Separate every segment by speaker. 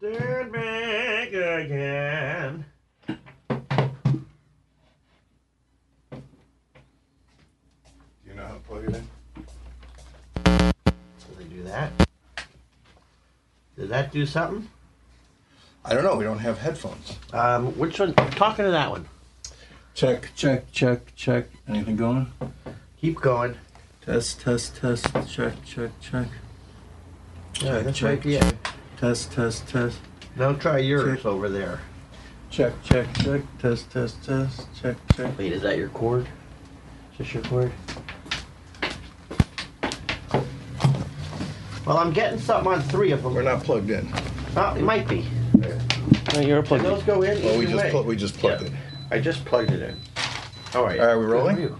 Speaker 1: Turn back again.
Speaker 2: Do you know how to plug it in?
Speaker 1: So they do that. Did that do something?
Speaker 2: I don't know. We don't have headphones.
Speaker 1: Um, which one? Talking to that one.
Speaker 2: Check, check, check, check. Anything going?
Speaker 1: Keep going.
Speaker 2: Test, test, test. Check, check, check.
Speaker 1: Yeah,
Speaker 2: Check,
Speaker 1: that's
Speaker 2: check,
Speaker 1: right. Yeah.
Speaker 2: Test, test, test.
Speaker 1: Now try yours
Speaker 2: Check.
Speaker 1: over there.
Speaker 2: Check, check, check. Test, test, test. Check, check.
Speaker 1: Wait, is that your cord? Is this your cord? Well, I'm getting something on three of them.
Speaker 2: We're not plugged in.
Speaker 1: Oh, it might be.
Speaker 3: No, you're
Speaker 1: Can
Speaker 3: plugged in.
Speaker 1: those go in?
Speaker 2: Well, we
Speaker 1: either
Speaker 2: just
Speaker 1: way?
Speaker 2: plu- we just plugged
Speaker 1: Yeah.
Speaker 2: it.
Speaker 1: I just plugged it in. All right.
Speaker 2: All right, we
Speaker 1: Good
Speaker 2: rolling?
Speaker 1: review.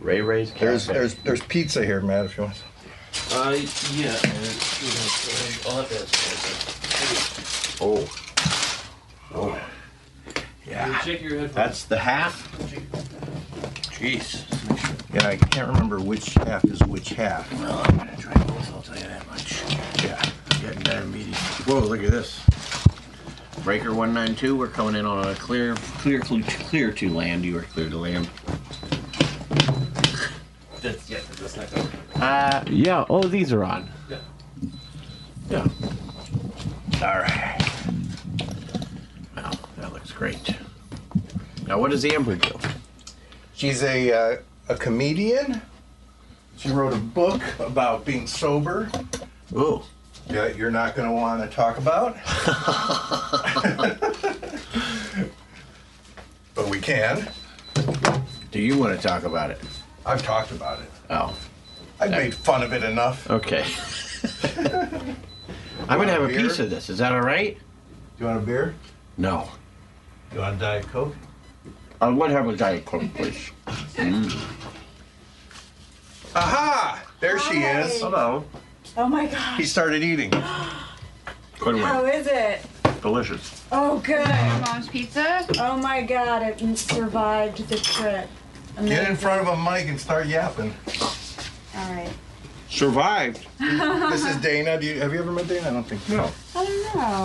Speaker 1: Ray Ray's Cafe.
Speaker 2: There's, there's, there's pizza here, Matt. If you want.
Speaker 3: Uh, yeah. I'll have to ask
Speaker 1: Oh. Oh.
Speaker 2: Yeah.
Speaker 3: Check your headphones.
Speaker 1: That's the half.
Speaker 3: Jeez.
Speaker 2: Yeah, I can't remember which half is which half.
Speaker 3: Well, I'm gonna try both. I'll tell you that much.
Speaker 2: Yeah.
Speaker 3: Getting better meeting.
Speaker 2: Whoa! Oh, Look at this.
Speaker 1: Breaker 192. We're coming in on a clear, clear, clear, clear to land. You are clear to land.
Speaker 3: That's yeah. That's not going.
Speaker 1: Uh, yeah. Oh, these are on.
Speaker 3: Yeah.
Speaker 1: All right. Wow, that looks great. Now, what does Amber do?
Speaker 2: She's a uh, a comedian. She wrote a book about being sober.
Speaker 1: Ooh.
Speaker 2: that you're not going to want to talk about. but we can.
Speaker 1: Do you want to talk about it?
Speaker 2: I've talked about it.
Speaker 1: Oh,
Speaker 2: I've made fun of it enough. Do
Speaker 1: okay. I'm gonna have a
Speaker 2: Beer?
Speaker 1: piece of this. Is that all right?
Speaker 2: you want a beer?
Speaker 1: No.
Speaker 2: You want a Diet Coke?
Speaker 1: I would have a diet coke, please.
Speaker 2: Aha! There she is.
Speaker 4: Hi.
Speaker 1: Hello.
Speaker 4: Oh my gosh.
Speaker 2: He started eating.
Speaker 1: Good
Speaker 4: How
Speaker 1: one.
Speaker 4: is it?
Speaker 1: Delicious.
Speaker 4: Oh, good.
Speaker 5: Mom's pizza.
Speaker 4: Oh my god, it survived the trip.
Speaker 2: Get in
Speaker 4: Amazing.
Speaker 2: front of a mic and start yapping.
Speaker 5: All right.
Speaker 1: Survived.
Speaker 2: This is Dana. Do you, have you ever met Dana? I don't think so.
Speaker 1: No.
Speaker 4: I don't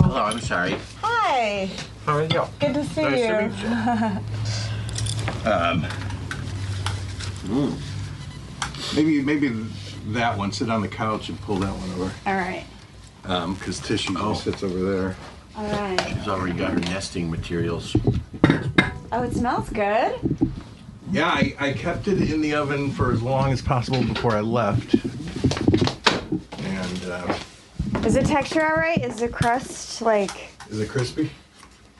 Speaker 4: know.
Speaker 1: Oh, I'm sorry.
Speaker 4: Hi.
Speaker 1: How are you?
Speaker 4: Good to see
Speaker 1: Nice
Speaker 4: you.
Speaker 1: to meet you.
Speaker 2: Um, Hmm. Maybe maybe that one. Sit on the couch and pull that one over.
Speaker 5: All right.
Speaker 2: Because Tissue
Speaker 1: Oh.
Speaker 2: sits over there.
Speaker 4: All right.
Speaker 1: She's already got her nesting materials.
Speaker 4: Oh, it smells good.
Speaker 2: Yeah, I, I kept it in the oven for as long as possible before I left. And uh,
Speaker 4: Is the texture all right? Is the crust like?
Speaker 2: is it crispy?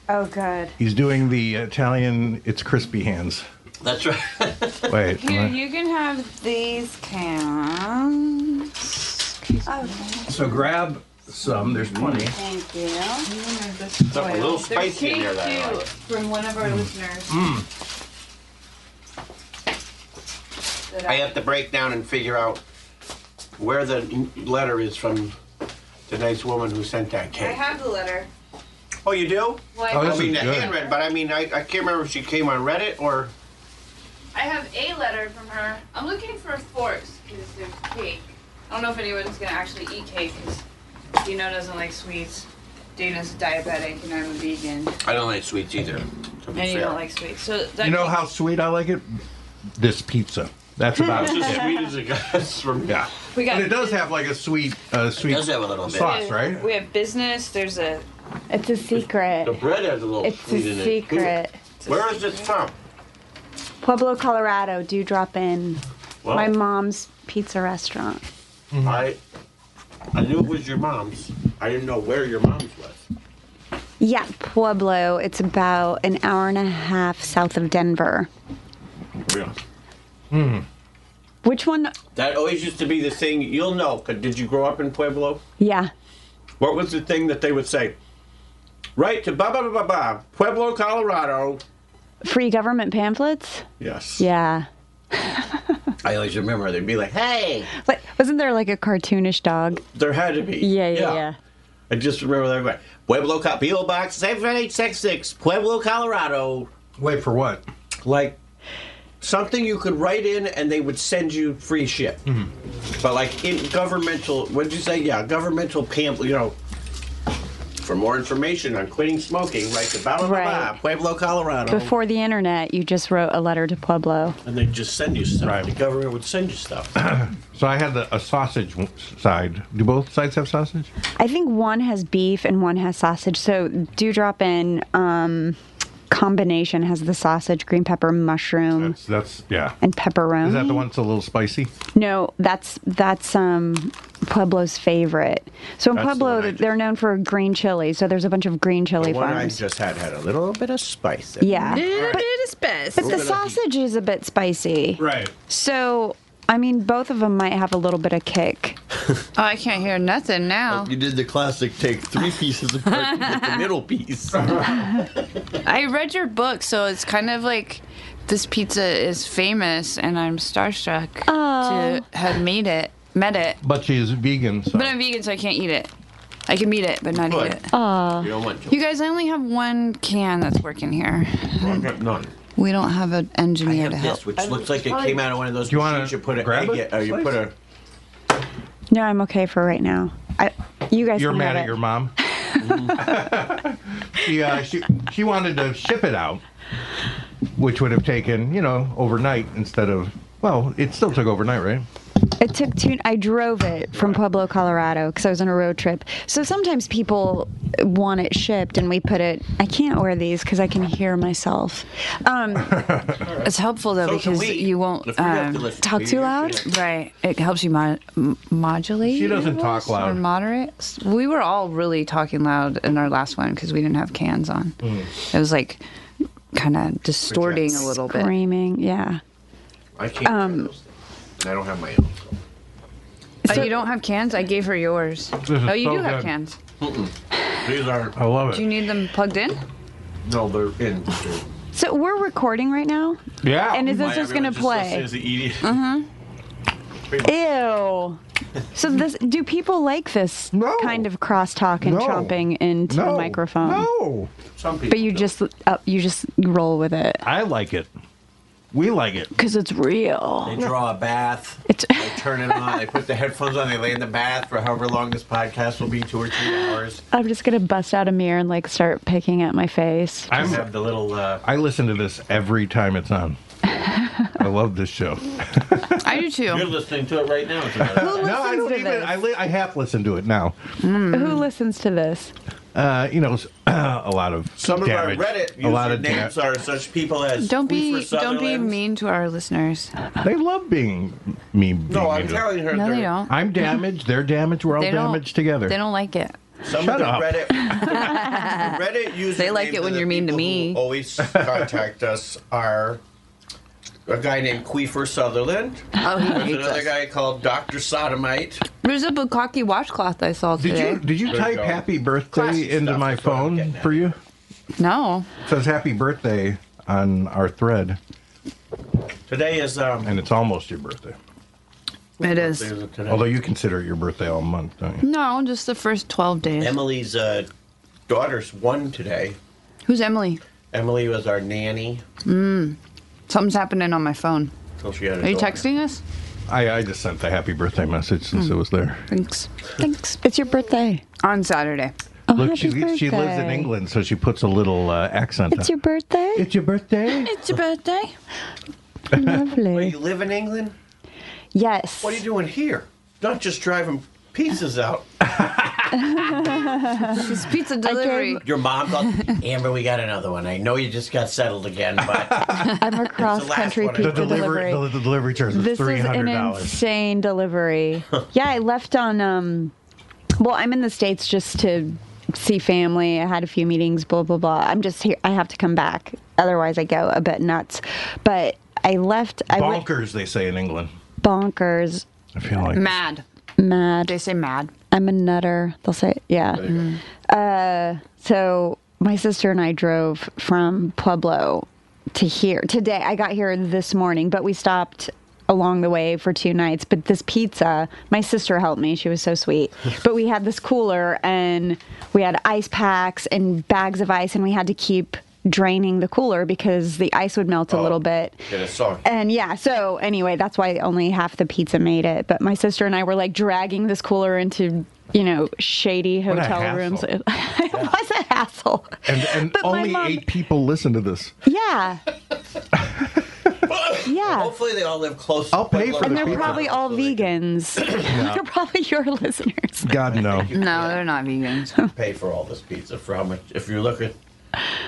Speaker 4: Oh, good.
Speaker 2: He's doing the Italian. It's crispy hands.
Speaker 1: That's right.
Speaker 2: Wait.
Speaker 5: Here, you can have these cans. Excuse me.
Speaker 2: So grab some. There's plenty.
Speaker 5: Thank you.
Speaker 6: I'm gonna just
Speaker 1: Something a little
Speaker 6: boil.
Speaker 1: spicy in there that I
Speaker 6: There's
Speaker 1: like.
Speaker 6: cake
Speaker 1: Mm.
Speaker 6: too from one of our listeners. That
Speaker 1: I have to break down and figure out where the n- letter is from the nice woman who sent that
Speaker 6: I
Speaker 1: cake.
Speaker 6: have the letter.
Speaker 1: oh, you do?
Speaker 6: Well,
Speaker 2: Oh,
Speaker 6: I,
Speaker 1: I
Speaker 2: this
Speaker 1: mean,
Speaker 2: is
Speaker 1: the
Speaker 2: good.
Speaker 1: handwritten, but I mean, I, I can't remember if she came on Reddit or.
Speaker 6: I have a letter from her. I'm looking for forks because there's cake. I don't know if anyone's gonna actually eat cake because Dino doesn't like sweets. Dana's diabetic and I'm a vegan.
Speaker 1: I don't like sweets either. to be
Speaker 6: And you
Speaker 1: fair.
Speaker 6: don't like sweets. So that
Speaker 2: You know
Speaker 6: cake-
Speaker 2: how sweet I like it? This pizza. That's about
Speaker 1: It's as
Speaker 2: it.
Speaker 1: sweet as it gets from
Speaker 2: Yeah.
Speaker 6: we got
Speaker 2: But it does have like a sweet, uh,
Speaker 1: It
Speaker 2: sweet.
Speaker 1: does have a little bit.
Speaker 2: Soft. us, right?
Speaker 6: We have business. There's a
Speaker 4: It's a secret.
Speaker 1: The bread has a little
Speaker 4: It's
Speaker 1: sweet in
Speaker 4: a
Speaker 1: it. too.
Speaker 4: secret.
Speaker 1: Where is this from?
Speaker 4: Pueblo, Colorado. Do drop in.
Speaker 2: Oh.
Speaker 1: Well,
Speaker 4: My mom's pizza restaurant.
Speaker 1: I, I knew it was your mom's. I didn't know where your mom's was.
Speaker 4: Yeah, Pueblo. It's about an hour and a half south of Denver.
Speaker 1: Yeah.
Speaker 4: Which one?
Speaker 1: That always used to be the thing. You'll know. 'cause Did you grow up in Pueblo?
Speaker 4: Yeah.
Speaker 1: What was the thing that they would say? Right to ba ba ba ba ba Pueblo, Colorado.
Speaker 4: Free government pamphlets?
Speaker 1: Yes.
Speaker 4: Yeah.
Speaker 1: I always remember they'd be like, "Hey."
Speaker 4: Like, wasn't there like a cartoonish dog?
Speaker 1: There had to be.
Speaker 4: Yeah, yeah, yeah.
Speaker 1: I just remember that. Right. Pueblo, Co- PO Box seven eight six six, Pueblo, Colorado.
Speaker 2: Wait for what?
Speaker 1: Like something you could write in, and they would send you free shit.
Speaker 7: Hmm.
Speaker 1: But like in governmental, what'd you say? Yeah, governmental pamphlet. You know,
Speaker 7: For more information on quitting smoking, write to Baba
Speaker 4: Right.
Speaker 7: Mama, Pueblo, Colorado.
Speaker 4: Before the internet, you just wrote a letter to Pueblo.
Speaker 1: And they just send you stuff.
Speaker 2: Right.
Speaker 1: The government would send you stuff.
Speaker 2: So I had the, a sausage w- side. Do both sides have sausage?
Speaker 4: I think one has beef and one has sausage. So do drop in um, combination has the sausage, green pepper, mushroom,
Speaker 2: That's that's yeah.
Speaker 4: Mm-hmm. and pepperoni.
Speaker 2: Is that the one that's a little spicy?
Speaker 4: No, that's that's um, Pueblo's favorite. So in
Speaker 2: That's the
Speaker 4: Pueblo,
Speaker 2: one I-
Speaker 4: they're known for green chili. So there's a bunch of green
Speaker 7: the
Speaker 4: chili
Speaker 7: one I
Speaker 4: farms.
Speaker 7: just had had a little bit of spice. in it.
Speaker 4: yeah,
Speaker 6: Little
Speaker 4: but,
Speaker 6: bit of spice.
Speaker 4: but the sausage is a bit spicy.
Speaker 2: Right.
Speaker 4: So I mean, both of them might have a little bit of kick.
Speaker 6: Oh, I can't hear nothing now.
Speaker 8: You did the classic take three pieces of turkey with the middle piece.
Speaker 7: Uh-huh.
Speaker 6: I read your book, so it's kind of like this pizza is famous, and I'm starstruck
Speaker 4: Oh.
Speaker 6: to have made it, met it.
Speaker 2: But she's vegan. So.
Speaker 6: But I'm vegan, so I can't eat it. I can eat it, but not eat it.
Speaker 4: Oh,
Speaker 1: you don't want to.
Speaker 6: You guys, I only have one can that's working here.
Speaker 1: I've got none.
Speaker 6: We don't have an
Speaker 7: I
Speaker 6: engineer
Speaker 7: have
Speaker 6: to
Speaker 7: this,
Speaker 6: help.
Speaker 7: which looks like it came out of one of those
Speaker 2: Do you wanna
Speaker 7: machines. You put an
Speaker 2: grab
Speaker 7: egg,
Speaker 2: it?
Speaker 7: in- or you put a
Speaker 4: no, I'm okay for right now. I, you guys
Speaker 2: You're
Speaker 4: can have
Speaker 2: mad at
Speaker 4: it.
Speaker 2: your mom. she, uh, she she wanted to ship it out, which would have taken you know overnight instead of well, it still took overnight, right?
Speaker 4: It took two. I drove it from Pueblo, Colorado, because I was on a road trip. So sometimes people want it shipped, and we put it. I can't wear these because I can hear myself. Um,
Speaker 6: It's helpful though
Speaker 7: So can
Speaker 6: because
Speaker 7: we.
Speaker 6: you won't
Speaker 7: If we have to
Speaker 6: um,
Speaker 7: listen to
Speaker 4: talk
Speaker 7: you,
Speaker 4: too
Speaker 7: you
Speaker 4: loud?
Speaker 7: should-
Speaker 6: right. It helps you mod- m- modulate.
Speaker 2: She doesn't
Speaker 6: your
Speaker 2: talk
Speaker 6: voice Or
Speaker 2: loud.
Speaker 6: moderate. We were all really talking loud in our last one because we didn't have cans on.
Speaker 2: Mm.
Speaker 6: It was like kind of distorting a little bit.
Speaker 4: screaming, yeah.
Speaker 1: I can't. Um, those things. And I don't have my own. so.
Speaker 6: Oh, you don't have cans? I gave her yours.
Speaker 2: is
Speaker 6: Oh, you
Speaker 2: so
Speaker 6: do have
Speaker 2: good.
Speaker 6: cans.
Speaker 1: These are
Speaker 2: I love
Speaker 6: Do you
Speaker 2: it.
Speaker 6: need them plugged in?
Speaker 1: no, they're in. They're-
Speaker 4: So we're recording right now,
Speaker 2: Yeah.
Speaker 4: and is this
Speaker 1: Why
Speaker 4: just
Speaker 1: everyone
Speaker 4: gonna play?
Speaker 1: listens to
Speaker 7: E
Speaker 1: the idiot?
Speaker 4: Ew. So this, do people like this
Speaker 2: No.
Speaker 4: kind of crosstalk and
Speaker 2: No.
Speaker 4: chomping into
Speaker 2: no
Speaker 4: the microphone?
Speaker 2: No,
Speaker 1: Some people.
Speaker 4: But you just uh, you just roll with it
Speaker 2: I like it. We like it.
Speaker 4: because it's real.
Speaker 7: They draw a bath.
Speaker 4: It's
Speaker 7: They turn it on. They put the headphones on. They lay in the bath for however long this podcast will be, two or three hours.
Speaker 4: I'm just gonna bust out a mirror and like start picking at my face.
Speaker 7: I
Speaker 2: I'm,
Speaker 7: have the little. Uh,
Speaker 2: I listen to this every time it's on. I love this show.
Speaker 6: I do too.
Speaker 1: You're listening to it right now. It's about-
Speaker 4: Who
Speaker 2: No, I
Speaker 4: listens
Speaker 2: don't
Speaker 4: to
Speaker 2: even.
Speaker 4: this?
Speaker 2: I, li- I half listen to it now.
Speaker 4: Who listens to this?
Speaker 2: Uh, you know, s- a lot of
Speaker 7: some
Speaker 2: damage.
Speaker 7: of our Reddit
Speaker 2: a lot of
Speaker 7: names
Speaker 2: da-
Speaker 7: are such people as.
Speaker 6: Don't
Speaker 7: We
Speaker 6: be
Speaker 7: for
Speaker 6: don't be
Speaker 7: Sutherland.
Speaker 6: mean to our listeners.
Speaker 2: They love being me. Being
Speaker 7: No, I'm
Speaker 2: mean to-
Speaker 7: telling her.
Speaker 6: No, they
Speaker 7: they're-
Speaker 6: don't.
Speaker 2: I'm damaged. They're damaged. We're all
Speaker 6: They don't-
Speaker 2: damaged together.
Speaker 6: They don't like it.
Speaker 7: Some of
Speaker 2: Shut
Speaker 7: the
Speaker 2: up.
Speaker 7: Reddit, the Reddit users.
Speaker 6: They like it when you're mean to me.
Speaker 7: Always contact us are a guy named Queefer Sutherland.
Speaker 6: Oh, he
Speaker 7: There's
Speaker 6: hates
Speaker 7: another
Speaker 6: us.
Speaker 7: guy called Doctor Sodomite.
Speaker 6: There's a bukkake washcloth I saw
Speaker 2: did
Speaker 6: today.
Speaker 2: you did you
Speaker 7: There you
Speaker 2: type
Speaker 7: go.
Speaker 2: happy birthday
Speaker 7: Classy
Speaker 2: into
Speaker 7: stuff
Speaker 2: my
Speaker 7: is what I'm
Speaker 2: phone
Speaker 7: getting at.
Speaker 2: for you?
Speaker 6: No.
Speaker 2: It says happy birthday on our thread,
Speaker 7: Today is um.
Speaker 2: and it's almost your birthday.
Speaker 6: It is.
Speaker 7: there's a- today.
Speaker 2: Although you consider it your birthday all month, don't you?
Speaker 6: No, just the first 12 days.
Speaker 7: Emily's uh, daughter's one today.
Speaker 6: Who's Emily?
Speaker 7: Emily was our nanny
Speaker 6: Something's happening on my phone.
Speaker 7: till she had a
Speaker 6: Are you
Speaker 7: daughter.
Speaker 6: texting us?
Speaker 2: I, I just sent the happy birthday message since it was there.
Speaker 6: Thanks.
Speaker 4: Thanks. It's your birthday.
Speaker 6: On Saturday.
Speaker 4: Oh,
Speaker 2: Look,
Speaker 4: happy
Speaker 2: she,
Speaker 4: birthday.
Speaker 2: she lives in England, so she puts a little uh, accent.
Speaker 4: It's
Speaker 2: on.
Speaker 4: your birthday.
Speaker 2: It's your birthday.
Speaker 6: It's your birthday.
Speaker 4: Lovely.
Speaker 7: You live in England?
Speaker 4: Yes.
Speaker 7: What are you doing here? Not just driving pizzas out.
Speaker 6: It's pizza delivery.
Speaker 7: Your mom called. Amber, we got another one. I know you just got settled again, but
Speaker 4: I'm a cross-country
Speaker 7: one I
Speaker 4: pizza
Speaker 2: the delivery,
Speaker 4: delivery.
Speaker 2: the, the delivery charge is
Speaker 4: this is
Speaker 2: three
Speaker 4: an
Speaker 2: hundred dollars.
Speaker 4: insane delivery. yeah, I left on. Um, well, I'm in the states just to see family. I had a few meetings. Blah blah blah. I'm just here. I have to come back. Otherwise, I go a bit nuts. But I left. I went
Speaker 2: Bonkers, they say in England.
Speaker 4: bonkers.
Speaker 2: I feel like
Speaker 6: Mad.
Speaker 4: Mad.
Speaker 6: They say mad.
Speaker 4: I'm a nutter. They'll say, yeah. Uh, so my sister and I drove from Pueblo to here today. I got here this morning, but we stopped along the way for two nights. But this pizza, my sister helped me. She was so sweet. but we had this cooler and we had ice packs and bags of ice, and we had to keep draining the cooler because the ice would melt a little bit.
Speaker 7: get a song.
Speaker 4: And yeah, so anyway, that's why only half the pizza made it. But my sister and I were like dragging this cooler into you know, shady
Speaker 2: a
Speaker 4: hotel rooms.
Speaker 2: hassle.
Speaker 4: It was a hassle.
Speaker 2: And, and
Speaker 4: But my
Speaker 2: only
Speaker 4: mom-
Speaker 2: eight people listen to this.
Speaker 4: Yeah. yeah.
Speaker 1: Hopefully they all live close.
Speaker 2: I'll pay for
Speaker 4: And
Speaker 2: the
Speaker 4: they're
Speaker 2: pizza.
Speaker 4: probably all vegans. They're probably your listeners.
Speaker 2: God no.
Speaker 6: No, they're not vegans.
Speaker 1: pay for all this pizza for how much? If you look at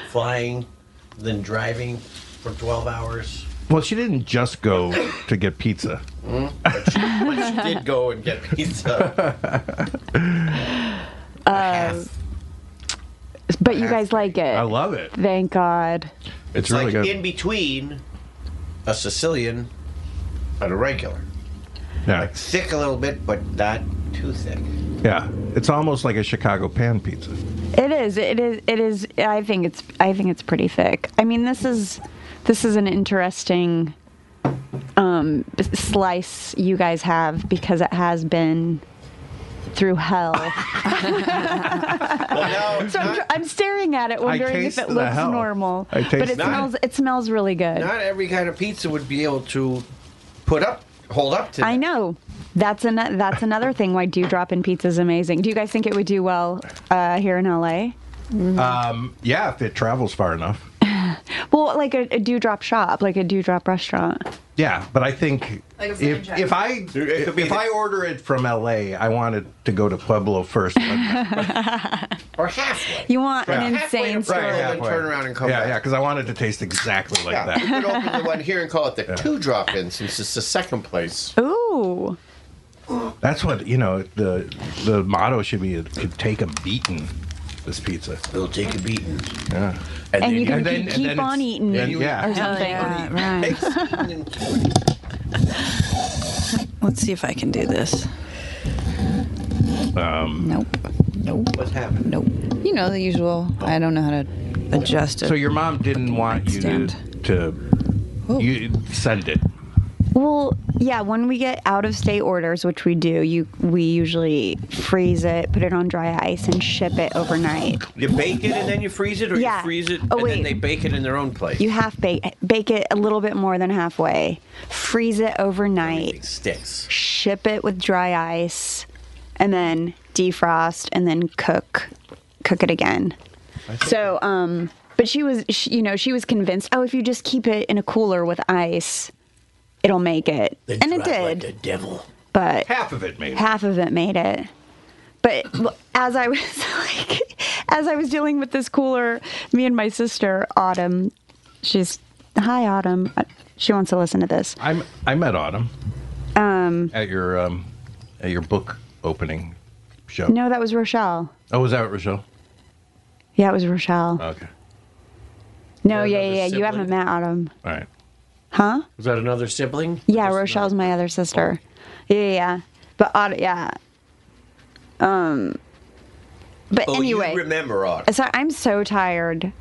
Speaker 1: flying, then driving for twelve hours.
Speaker 2: Well, she didn't just go to get pizza.
Speaker 1: But she did go and get pizza. A
Speaker 4: Um,
Speaker 1: half.
Speaker 4: But you guys like it.
Speaker 2: I love it.
Speaker 4: Thank God.
Speaker 1: It's
Speaker 2: really
Speaker 1: like
Speaker 2: good.
Speaker 1: in between a Sicilian and a regular.
Speaker 2: Yeah,
Speaker 1: Thick a little bit, but not too thick.
Speaker 2: yeah. It's almost like a Chicago pan pizza.
Speaker 4: It is. It is. It is. I think it's. I think it's pretty thick. I mean, this is. This is an interesting um, slice you guys have because it has been through hell.
Speaker 1: Well,
Speaker 4: so I'm, tr- I'm staring at it, wondering
Speaker 2: taste
Speaker 4: if it
Speaker 2: the
Speaker 4: looks
Speaker 2: hell.
Speaker 4: normal.
Speaker 2: I
Speaker 4: but
Speaker 2: taste
Speaker 4: it
Speaker 2: that.
Speaker 4: smells. It smells really good.
Speaker 1: not every kind of pizza would be able to put up, hold up to.
Speaker 4: I
Speaker 1: that.
Speaker 4: know. That's an, That's another thing why dewdrop in pizza is amazing. Do you guys think it would do well uh, here in LA?
Speaker 2: Um, yeah, if it travels far enough.
Speaker 4: Well, like a, a dewdrop shop, like a dewdrop restaurant.
Speaker 2: Yeah, but I think
Speaker 9: Like a
Speaker 2: if,
Speaker 9: franchise.
Speaker 2: if I
Speaker 1: It could
Speaker 2: if,
Speaker 1: be the-
Speaker 2: I order it from L.A., I want it to go to Pueblo first. but-
Speaker 1: Or halfway.
Speaker 4: You want
Speaker 2: Yeah.
Speaker 4: an
Speaker 1: Halfway
Speaker 4: insane
Speaker 1: to
Speaker 4: story.
Speaker 1: Florida, then turn around and come
Speaker 2: yeah,
Speaker 1: back.
Speaker 2: yeah, because I want it to taste exactly like
Speaker 8: Yeah,
Speaker 2: that.
Speaker 8: we could open the one here and call it the two drop in since it's the second place.
Speaker 4: Ooh.
Speaker 2: That's what you know. The the motto should be: it could take a beating. This pizza.
Speaker 1: It'll take a beating.
Speaker 2: Yeah.
Speaker 4: And you can
Speaker 2: and then-
Speaker 4: keep,
Speaker 2: and
Speaker 4: keep
Speaker 2: then
Speaker 4: on
Speaker 2: it's-
Speaker 4: eating.
Speaker 2: and yeah.
Speaker 4: Or something.
Speaker 6: right. Let's see if I can do this. Um, nope. Nope.
Speaker 1: What's happening?
Speaker 6: Nope. You know the usual. I don't know how to adjust it.
Speaker 2: So your mom didn't want you to,
Speaker 6: Nightstand.
Speaker 2: to
Speaker 6: Ooh.
Speaker 2: you send it.
Speaker 4: Well, yeah, when we get out of state orders, which we do, you we usually freeze it, put it on dry ice, and ship it overnight.
Speaker 1: You bake it and then you freeze it, or
Speaker 4: Yeah.
Speaker 1: you freeze it
Speaker 4: Oh,
Speaker 1: and
Speaker 4: wait.
Speaker 1: then they bake it in their own place.
Speaker 4: You half bake bake it a little bit more than halfway, freeze it
Speaker 1: it
Speaker 4: overnight,
Speaker 1: sticks.
Speaker 4: ship it with dry ice, and then defrost and then cook cook it again. So, um, but she was, she, you know, she was convinced. Oh, if you just keep it in a cooler with ice, it'll make it,
Speaker 1: They
Speaker 4: and it
Speaker 1: drive like
Speaker 4: did.
Speaker 1: the devil.
Speaker 4: but
Speaker 2: Half of it, maybe.
Speaker 4: half of it made it. But l- as I was like, as I was dealing with this cooler, me and my sister Autumn, she's hi Autumn. Uh, She wants to listen to this.
Speaker 2: I'm I met Autumn. Um. At your um, at your book opening show.
Speaker 4: No, that was Rochelle.
Speaker 2: Oh, was that Rochelle?
Speaker 4: Yeah, it was Rochelle.
Speaker 2: Okay.
Speaker 4: no,
Speaker 1: Or
Speaker 4: yeah,
Speaker 1: another
Speaker 4: yeah, yeah. You
Speaker 1: sibling?
Speaker 4: haven't met Autumn,
Speaker 2: All right.
Speaker 4: huh?
Speaker 1: Was that another sibling?
Speaker 4: Yeah,
Speaker 1: Just
Speaker 4: Rochelle's
Speaker 1: another-
Speaker 4: my other sister. Yeah, yeah, yeah. But Autumn, yeah. Um. But
Speaker 8: Oh,
Speaker 4: anyway,
Speaker 8: you remember Autumn.
Speaker 4: So I'm so tired.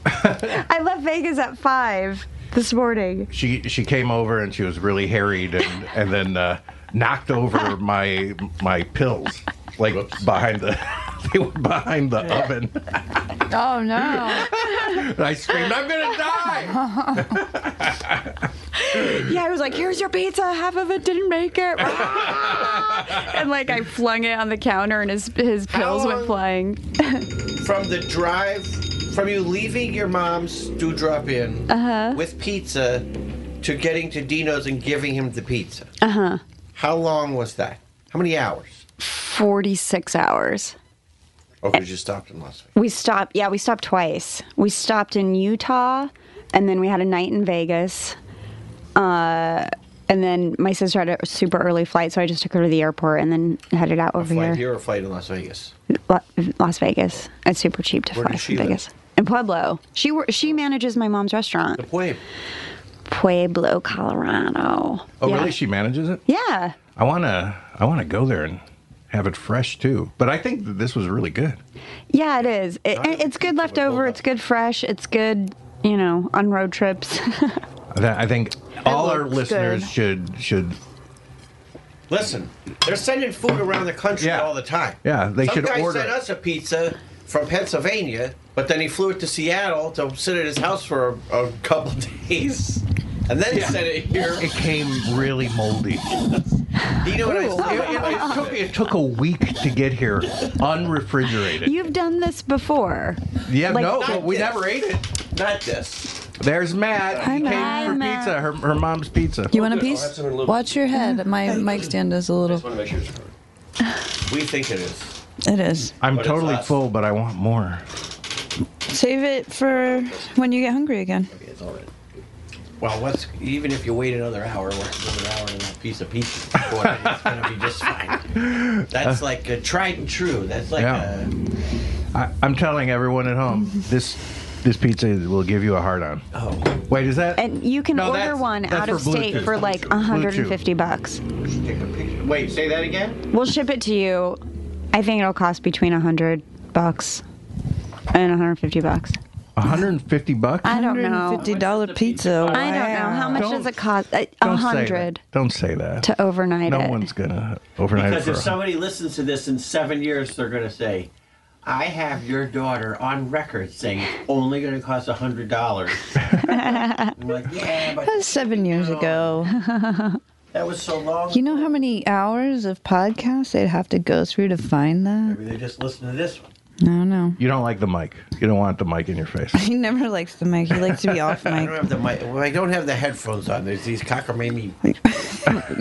Speaker 4: I I left Vegas at five this morning.
Speaker 2: She she came over and she was really harried and and then uh, knocked over my my pills like behind the they were behind the oven.
Speaker 6: oh no.
Speaker 2: And I screamed, "I'm gonna die!"
Speaker 4: Yeah, I was like, "Here's your pizza. Half of it didn't make it." and like I flung it on the counter, and his his pills went
Speaker 8: long-
Speaker 4: flying.
Speaker 8: From the drive,
Speaker 1: From you leaving your mom's do drop in
Speaker 4: Uh-huh.
Speaker 1: with pizza to getting to Dino's and giving him the pizza. Uh huh.
Speaker 4: Uh-huh.
Speaker 1: How long was that? How many hours?
Speaker 4: Forty six hours. Eh.
Speaker 1: Oh, because you stopped in Las Vegas.
Speaker 4: We stopped. Yeah, we stopped twice. We stopped in Utah, and then we had a night in Vegas. Uh, and then my sister had a super early flight, so I just took her to the airport and then headed out over
Speaker 1: Flight
Speaker 4: here.
Speaker 1: here or flight in Las Vegas?
Speaker 4: La- Las Vegas. It's super cheap to
Speaker 1: Where
Speaker 4: fly
Speaker 1: does
Speaker 4: from
Speaker 1: she live?
Speaker 4: Vegas. In Pueblo, she wor- she manages my mom's restaurant,
Speaker 1: Wait.
Speaker 4: Pueblo, Colorado.
Speaker 2: Oh,
Speaker 4: yeah.
Speaker 2: really? She manages it.
Speaker 4: Yeah,
Speaker 2: I wanna I wanna go there and have it fresh too. But I think that this was really good.
Speaker 4: yeah, it is. It, and it's good left over. It's good fresh. It's good, you know, on road trips.
Speaker 2: I, th- I think all our
Speaker 4: looks
Speaker 2: listeners
Speaker 4: good.
Speaker 2: should should
Speaker 1: Listen, they're sending food around the country
Speaker 2: Yeah.
Speaker 1: all the time.
Speaker 2: Yeah, they
Speaker 1: Some
Speaker 2: should
Speaker 1: guy
Speaker 2: order
Speaker 1: sent
Speaker 2: it.
Speaker 1: us a pizza from Pennsylvania, but then he flew it to Seattle to sit at his house for a, a couple days.
Speaker 10: and then set it here.
Speaker 2: It came really moldy.
Speaker 10: Do you know what I? It, it- it
Speaker 2: It
Speaker 10: took
Speaker 2: took,
Speaker 10: me.
Speaker 2: it took a week to get here, unrefrigerated.
Speaker 4: You've done this before.
Speaker 2: yeah,
Speaker 4: like-
Speaker 2: no,
Speaker 4: Not
Speaker 2: but we
Speaker 10: this.
Speaker 2: never ate it.
Speaker 10: Not this.
Speaker 2: There's Matt.
Speaker 4: Hi,
Speaker 2: he came
Speaker 4: Matt.
Speaker 2: for
Speaker 4: Hi, Matt.
Speaker 2: pizza. Her, her mom's pizza.
Speaker 6: You want a
Speaker 1: I'll have
Speaker 6: piece?
Speaker 1: some in a little bit.
Speaker 6: Watch your head. My mic stand is a
Speaker 1: Just
Speaker 6: little.
Speaker 1: want to make sure it's covered.
Speaker 10: We think it is.
Speaker 6: It is.
Speaker 2: I'm
Speaker 10: But it's
Speaker 2: totally
Speaker 10: us.
Speaker 2: full, but I want more.
Speaker 6: Save it for when you get hungry again.
Speaker 10: It's all right. Well, what's even if you wait another hour, what's another hour and a piece of pizza? Boy, it's gonna be just fine. That's like a tried and true. That's like
Speaker 2: Uh, Yeah.
Speaker 10: a.
Speaker 2: I, I'm telling everyone at home, this this pizza will give you a hard on.
Speaker 10: Oh,
Speaker 2: Wait, is that?
Speaker 4: And you can
Speaker 2: No,
Speaker 4: order
Speaker 2: that's-
Speaker 4: one
Speaker 2: that's
Speaker 4: out
Speaker 2: for
Speaker 4: of state
Speaker 2: Bluetooth.
Speaker 4: for like
Speaker 2: Bluetooth.
Speaker 4: 150 bucks.
Speaker 10: take a picture. Wait, say that again.
Speaker 4: We'll ship it to you. I think it'll cost between 100 bucks and 150 bucks.
Speaker 2: 150 bucks?
Speaker 4: I don't know.
Speaker 6: Fifty dollar pizza.
Speaker 4: I don't know. How much does
Speaker 2: Don't-
Speaker 4: it cost? A
Speaker 2: Don't say that.
Speaker 4: 100
Speaker 2: Don't say that.
Speaker 4: to overnight
Speaker 2: no
Speaker 4: it.
Speaker 2: one's gonna overnight
Speaker 10: Because
Speaker 2: it
Speaker 10: if
Speaker 2: for.
Speaker 10: somebody listens to this in seven years, they're going to say, I have your daughter on record saying it's only going to cost $100. I'm like, yeah, but
Speaker 6: That was seven years ago.
Speaker 10: that was so long.
Speaker 6: You know how many hours of podcasts they'd have to go through to find that?
Speaker 10: Maybe they just listen to this one.
Speaker 6: No, no.
Speaker 2: you don't like the mic. You don't want the mic in your face.
Speaker 6: He never likes the mic. He likes to be off
Speaker 10: I
Speaker 6: mic.
Speaker 10: don't have the mic. Well, I don't have the headphones on. There's these cockamamie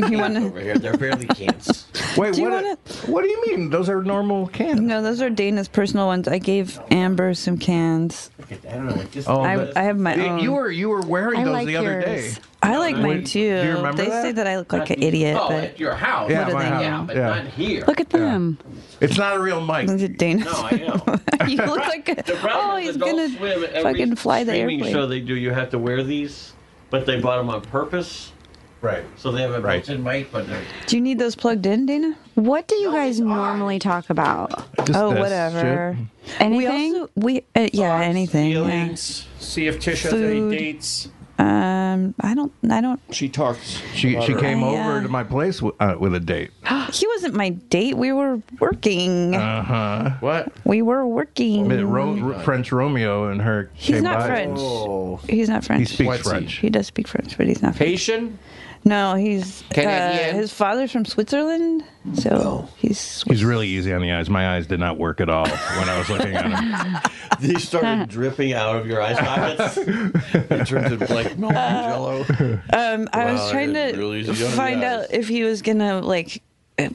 Speaker 6: You want to?
Speaker 10: over here. They're barely cans.
Speaker 2: Wait,
Speaker 6: Do you
Speaker 2: what?
Speaker 6: wanna-
Speaker 2: what do you mean? Those are normal cans.
Speaker 6: No, those are Dana's personal ones. I gave Amber some cans.
Speaker 10: I don't know. Like this.
Speaker 2: Oh,
Speaker 6: I,
Speaker 2: that-
Speaker 6: I have my
Speaker 2: You-
Speaker 6: own.
Speaker 2: you were you were wearing
Speaker 4: I
Speaker 2: those
Speaker 4: like
Speaker 2: the other
Speaker 4: yours.
Speaker 2: day.
Speaker 6: I like mine
Speaker 2: Wait,
Speaker 6: too.
Speaker 2: do you remember
Speaker 6: they say
Speaker 2: that?
Speaker 6: that I look like an idiot,
Speaker 1: Oh,
Speaker 6: but
Speaker 1: at your house.
Speaker 2: Yeah,
Speaker 6: do
Speaker 2: my
Speaker 6: they
Speaker 2: house.
Speaker 1: Yeah, but
Speaker 2: yeah.
Speaker 1: not here.
Speaker 4: Look at them.
Speaker 2: It's not a real mic.
Speaker 6: Is it Dana?
Speaker 1: No, I know.
Speaker 6: you look like a,
Speaker 1: The problem
Speaker 6: oh,
Speaker 1: is
Speaker 6: he's
Speaker 1: Adult
Speaker 6: gonna
Speaker 1: Swim, every
Speaker 6: fucking fly the
Speaker 1: streaming
Speaker 6: airplane.
Speaker 1: show they do, you have to wear these, but they bought them on purpose,
Speaker 2: Right.
Speaker 1: so they have a
Speaker 2: Right.
Speaker 1: built-in mic. But they're
Speaker 6: Do you need those plugged in, Dana?
Speaker 4: What do you guys normally talk about?
Speaker 2: Just
Speaker 6: oh,
Speaker 2: this
Speaker 6: whatever.
Speaker 2: shit.
Speaker 6: We
Speaker 4: Anything?
Speaker 6: also we uh, yeah anything. yeah.
Speaker 11: Feelings. See if Tish has
Speaker 6: Food.
Speaker 11: any dates.
Speaker 6: Um, I don't I don't.
Speaker 1: she talks.
Speaker 2: She she came
Speaker 6: I,
Speaker 2: over
Speaker 6: uh,
Speaker 2: to my place w- uh, with a date.
Speaker 6: He wasn't my date. We were working.
Speaker 2: Uh huh.
Speaker 11: What?
Speaker 6: we were working.
Speaker 2: Ro- French Romeo and her.
Speaker 6: Mm. He's
Speaker 2: came
Speaker 6: not
Speaker 2: by.
Speaker 6: French. He's not French.
Speaker 2: He speaks
Speaker 11: What's he?
Speaker 2: French.
Speaker 6: He does speak French, but he's not. French.
Speaker 11: Haitian?
Speaker 6: No, he's uh,
Speaker 10: Canadian?
Speaker 6: his father's from Switzerland, so he's Swiss.
Speaker 2: He's really easy on the eyes. My eyes did not work at all when I was looking at him.
Speaker 10: They started dripping out of your eye sockets.
Speaker 1: It turns into like milk and jello.
Speaker 6: Um, I was
Speaker 1: Wow,
Speaker 6: trying
Speaker 1: it
Speaker 6: to
Speaker 1: really is young
Speaker 6: find
Speaker 1: guys.
Speaker 6: out if he was gonna like uh,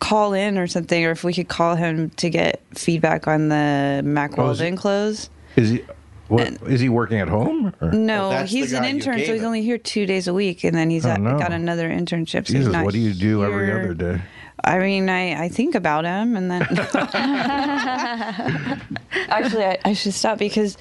Speaker 6: call in or something, or if we could call him to get feedback on the Mac
Speaker 2: Oh, is
Speaker 6: Weldon clothes.
Speaker 2: Is he? What, is he working at home? Or?
Speaker 6: No,
Speaker 10: that's the
Speaker 6: he's an
Speaker 10: guy you
Speaker 6: intern,
Speaker 10: gave
Speaker 6: so he's
Speaker 10: it.
Speaker 6: only here two days a week, and then he's
Speaker 2: Oh,
Speaker 6: at-
Speaker 2: no.
Speaker 6: got another internship. So he's
Speaker 2: Jesus,
Speaker 6: not
Speaker 2: what do you do every
Speaker 6: here.
Speaker 2: other day?
Speaker 6: I mean, I, I think about him, and then actually, I, I should stop because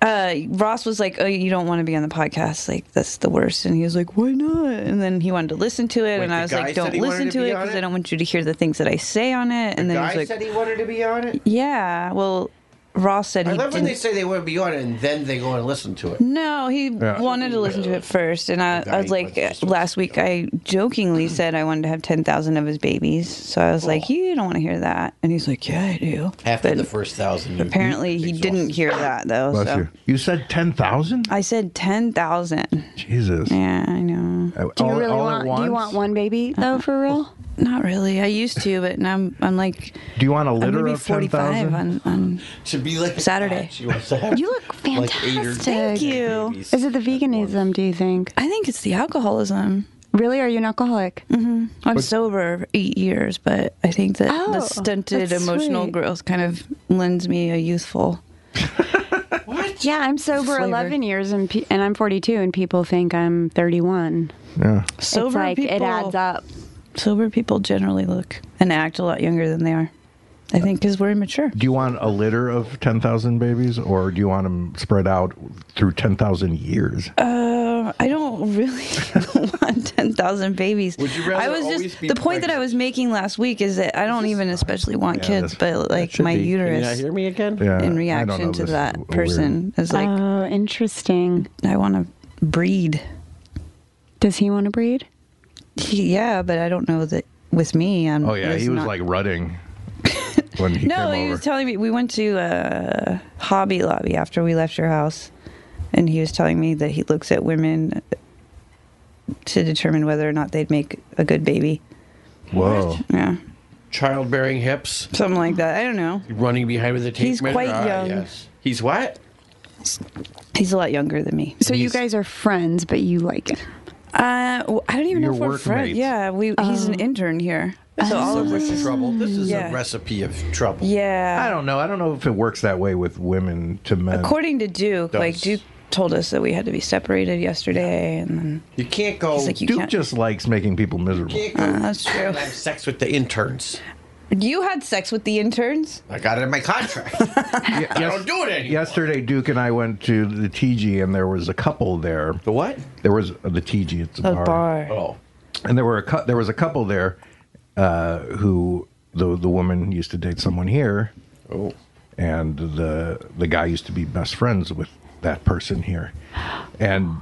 Speaker 6: uh, Ross was like, "Oh, you don't want to be on the podcast. Like, that's the worst." And he was like, "Why not?" And then he wanted to listen to it,
Speaker 10: Wait,
Speaker 6: and
Speaker 10: the
Speaker 6: I was
Speaker 10: guy
Speaker 6: like,
Speaker 10: said
Speaker 6: "Don't
Speaker 10: he wanted
Speaker 6: listen
Speaker 10: to
Speaker 6: to
Speaker 10: be
Speaker 6: it
Speaker 10: on
Speaker 6: because
Speaker 10: it?
Speaker 6: I don't want you to hear the things that I say on it." And then he
Speaker 10: Guy
Speaker 6: was like,
Speaker 10: said he wanted to be on it.
Speaker 6: "Yeah, well." Ross said
Speaker 10: I
Speaker 6: he
Speaker 10: love when they
Speaker 6: didn't.
Speaker 10: say they want to be on it and then they go and listen to it.
Speaker 6: No, he
Speaker 2: Yeah.
Speaker 6: wanted to listen to it first, and I, I was like, last week I jokingly said I wanted to have ten thousand of his babies, so I was like, you don't want to hear that, and he's like, yeah, I do.
Speaker 10: After
Speaker 6: But
Speaker 10: Oh. the first thousand. you-
Speaker 6: Apparently, he didn't hear that though.
Speaker 2: Bless
Speaker 6: so
Speaker 2: you. You said ten thousand.
Speaker 6: I said ten thousand.
Speaker 2: Jesus. Uh,
Speaker 6: Yeah, I know.
Speaker 4: do you really want? Do you want one baby though, for real?
Speaker 6: Not really. I used to, but now I'm, I'm like,
Speaker 2: Do you want a
Speaker 6: I'm
Speaker 2: litter
Speaker 6: gonna be
Speaker 2: of ten
Speaker 6: Uh, forty-five
Speaker 2: thousand?
Speaker 6: on, on.
Speaker 10: To be like a
Speaker 6: Saturday.
Speaker 10: cat, She wants to have
Speaker 4: You look
Speaker 10: like eight or
Speaker 4: fantastic.
Speaker 6: Thank you.
Speaker 10: babies.
Speaker 4: Is it the veganism? Do you think?
Speaker 6: I think it's the alcoholism.
Speaker 4: Really? Are you an alcoholic?
Speaker 6: I'm sober for eight years, but I think that
Speaker 4: Oh,
Speaker 6: the stunted
Speaker 4: that's
Speaker 6: emotional
Speaker 4: sweet.
Speaker 6: growth kind of lends me a youthful.
Speaker 4: Yeah, I'm sober
Speaker 6: Flavor.
Speaker 4: 11 years and pe- and I'm 42, and people think I'm 31.
Speaker 2: Yeah.
Speaker 6: Sober
Speaker 4: it's like
Speaker 6: people.
Speaker 4: it adds up.
Speaker 6: Sober people generally look and act a lot younger than they are. I think because we're immature.
Speaker 2: Do you want a litter of ten thousand babies, or do you want them spread out through ten thousand years?
Speaker 6: Uh, I don't really want ten thousand babies.
Speaker 1: Would you rather
Speaker 6: I was
Speaker 1: always
Speaker 6: just
Speaker 1: be
Speaker 6: the point that I was making last week is that I don't even especially want
Speaker 2: Yeah,
Speaker 6: kids,
Speaker 2: this-
Speaker 6: but like my
Speaker 1: Can you not
Speaker 6: uterus
Speaker 1: hear me again?
Speaker 2: Yeah, I don't
Speaker 6: in
Speaker 2: know,
Speaker 6: reaction
Speaker 2: this
Speaker 6: to
Speaker 2: is
Speaker 6: that
Speaker 2: w- weird.
Speaker 6: person is like
Speaker 4: oh, interesting.
Speaker 6: I want to breed.
Speaker 4: Does he want to breed?
Speaker 6: Yeah, but I don't know that with me. I'm,
Speaker 2: Oh yeah,
Speaker 6: it's
Speaker 2: he was
Speaker 6: not-
Speaker 2: like rutting when he
Speaker 6: No,
Speaker 2: came
Speaker 6: he
Speaker 2: over.
Speaker 6: was telling me we went to uh, Hobby Lobby after we left your house, and he was telling me that he looks at women
Speaker 12: to determine whether or not they'd make a good baby.
Speaker 2: Whoa.
Speaker 12: Yeah.
Speaker 1: Childbearing hips.
Speaker 12: Something like that. I don't know.
Speaker 1: Running behind with a tape
Speaker 12: He's
Speaker 1: measure.
Speaker 12: quite
Speaker 1: Ah,
Speaker 12: young.
Speaker 1: yes. He's what?
Speaker 12: He's a lot younger than me.
Speaker 4: So you guys are friends, but you like it.
Speaker 12: Uh, well, I don't even know
Speaker 1: Your
Speaker 12: if we're friends.
Speaker 1: workmates.
Speaker 12: Yeah, we. He's an intern here. So all of this is
Speaker 1: trouble. This is
Speaker 12: Yeah.
Speaker 1: a recipe of trouble.
Speaker 12: Yeah.
Speaker 2: I don't know. I don't know if it works that way with women to men.
Speaker 12: According to Duke, like
Speaker 2: Does.
Speaker 12: Duke told us that we had to be separated yesterday, and then
Speaker 1: You can't go.
Speaker 12: He's like, you
Speaker 2: Duke
Speaker 12: can't-
Speaker 2: just likes making people miserable.
Speaker 1: can't go
Speaker 12: uh, that's true.
Speaker 1: have sex with the interns.
Speaker 12: You had sex with the interns?
Speaker 1: I got it in my contract. I don't do it anymore.
Speaker 2: Yesterday, Duke and I went to the TG, and there was a couple there.
Speaker 1: The what?
Speaker 2: There was uh, the TG. It's a,
Speaker 12: A bar.
Speaker 1: Oh.
Speaker 2: and there were a cou- there was a couple there uh, who the the woman used to date someone here,
Speaker 1: Oh.
Speaker 2: and the the guy used to be best friends with that person here, and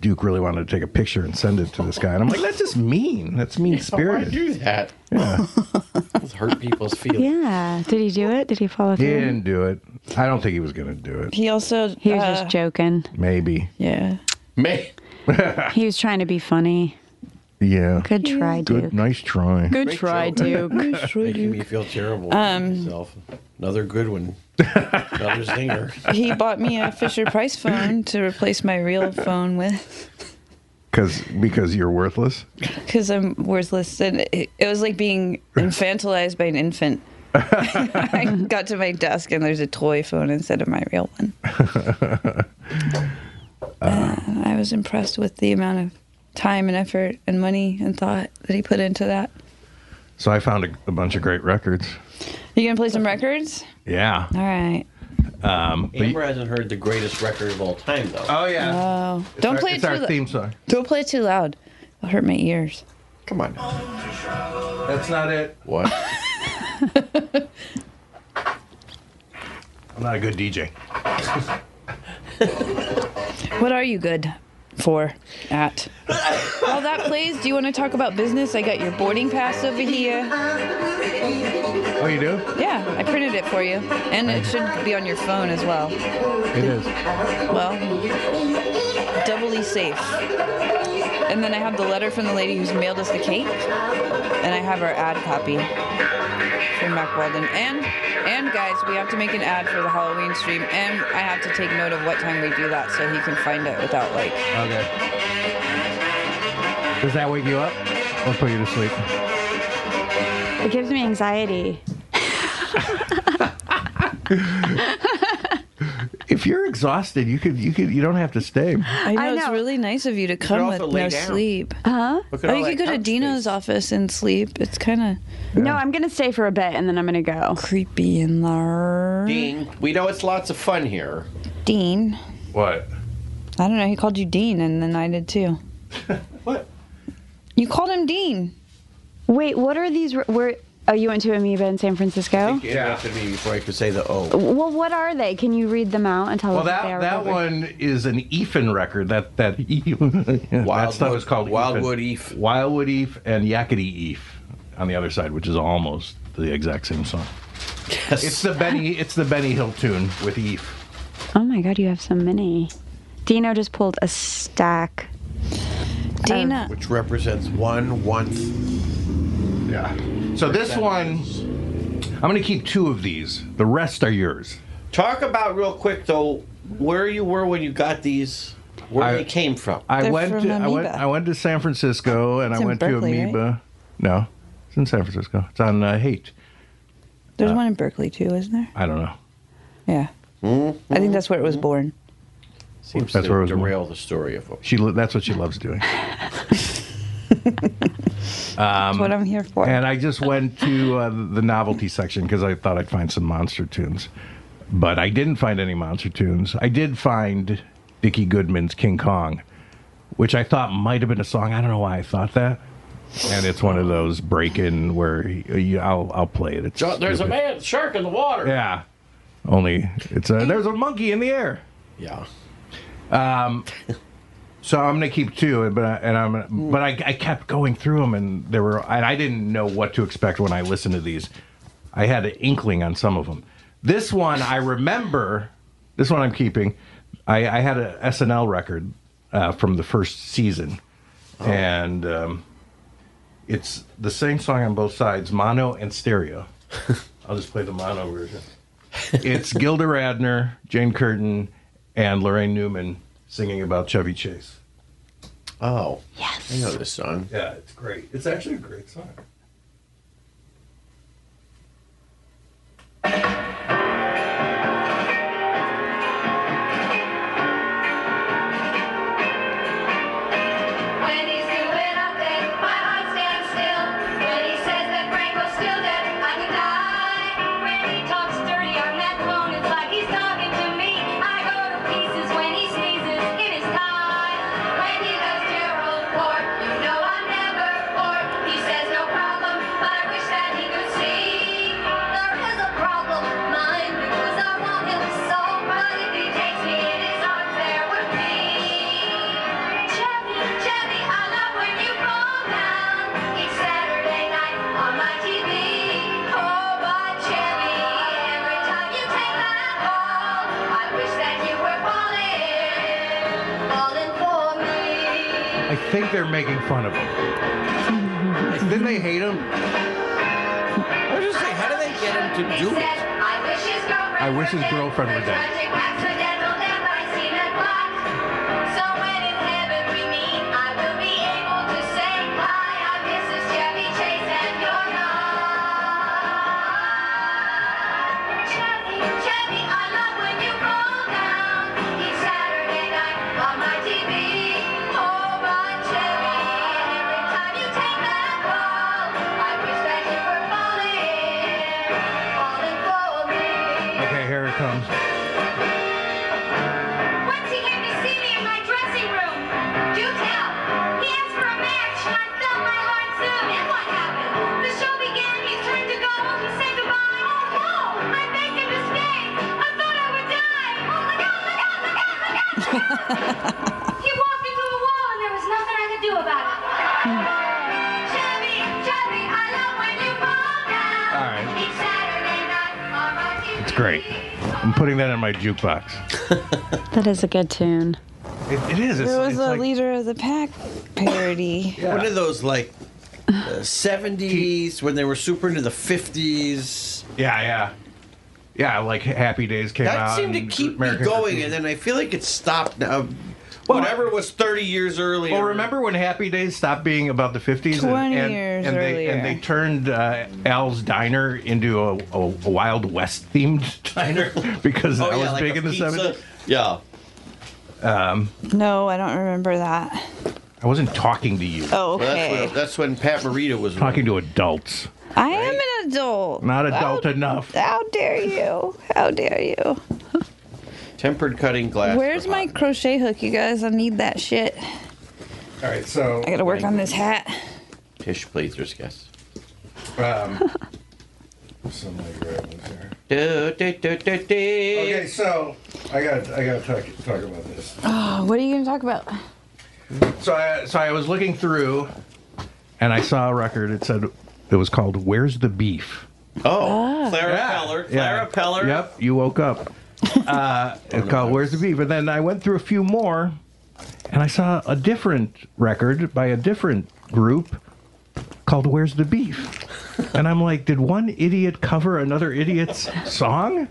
Speaker 2: Duke really wanted to take a picture and send it to this guy, and I'm like, that's just mean. That's mean
Speaker 1: Why
Speaker 2: spirited.
Speaker 1: do that? Those hurt people's feelings.
Speaker 4: Yeah. Did he do it? Did he follow
Speaker 2: He
Speaker 4: through?
Speaker 2: didn't do it. I don't think he was gonna do it.
Speaker 12: He also.
Speaker 4: He was
Speaker 12: uh,
Speaker 4: just joking.
Speaker 2: Maybe.
Speaker 12: Yeah.
Speaker 1: May.
Speaker 4: He was trying to be funny.
Speaker 2: Yeah.
Speaker 4: Good try, Duke.
Speaker 2: Good. Nice try.
Speaker 4: Good try, Duke.
Speaker 1: Making me feel terrible about
Speaker 12: Um,
Speaker 1: myself. Another good one. Another zinger.
Speaker 12: He bought me a Fisher Price phone to replace my real phone with,
Speaker 2: Because because you're worthless.
Speaker 12: because I'm worthless. And it, it was like being infantilized by an infant. I got to my desk and there's a toy phone instead of my real one. And I was impressed with the amount of time and effort and money and thought that he put into that.
Speaker 2: So I found a, a bunch of great records.
Speaker 12: You gonna play some records?
Speaker 2: Yeah.
Speaker 12: All right.
Speaker 1: Amber hasn't heard the greatest record of all time, though.
Speaker 2: Oh yeah.
Speaker 12: Oh, don't
Speaker 2: Our-
Speaker 12: play it
Speaker 2: it's
Speaker 12: too.
Speaker 2: our
Speaker 12: lou-
Speaker 2: theme song.
Speaker 12: Don't play it too loud. It'll hurt my ears.
Speaker 1: Come on. now.
Speaker 2: That's not it.
Speaker 1: What?
Speaker 2: I'm not a good DJ.
Speaker 12: What are you good for? At while that plays, do you want to talk about business? I got your boarding pass over here.
Speaker 2: Oh, you do?
Speaker 12: Yeah, I printed it for you, and it should be on your phone as well.
Speaker 2: It is.
Speaker 12: Well, doubly safe. And then I have the letter from the lady who's mailed us the cake, and I have our ad copy from Mac Walden. And and guys, we have to make an ad for the Halloween stream, and I have to take note of what time we do that so he can find it without like.
Speaker 2: Okay. Does that wake you up or put you to sleep?
Speaker 4: It gives me anxiety.
Speaker 2: If you're exhausted, you could you could you don't have to stay.
Speaker 12: I know,
Speaker 4: I
Speaker 12: it's
Speaker 4: know.
Speaker 12: really nice of you to
Speaker 1: could
Speaker 12: come with
Speaker 1: also
Speaker 12: no
Speaker 1: lay down.
Speaker 12: sleep.
Speaker 4: Huh?
Speaker 1: Look at
Speaker 12: Or
Speaker 1: all
Speaker 12: you
Speaker 1: that
Speaker 12: could go to
Speaker 1: couch
Speaker 12: Dino's
Speaker 1: space.
Speaker 12: office and sleep. It's kind
Speaker 4: No, I'm gonna stay for a bit and then I'm gonna go.
Speaker 12: of creepy in there.
Speaker 1: Dean, we know it's lots of fun here.
Speaker 12: Dean.
Speaker 2: What?
Speaker 12: I don't know. He called you Dean, and then I did too.
Speaker 2: What?
Speaker 12: You called him Dean.
Speaker 4: Wait, what are these? re- Where? Oh, you went to Amoeba in San Francisco.
Speaker 1: You interrupted me before I could say the O.
Speaker 4: Well, what are they? Can you read them out and tell
Speaker 2: Well,
Speaker 4: us? what they
Speaker 2: that
Speaker 4: are
Speaker 2: that
Speaker 4: covered?
Speaker 2: one is an Efen record. That that that stuff is called
Speaker 1: Wildwood
Speaker 2: Efen.
Speaker 1: Eef.
Speaker 2: Wildwood Eef and Yakety Eef on the other side, which is almost the exact same song. It's the Benny it's the Benny Hill tune with Eef.
Speaker 4: Oh my god, you have so many. Dino just pulled a stack.
Speaker 12: Dana.
Speaker 1: Which represents one one.
Speaker 2: Yeah. So this one, I'm going to keep two of these. The rest are yours.
Speaker 1: Talk about real quick though where you were when you got these, where
Speaker 2: I-
Speaker 1: they came from.
Speaker 2: I
Speaker 12: They're
Speaker 2: went.
Speaker 12: from
Speaker 2: To, I went.
Speaker 12: Amoeba.
Speaker 2: I went to San Francisco, and
Speaker 12: It's
Speaker 2: I
Speaker 12: in
Speaker 2: went
Speaker 12: Berkeley,
Speaker 2: to
Speaker 12: right?
Speaker 2: Amoeba. No, it's in San Francisco. It's on uh, Hate.
Speaker 12: There's one in Berkeley too, isn't there?
Speaker 2: I don't know.
Speaker 12: Yeah.
Speaker 10: Mm-hmm.
Speaker 12: I think that's where it was born.
Speaker 1: Seems
Speaker 2: That's
Speaker 1: to
Speaker 2: where it was
Speaker 1: derail the story of them.
Speaker 2: She. lo- That's what she loves doing.
Speaker 12: That's what I'm here for.
Speaker 2: Um, And I just went to uh, the novelty section because I thought I'd find some monster tunes, but I didn't find any monster tunes. I did find Dickie Goodman's King Kong, which I thought might have been a song. I don't know why I thought that. And it's one of those break-in where he, you, I'll I'll play it. It's
Speaker 8: There's a
Speaker 2: stupid.
Speaker 8: man shark in the water.
Speaker 2: Yeah. Only it's a there's a monkey in the air.
Speaker 1: Yeah.
Speaker 2: So I'm gonna keep two, but I, and I'm but I, I kept going through them, and there were and I didn't know what to expect when I listened to these. I had an inkling on some of them. This one I remember. This one I'm keeping. I, I had a SNL record uh, from the first season, and um, it's the same song on both sides, mono and stereo. I'll just play the mono version. It's Gilda Radner, Jane Curtin, and Lorraine Newman singing about Chevy Chase.
Speaker 1: Oh,
Speaker 4: yes,
Speaker 1: I know this song.
Speaker 2: Yeah, it's great. It's actually a great song.
Speaker 13: When he's doing okay, my heart stands still. When he says that Franco's still dead, I could die. When he talks dirty on that phone, it's like he's talking to me. I go to pieces when he sneezes. It is time. When he does Gerald Ford, you know I'm never bored. He says no problem, but I wish that he could see there is a problem. Mine because I want him so. But if he takes me in his arms, there would be. Chevy, Chevy, I love when you fall down. It's Saturday night on my TV. Oh, but Chevy, every time you take that ball, I wish that you were falling, falling for me.
Speaker 2: I think they're making fun of him. Didn't they hate him?
Speaker 1: I was just saying, how do they get him to
Speaker 13: He
Speaker 1: do
Speaker 13: said,
Speaker 1: it?
Speaker 13: I wish his girlfriend
Speaker 2: I wish his girlfriend were dead.
Speaker 13: Tragic accidental death, I see that black. So when in heaven we meet, I will be able to say, Hi, I'm Mrs. Chevy Chase, and you're not. Chevy, Chevy, I love when you fall down. Each Saturday night on my TV. Oh, but Chevy, every time you take that fall, I wish that you were falling, falling for me.
Speaker 2: Okay, here it comes.
Speaker 13: Once he came to see me in my dressing room. Do tell. He asked for a match, and I felt my heart zoom. And what happened? The show began. He turned to go. He said goodbye. Oh no! I begged him to stay. I thought I would die. Oh look out! Look out! Look out! Look out! he walked into a wall, and there was nothing I could do about it. Chevy, Chevy, I love when you fall down.
Speaker 2: All right.
Speaker 13: Each Saturday night on my TV.
Speaker 2: It's great. I'm putting that in my jukebox.
Speaker 4: That is a good tune.
Speaker 2: It, it is. It's,
Speaker 12: There was
Speaker 2: it's
Speaker 12: a
Speaker 2: like,
Speaker 12: leader of the pack parody.
Speaker 1: One of those like seventies when they were super into the fifties.
Speaker 2: yeah, yeah, yeah. Like Happy Days came out.
Speaker 1: That seemed to
Speaker 2: and
Speaker 1: keep me
Speaker 2: American
Speaker 1: going,
Speaker 2: Graffiti.
Speaker 1: and then I feel like it stopped now. Whatever was thirty years earlier.
Speaker 2: Well, remember when Happy Days stopped being about the 50s?
Speaker 12: 20
Speaker 2: and,
Speaker 12: years
Speaker 2: and they,
Speaker 12: earlier.
Speaker 2: And they turned uh, Al's Diner into a, a, a Wild West themed diner because
Speaker 1: Oh,
Speaker 2: that
Speaker 1: yeah,
Speaker 2: was
Speaker 1: like
Speaker 2: big
Speaker 1: a
Speaker 2: in the
Speaker 1: pizza.
Speaker 2: 70s.
Speaker 1: Yeah.
Speaker 12: No, I don't remember that.
Speaker 2: I wasn't talking to you.
Speaker 12: Oh,
Speaker 1: Well, that's,
Speaker 12: okay.
Speaker 1: when, that's when Pat Morita was
Speaker 2: Talking to adults.
Speaker 12: I am an adult.
Speaker 2: Not adult
Speaker 12: How,
Speaker 2: enough.
Speaker 12: how dare you? How dare you?
Speaker 1: tempered cutting glass.
Speaker 12: Where's
Speaker 1: for
Speaker 12: my
Speaker 1: hot.
Speaker 12: crochet hook, you guys? I need that shit.
Speaker 14: All right, so
Speaker 12: I gotta work on this hat.
Speaker 1: Tish Pleaser's guess?
Speaker 14: um, somebody grab this here.
Speaker 1: Du- du- du- du- du.
Speaker 14: Okay, so I got I got to talk, talk about this.
Speaker 12: Oh, what are you gonna talk about?
Speaker 2: So I, so I was looking through and I saw a record. It said it was called Where's the Beef?
Speaker 1: Oh, Clara
Speaker 2: Yeah,
Speaker 1: Peller. Clara
Speaker 2: yeah.
Speaker 1: Peller.
Speaker 2: Yep, you woke up. Uh, it's called Where's the Beef? And then I went through a few more and I saw a different record by a different group called Where's the Beef? And I'm like, did one idiot cover another idiot's song?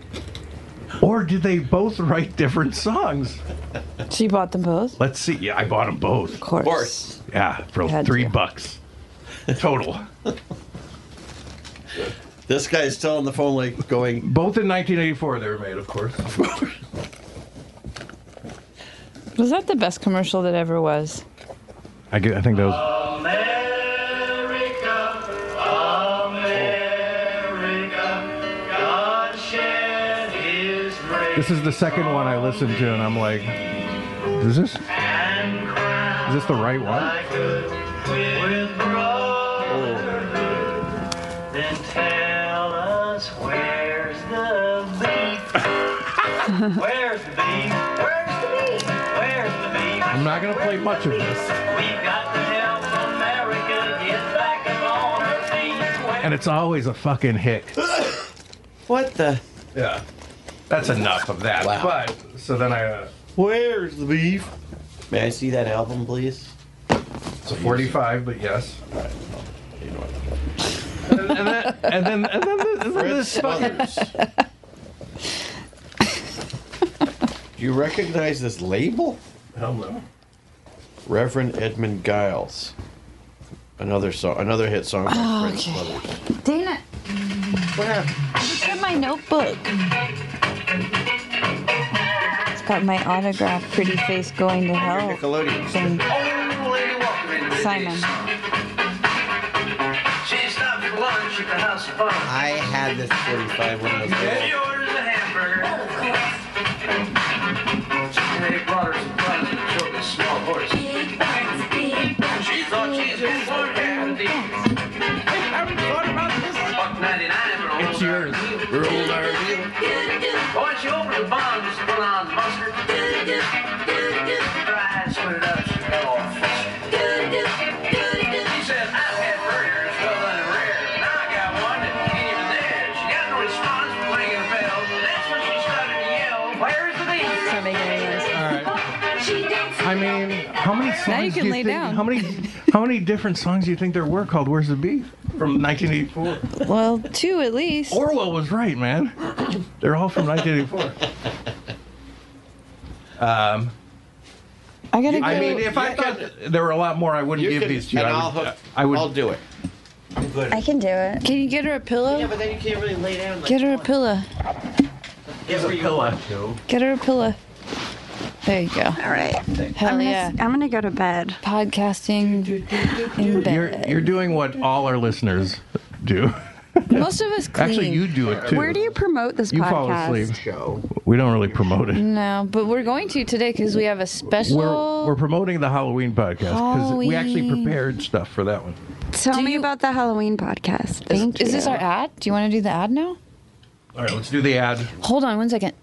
Speaker 2: Or did they both write different songs?
Speaker 12: She bought them both?
Speaker 2: Let's see. Yeah, I bought them both.
Speaker 12: Of course.
Speaker 1: Of course.
Speaker 2: Yeah, for
Speaker 12: Had
Speaker 2: three
Speaker 12: to.
Speaker 2: bucks total.
Speaker 1: This guy's still on the phone, like going.
Speaker 2: both in 1984 they were made, of course.
Speaker 12: Was that the best commercial that ever was?
Speaker 2: I, get, I think that was. This is the second one I listened to, and I'm like, is this is this the right one?
Speaker 15: Then tell us where's the beef? where's the beef? Where's the beef? Where's the beef?
Speaker 2: I'm not gonna play much of this,
Speaker 15: We've got to help America get back up on her feet. Where-
Speaker 2: and it's always a fucking hit.
Speaker 1: What the?
Speaker 2: Yeah, that's enough of that.
Speaker 1: Wow.
Speaker 2: But so then I. Uh,
Speaker 1: Where's the beef? May I see that album, please?
Speaker 2: It's a 45, but yes. And, and then, and then, and then, the- and then this fucking.
Speaker 1: Do you recognize this label?
Speaker 2: Hell no.
Speaker 1: Reverend Edmund Giles. Another song, another hit song. by
Speaker 12: Oh,
Speaker 1: Prince
Speaker 12: okay.
Speaker 1: Brothers.
Speaker 12: Dana. What happened? Look at my notebook. It's got my autograph, pretty face going to hell.
Speaker 1: Nickelodeon.
Speaker 12: Thing. Simon.
Speaker 15: She stopped for lunch at the House of Fun.
Speaker 1: I had this 45 when I was little.
Speaker 15: She orders a hamburger. And they brought her some buns and showed a small horse. She thought she was going for a cavity. Buck 99 for a
Speaker 2: It's yours.
Speaker 15: We're old Boy, she opened the bun, just put on mustard. Fried, split it up, she got all fishy. She said, I've had burgers, well and rare. Now I got one that ain't even there. She got no response from ringing the bell. That's when she started to yell, Where's the beef?
Speaker 2: I mean, how many songs
Speaker 12: Now you can
Speaker 2: do you
Speaker 12: lay
Speaker 2: think,
Speaker 12: down.
Speaker 2: How many, how many different songs do you think there were called "Where's the Beef" from 1984?
Speaker 12: Well, two at least.
Speaker 2: Orwell was right, man. They're all from 1984. Um,
Speaker 12: I gotta.
Speaker 2: I
Speaker 12: go-
Speaker 2: mean, if I thought there were a lot more, I wouldn't give these to you.
Speaker 1: and
Speaker 2: I would,
Speaker 1: I'll hook-
Speaker 2: I would.
Speaker 1: I'll do it.
Speaker 2: I'm good.
Speaker 12: can do it. Can you get her a pillow? Yeah, but then you can't really lay down. get her a pillow.
Speaker 7: Here's a pillow, too.
Speaker 12: Get her a pillow. There you go. All
Speaker 4: right.
Speaker 12: Hell
Speaker 4: I'm gonna,
Speaker 12: yeah.
Speaker 4: I'm gonna go to bed.
Speaker 12: Podcasting in bed.
Speaker 2: You're you're doing what all our listeners do.
Speaker 12: Most of us clean.
Speaker 2: Actually, you do it too.
Speaker 4: Where do you promote this
Speaker 2: You
Speaker 4: podcast?
Speaker 2: fall asleep. Show. We don't really promote it.
Speaker 12: No, but we're going to today because we have a special.
Speaker 2: We're, we're promoting the Halloween podcast because we actually
Speaker 12: Halloween.
Speaker 2: prepared stuff for that one.
Speaker 4: Tell me about the Halloween podcast. Thank you.
Speaker 12: Is this our ad? Do you want to do the ad now?
Speaker 2: All right, let's do the ad.
Speaker 12: Hold on one second.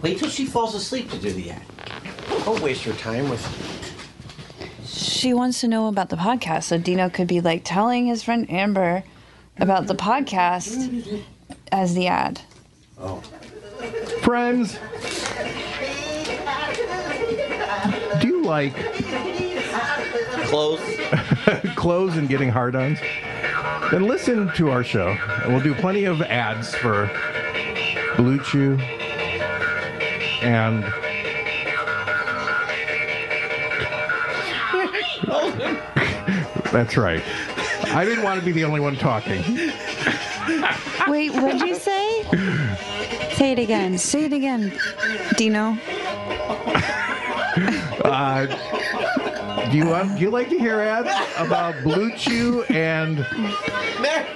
Speaker 1: Wait till she falls asleep to do the ad. Don't waste your time with.
Speaker 12: She wants to know about the podcast, so Dino could be like telling his friend Amber about the podcast as the ad.
Speaker 2: Oh. Friends, do you like
Speaker 1: Close.
Speaker 2: clothes and getting hard ons? Then listen to our show, and we'll do plenty of ads for Blue Chew and. That's right. I didn't want to be the only one talking.
Speaker 4: Wait, what'd you say? Say it again.
Speaker 12: Say it again, Dino.
Speaker 2: Uh, do you want? Do you like to hear ads about Blue Chew and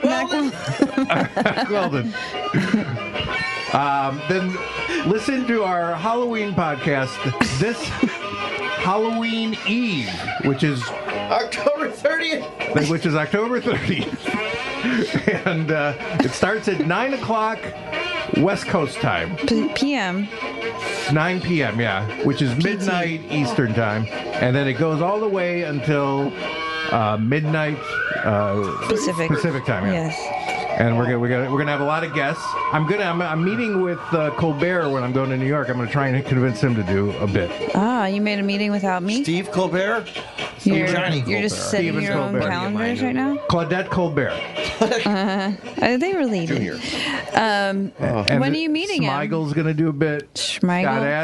Speaker 2: Weldon? um, then listen to our Halloween podcast this Halloween Eve, which is
Speaker 1: October 30th.
Speaker 2: which is October 30th, and uh, it starts at nine o'clock West Coast time.
Speaker 12: P- PM.
Speaker 2: 9 p.m. Yeah, which is midnight Eastern time, and then it goes all the way until uh, midnight uh,
Speaker 12: Pacific.
Speaker 2: Pacific time. Yeah.
Speaker 12: Yes.
Speaker 2: And we're gonna, we're gonna we're gonna have a lot of guests. I'm gonna I'm, I'm meeting with uh, Colbert when I'm going to New York. I'm gonna try and convince him to do a bit.
Speaker 12: Ah, you made a meeting without me.
Speaker 1: Steve Colbert.
Speaker 12: You're, you're just setting
Speaker 2: Stephen
Speaker 12: your
Speaker 2: Colbert.
Speaker 12: own calendars right now.
Speaker 2: Claudette Colbert.
Speaker 12: Uh, are they related?
Speaker 2: Junior.
Speaker 12: Um,
Speaker 2: And
Speaker 12: when are you meeting him?
Speaker 2: Schmeigel's gonna do a bit.
Speaker 12: Schmeigel?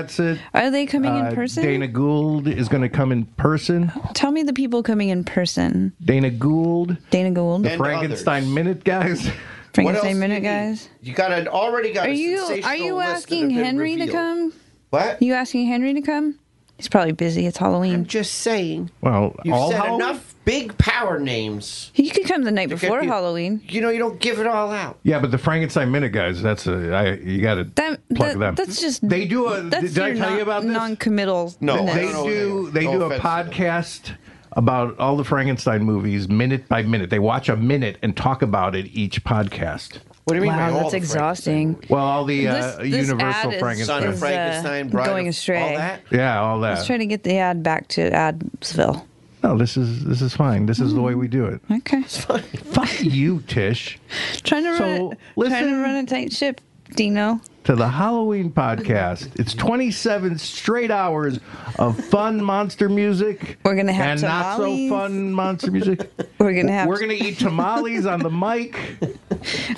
Speaker 2: Scott Adsit.
Speaker 12: Are they coming in
Speaker 2: Uh,
Speaker 12: person?
Speaker 2: Dana Gould is gonna come in person.
Speaker 12: Tell me the people coming in person.
Speaker 2: Dana Gould.
Speaker 12: Dana Gould.
Speaker 2: The
Speaker 12: And
Speaker 2: Frankenstein Minute guys.
Speaker 12: Frankenstein minute, guys.
Speaker 1: You got an already got.
Speaker 12: Are
Speaker 1: a
Speaker 12: you are
Speaker 1: sensational
Speaker 12: you
Speaker 1: list that
Speaker 12: asking
Speaker 1: have been
Speaker 12: Henry
Speaker 1: revealed.
Speaker 12: to come?
Speaker 1: What?
Speaker 12: You asking Henry to come? He's probably busy. It's Halloween. I'm
Speaker 1: just saying.
Speaker 2: Well,
Speaker 1: You've
Speaker 2: all
Speaker 1: said
Speaker 2: Halloween?
Speaker 1: enough big power names.
Speaker 12: He could come the night
Speaker 1: get
Speaker 12: before
Speaker 1: you-
Speaker 12: Halloween.
Speaker 1: You know you don't give it all out.
Speaker 2: Yeah, but the Frankenstein Minute guys, that's a I, you got to
Speaker 12: That,
Speaker 2: plug
Speaker 12: that-
Speaker 2: them.
Speaker 12: That's just
Speaker 2: They do a-
Speaker 12: That's
Speaker 2: did I
Speaker 12: your
Speaker 2: tell you
Speaker 12: non-
Speaker 2: about this?
Speaker 12: Non-committal.
Speaker 2: they do they do a podcast about all the Frankenstein movies minute by minute. They watch a minute and talk about it each podcast.
Speaker 1: What do you mean by
Speaker 12: Wow,
Speaker 1: all
Speaker 12: that's
Speaker 1: the
Speaker 12: exhausting.
Speaker 2: Well, all the
Speaker 12: This-
Speaker 2: uh,
Speaker 12: this ad
Speaker 2: Universal
Speaker 12: is-
Speaker 2: Frankenstein.
Speaker 1: Son
Speaker 12: is,
Speaker 1: of Frankenstein,
Speaker 12: uh,
Speaker 1: Bride
Speaker 12: going
Speaker 1: of-
Speaker 12: astray.
Speaker 1: All that.
Speaker 2: yeah, all
Speaker 12: Let's
Speaker 2: that.
Speaker 12: try to get the ad back to Adsville.
Speaker 2: No, this is this is fine. This is the way we do it.
Speaker 12: Okay.
Speaker 2: Fuck you, Tish.
Speaker 12: Trying to run.
Speaker 2: So,
Speaker 12: a, trying to run a tight ship, Dino.
Speaker 2: to the Halloween podcast. It's 27 straight hours of fun monster music. We're
Speaker 12: gonna have
Speaker 2: and not
Speaker 12: tamales.
Speaker 2: so fun monster music.
Speaker 12: We're gonna have-
Speaker 2: We're gonna eat tamales on the mic.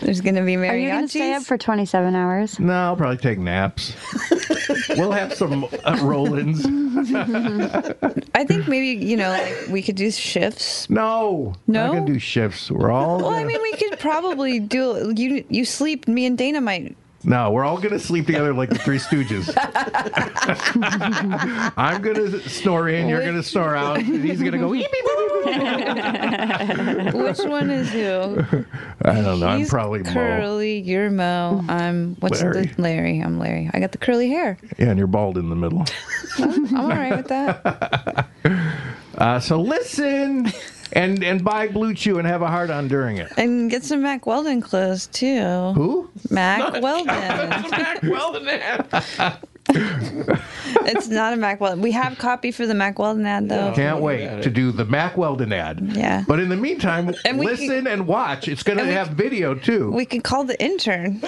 Speaker 12: There's gonna be
Speaker 4: Are you going to stay up for 27 hours?
Speaker 2: No, I'll probably take naps. we'll have some uh, Rollins.
Speaker 12: I think maybe you know like we could do shifts.
Speaker 2: No,
Speaker 12: No?
Speaker 2: not gonna do shifts. We're all
Speaker 12: Well, I
Speaker 2: gonna-
Speaker 12: mean, we could probably do. You you sleep. Me and Dana might.
Speaker 2: no, we're all gonna sleep together like the Three Stooges. I'm gonna snore in, you're gonna snore out. and He's gonna go. "Eep, eep,
Speaker 12: Which one is who?
Speaker 2: eep." I don't know. I'm
Speaker 12: He's
Speaker 2: probably Mo.
Speaker 12: Curly. You're Mo. I'm what's
Speaker 2: Larry.
Speaker 12: the Larry? I'm Larry. I got the curly hair.
Speaker 2: Yeah, and you're bald in the middle.
Speaker 12: I'm all right with that.
Speaker 2: Uh, so listen, and and buy Blue Chew and have a heart on during it.
Speaker 12: And get some Mac Weldon clothes too.
Speaker 2: Who?
Speaker 12: Mac Weldon.
Speaker 2: Mac Weldon ad.
Speaker 12: it's not a Mac Weldon. We have copy for the Mac Weldon ad though.
Speaker 2: Can't wait to do the Mac Weldon ad.
Speaker 12: Yeah.
Speaker 2: But in the meantime,
Speaker 12: And we
Speaker 2: listen and watch. It's going to
Speaker 12: and we
Speaker 2: have video too.
Speaker 12: We can call the intern.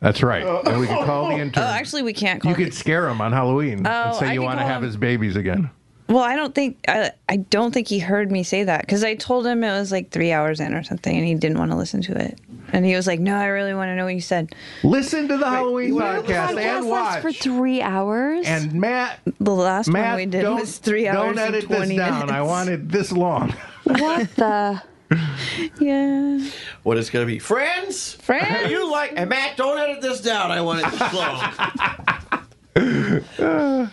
Speaker 2: That's right. And we can call the intern.
Speaker 12: Oh, actually, we can't call.
Speaker 2: you could scare him on Halloween and
Speaker 12: Oh,
Speaker 2: say
Speaker 12: I
Speaker 2: you
Speaker 12: could
Speaker 2: want to
Speaker 12: call
Speaker 2: have
Speaker 12: him.
Speaker 2: his babies again.
Speaker 12: Well, I don't think I, I don't think he heard me say that because I told him it was like three hours in or something, and he didn't want to listen to it. And he was like, "No, I really want to know what you said."
Speaker 2: Listen to the Halloween podcast and
Speaker 4: lasts
Speaker 2: watch.
Speaker 4: for three hours.
Speaker 2: And Matt,
Speaker 12: the last
Speaker 2: Matt,
Speaker 12: one we did
Speaker 2: don't,
Speaker 12: was three hours
Speaker 2: Don't edit
Speaker 12: and twenty
Speaker 2: this down.
Speaker 12: minutes.
Speaker 2: I want it this long.
Speaker 4: What the?
Speaker 12: yeah.
Speaker 1: What is going to be? Friends?
Speaker 12: Friends?
Speaker 1: You like. And Matt, don't edit this down. I want it slow.
Speaker 2: All
Speaker 12: Is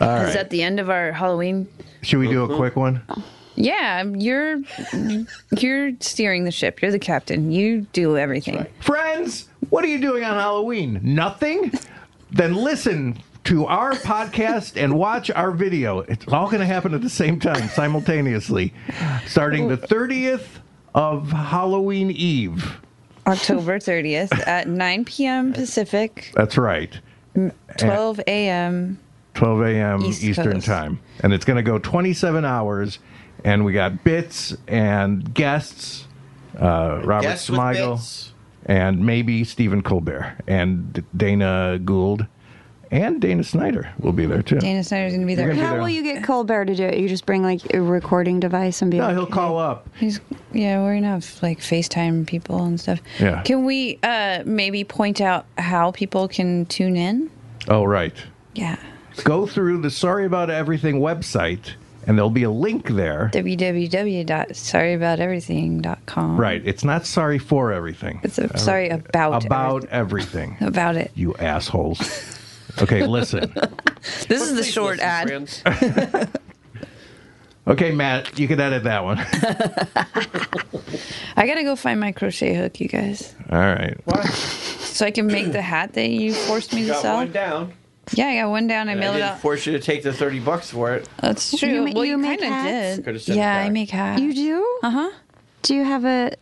Speaker 2: right.
Speaker 12: that the end of our Halloween?
Speaker 2: Should we do a quick one?
Speaker 12: Yeah, you're you're steering the ship. You're the captain. You do everything.
Speaker 2: Friends, what are you doing on Halloween? Nothing? then listen to our podcast and watch our video. It's all going to happen at the same time, simultaneously, starting the 30th of Halloween Eve.
Speaker 12: October 30th at 9 p.m. Pacific,
Speaker 2: That's right.
Speaker 12: 12 a.m.
Speaker 2: 12 a.m.
Speaker 12: East
Speaker 2: Eastern
Speaker 12: Coast.
Speaker 2: Time. And it's going to go 27 hours. And we got bits and guests, uh, Robert
Speaker 1: Guests with
Speaker 2: Smigel,
Speaker 1: bits.
Speaker 2: and maybe Stephen Colbert, and Dana Gould, and Dana Snyder will be there too.
Speaker 12: Dana Snyder's going to be
Speaker 2: You're
Speaker 12: there.
Speaker 2: gonna be
Speaker 4: How will you get Colbert to do it? You just bring like a recording device and be
Speaker 2: No,
Speaker 4: like,
Speaker 2: he'll call up.
Speaker 12: He's, yeah, we're gonna have like FaceTime people and stuff.
Speaker 2: Yeah.
Speaker 12: Can we uh, maybe point out how people can tune in?
Speaker 2: Oh, right.
Speaker 12: Yeah.
Speaker 2: Go through the Sorry About Everything website, and there'll be a link there.
Speaker 12: www.sorryabouteverything.com.
Speaker 2: Right. It's not sorry for everything.
Speaker 12: It's a, sorry about
Speaker 2: About everything.
Speaker 12: everything. about it.
Speaker 2: You assholes. Okay, listen.
Speaker 12: This is the short ad.
Speaker 2: Okay, Matt, you can edit that one.
Speaker 12: I gotta go find my crochet hook, you guys,
Speaker 2: All right.
Speaker 12: so I can make the hat that you forced me to
Speaker 1: Got
Speaker 12: sell.
Speaker 1: one down.
Speaker 12: Yeah, I got one down. I
Speaker 1: And I
Speaker 12: mailed it
Speaker 1: didn't
Speaker 12: out.
Speaker 1: force you to take the 30 bucks for it.
Speaker 12: That's true.
Speaker 4: You ma-
Speaker 12: well,
Speaker 4: you
Speaker 12: you,
Speaker 4: make
Speaker 12: kind of
Speaker 4: hats?
Speaker 12: did.
Speaker 1: Could've sent it
Speaker 12: Yeah, I
Speaker 1: back.
Speaker 12: make hats.
Speaker 4: You do? Uh huh. Do you have a?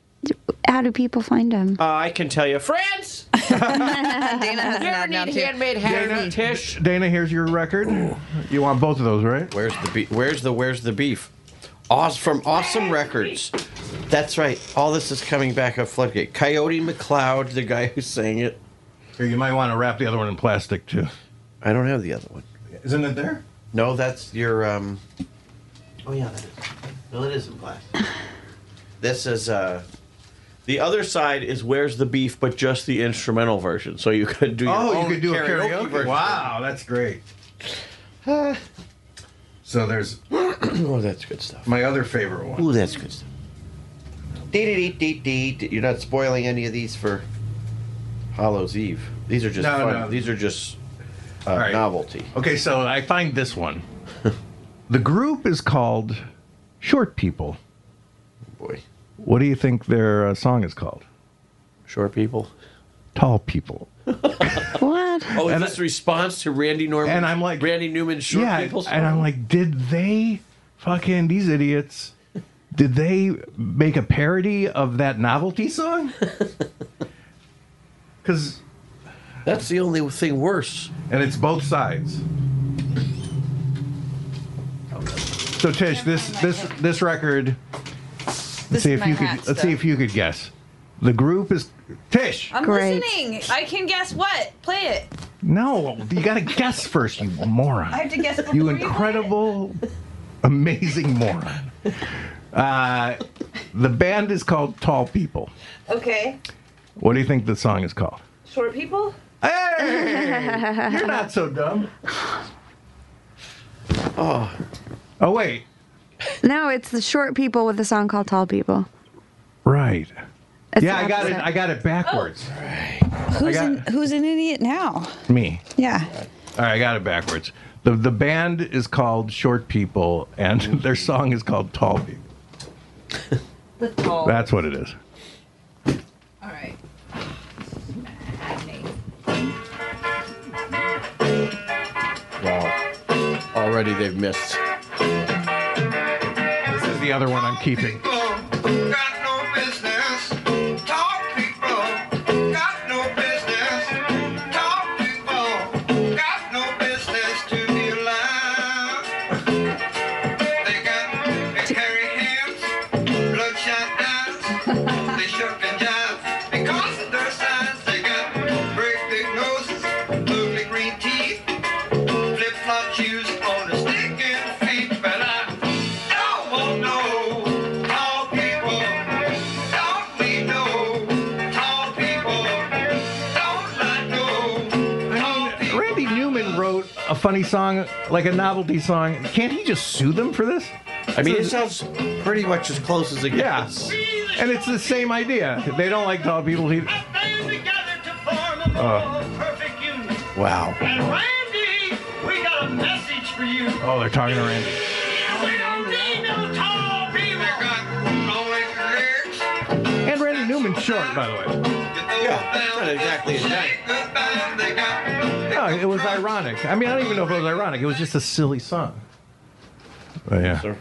Speaker 4: How do people find him?
Speaker 1: Uh, I can tell you, friends.
Speaker 12: Dana has an ad now too.
Speaker 1: handmade
Speaker 2: Dana,
Speaker 1: hat. Tish.
Speaker 2: Dana, here's your record. You want both of those, right?
Speaker 1: Where's the beef? Where's the Where's the beef? Oz from Awesome Records. That's right. All this is coming back at Floodgate. Coyote McLeod, the guy who sang it.
Speaker 2: Here, you might want to wrap the other one in plastic too.
Speaker 1: I don't have the other one.
Speaker 2: Isn't it there?
Speaker 1: No, that's your. um Oh yeah, that is. No, it is in plastic. This is. uh The other side is "Where's the Beef," but just the instrumental version. So you could do. Your
Speaker 2: Oh,
Speaker 1: own
Speaker 2: you could do
Speaker 1: karaoke
Speaker 2: a karaoke.
Speaker 1: version.
Speaker 2: Wow, that's great. so there's
Speaker 1: oh, that's good stuff.
Speaker 2: my other favorite one.
Speaker 1: Ooh, that's good stuff. Dee dee dee dee dee. You're not spoiling any of these for Hollow's Eve. These are just
Speaker 2: No,
Speaker 1: fun.
Speaker 2: no.
Speaker 1: These are just uh,
Speaker 2: All right.
Speaker 1: novelty.
Speaker 2: Okay, so I find this one. the group is called Short People.
Speaker 1: Boy,
Speaker 2: What do you think their uh, song is called?
Speaker 1: short people.
Speaker 2: Tall People. Uh,
Speaker 4: What?
Speaker 1: Oh, is this a response to Randy Norman?
Speaker 2: and I'm like-
Speaker 1: Randy Newman's short
Speaker 2: yeah,
Speaker 1: people.
Speaker 2: and I'm
Speaker 1: song?
Speaker 2: like, did they fucking these idiots? Did they make a parody of that novelty song? Because
Speaker 1: that's the only thing worse.
Speaker 2: and it's both sides. So Tish, this this this record. Let's
Speaker 12: This
Speaker 2: see if
Speaker 12: is my
Speaker 2: you could.
Speaker 12: hat
Speaker 2: Let's
Speaker 12: stuff.
Speaker 2: see if you could guess. The group is Tish.
Speaker 12: I'm listening. I can guess what. Play it.
Speaker 2: No, you got to guess first, you moron.
Speaker 12: I have to guess
Speaker 2: You
Speaker 12: before you play
Speaker 2: incredible, amazing moron. Uh, the band is called Tall People.
Speaker 12: Okay.
Speaker 2: What do you think the song is called?
Speaker 12: Short people.
Speaker 2: Hey, you're not so dumb. Oh. Oh wait.
Speaker 4: No, it's the short people with a song called Tall People.
Speaker 2: Right.
Speaker 4: It's
Speaker 2: yeah,
Speaker 4: the
Speaker 2: I got it.
Speaker 4: opposite.
Speaker 2: I got it backwards.
Speaker 12: Who's
Speaker 2: got-
Speaker 12: an, who's an idiot now?
Speaker 2: Me.
Speaker 12: Yeah.
Speaker 2: All right, I got it backwards. The the band is called Short People, and their song is called Tall People.
Speaker 12: The tall.
Speaker 2: That's what it is.
Speaker 12: All right.
Speaker 16: Wow. Already they've missed.
Speaker 2: This is the other one I'm keeping.
Speaker 13: Shoes on the sticking feet, but I don't want no tall people. Don't need no tall people. Don't like no
Speaker 2: Randy Newman wrote a funny song, like a novelty song. Can't he just sue them for this?
Speaker 10: I mean, it sounds pretty much as close as it gets.
Speaker 2: And it's the same idea. They don't like tall people. He... Uh,
Speaker 13: perfect union.
Speaker 2: wow.
Speaker 13: And Randy, we got a message for you.
Speaker 2: Oh, they're talking to Randy.
Speaker 13: We don't need no tall people.
Speaker 2: And Randy Newman's short, by the way.
Speaker 10: Yeah, it's not exactly a thing.
Speaker 2: No, Oh, it was ironic. I mean, I don't even know if it was ironic. It was just a silly song. Oh, yeah.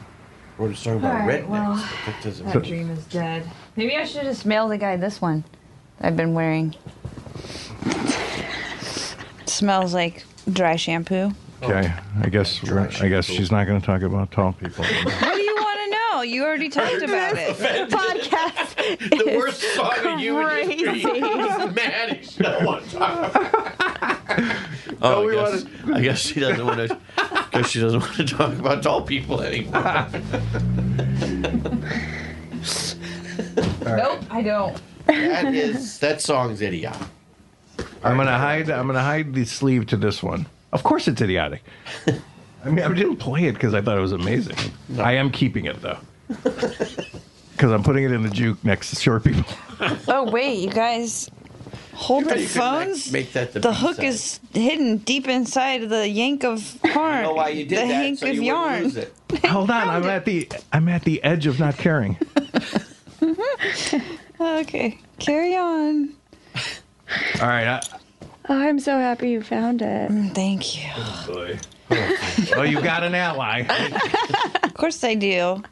Speaker 10: We're just talking about
Speaker 12: All right,
Speaker 10: rednecks.
Speaker 12: well,
Speaker 10: That doesn't-
Speaker 12: That dream is dead.
Speaker 17: Maybe I should just mail the guy this one I've been wearing.
Speaker 12: Smells like dry shampoo.
Speaker 2: Okay, I guess I guess she's not going to talk about tall people.
Speaker 12: What do you want to know? You already talked about it.
Speaker 4: Podcast.
Speaker 16: The worst song of you and your
Speaker 4: crazy.
Speaker 16: dreams. Man, you don't want to talk about
Speaker 10: Oh, I guess, I guess she doesn't want to. Because she doesn't want to talk about tall people anymore.
Speaker 12: Nope, I don't.
Speaker 10: that is that song's idiotic.
Speaker 2: I'm going to hide. I'm going to hide the sleeve to this one. Of course, it's idiotic. I mean, I didn't play it because I thought it was amazing. I am keeping it though, because I'm putting it in the juke next to short people.
Speaker 12: Oh wait, you guys, hold the
Speaker 10: You could make-
Speaker 12: phones.
Speaker 10: Make that the
Speaker 12: The,
Speaker 10: B
Speaker 12: hook
Speaker 10: side.
Speaker 12: is hidden deep inside the yank of horn.
Speaker 10: know why you did
Speaker 12: the
Speaker 10: that,
Speaker 12: yank
Speaker 10: so
Speaker 12: of
Speaker 10: you wouldn't
Speaker 12: yarn.
Speaker 10: lose it.
Speaker 2: Hold on, I'm at the I'm at the edge of not caring.
Speaker 12: okay, carry on.
Speaker 2: All right. I,
Speaker 4: Oh, I'm so happy you found it.
Speaker 12: Thank you.
Speaker 2: boy. Oh, you got an ally.
Speaker 12: Of course I do.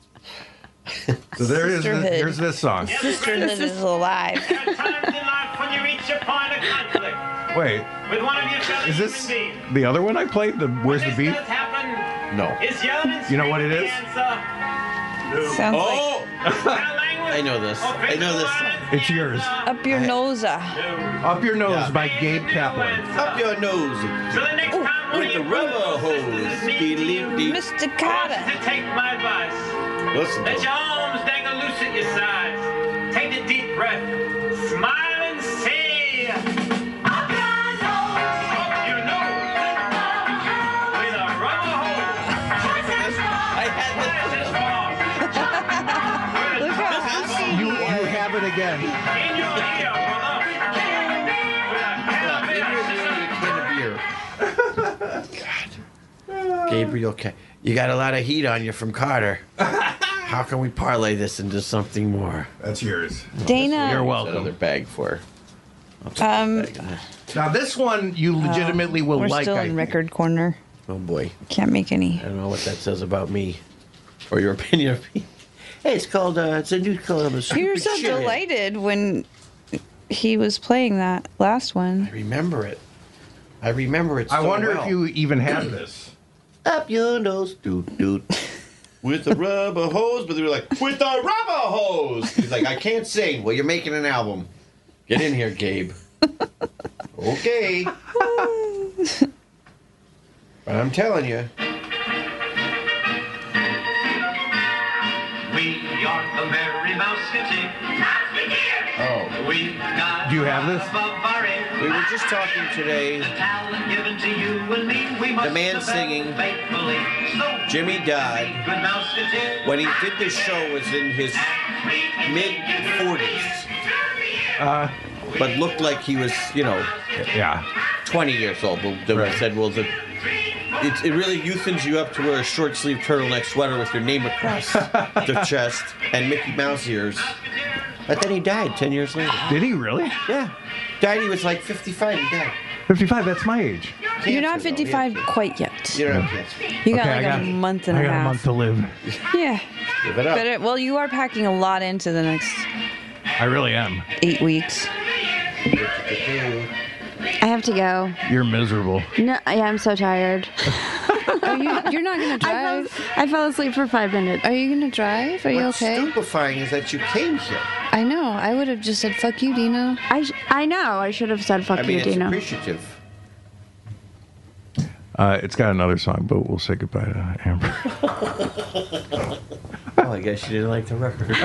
Speaker 2: So there is. The,
Speaker 12: Sisterhood.
Speaker 2: here's this song.
Speaker 12: Sisterhood is alive.
Speaker 13: When you reach a point of conflict
Speaker 2: Wait,
Speaker 13: with one of your fellow
Speaker 2: is this
Speaker 13: human beings,
Speaker 2: the other one I played? The Where's the
Speaker 13: this
Speaker 2: Beef?
Speaker 13: does happen,
Speaker 2: No.
Speaker 13: It's yelling and
Speaker 2: You know what it
Speaker 13: screaming
Speaker 2: is?
Speaker 13: the answer.
Speaker 12: Sounds
Speaker 10: Oh! I know this.
Speaker 1: Oh,
Speaker 10: I know this song.
Speaker 2: It's yours.
Speaker 12: Up your
Speaker 10: I-
Speaker 12: nose. uh.
Speaker 2: Up Your Nose by Gabe Kaplan.
Speaker 10: Up your nose
Speaker 13: So the next time
Speaker 10: with the rubber hose. Be-leep-deep.
Speaker 12: Mr.
Speaker 13: I want
Speaker 12: Carter.
Speaker 13: you to take my advice.
Speaker 10: Listen to
Speaker 13: Let
Speaker 10: it.
Speaker 13: your arms dangle loose at your sides. Take a deep breath. Smile and say, Up your nose. Up your nose. With a rubber hose.
Speaker 10: I had
Speaker 13: This is wrong.
Speaker 12: Look how happy
Speaker 2: You, you
Speaker 12: he is.
Speaker 2: have it again.
Speaker 13: In your ear, brother. With a cannabis system.
Speaker 10: God. Gabriel, Ca- you got a lot of heat on you from Carter. How can we parlay this into something more?
Speaker 2: That's yours. You're
Speaker 12: Dana.
Speaker 10: Another
Speaker 2: welcome.
Speaker 10: bag for. I'll take
Speaker 12: Um,
Speaker 10: the bag in there.
Speaker 2: Now this one you legitimately will
Speaker 12: We're
Speaker 2: like.
Speaker 12: still
Speaker 2: I
Speaker 12: in
Speaker 2: think.
Speaker 12: record corner.
Speaker 10: Oh boy,
Speaker 12: Can't make any.
Speaker 10: I don't know what that says about me, or your opinion of me. Hey, it's called. Uh, it's a new color. I'm a
Speaker 12: You were
Speaker 10: stupid
Speaker 12: so
Speaker 10: shithead.
Speaker 12: delighted when he was playing that last
Speaker 10: I
Speaker 12: one.
Speaker 10: remember it. I remember it. So
Speaker 2: I wonder
Speaker 10: well.
Speaker 2: if you even have this.
Speaker 10: up your nose, doot doot. With the rubber hose, but they were like, with the rubber hose.
Speaker 1: He's like, I can't sing. Well, you're making an album. Get in here, Gabe. okay. but I'm telling you,
Speaker 15: We are the Merry Mouseketeers.
Speaker 1: Oh.
Speaker 15: We've got
Speaker 2: Do you have this?
Speaker 15: above our ears.
Speaker 1: we were just talking today.
Speaker 15: Talent given to you and me. We must
Speaker 1: The man
Speaker 15: develop
Speaker 1: singing.
Speaker 15: faithfully. So
Speaker 1: Jimmy Dodd,
Speaker 15: good mouseketeer.
Speaker 1: when he did this show, was in his mid 40s,
Speaker 2: Uh,
Speaker 1: but looked like he was, you know,
Speaker 2: yeah,
Speaker 1: 20 years old. But then I said, well, the, it, it really youthens you up to wear a short sleeve turtleneck sweater with your name across the chest and Mickey Mouse ears. But then he died 10 years later.
Speaker 2: Did he really?
Speaker 1: Yeah. Died, he was like 55, he died.
Speaker 2: 55. That's my age.
Speaker 12: You're not
Speaker 1: Cancer, though,
Speaker 12: 55 quite yet.
Speaker 1: You don't have cancer.
Speaker 12: You got
Speaker 2: Okay,
Speaker 12: like
Speaker 2: I
Speaker 12: a month and
Speaker 2: I
Speaker 12: a
Speaker 2: got a
Speaker 12: half.
Speaker 2: month to live.
Speaker 12: Yeah.
Speaker 1: Give it
Speaker 12: But it, well, you are packing a lot into the next
Speaker 2: I really am.
Speaker 12: eight weeks.
Speaker 4: I have to go.
Speaker 2: You're miserable.
Speaker 4: No, yeah, I'm so tired.
Speaker 6: Are you, you're not gonna
Speaker 4: I
Speaker 6: drive.
Speaker 4: fell, I fell asleep for five minutes.
Speaker 6: Are you gonna drive? Are you
Speaker 1: What's
Speaker 6: okay?
Speaker 1: stupefying is that you came here.
Speaker 6: I know. I would have just said "fuck you, Dino."
Speaker 4: I, sh- I know. I should have said fuck
Speaker 1: I mean,
Speaker 4: you,
Speaker 1: it's
Speaker 4: Dino.
Speaker 1: appreciative.
Speaker 2: Uh, it's got another song, but we'll say goodbye to Amber.
Speaker 1: Well, Oh, I guess you didn't like the record.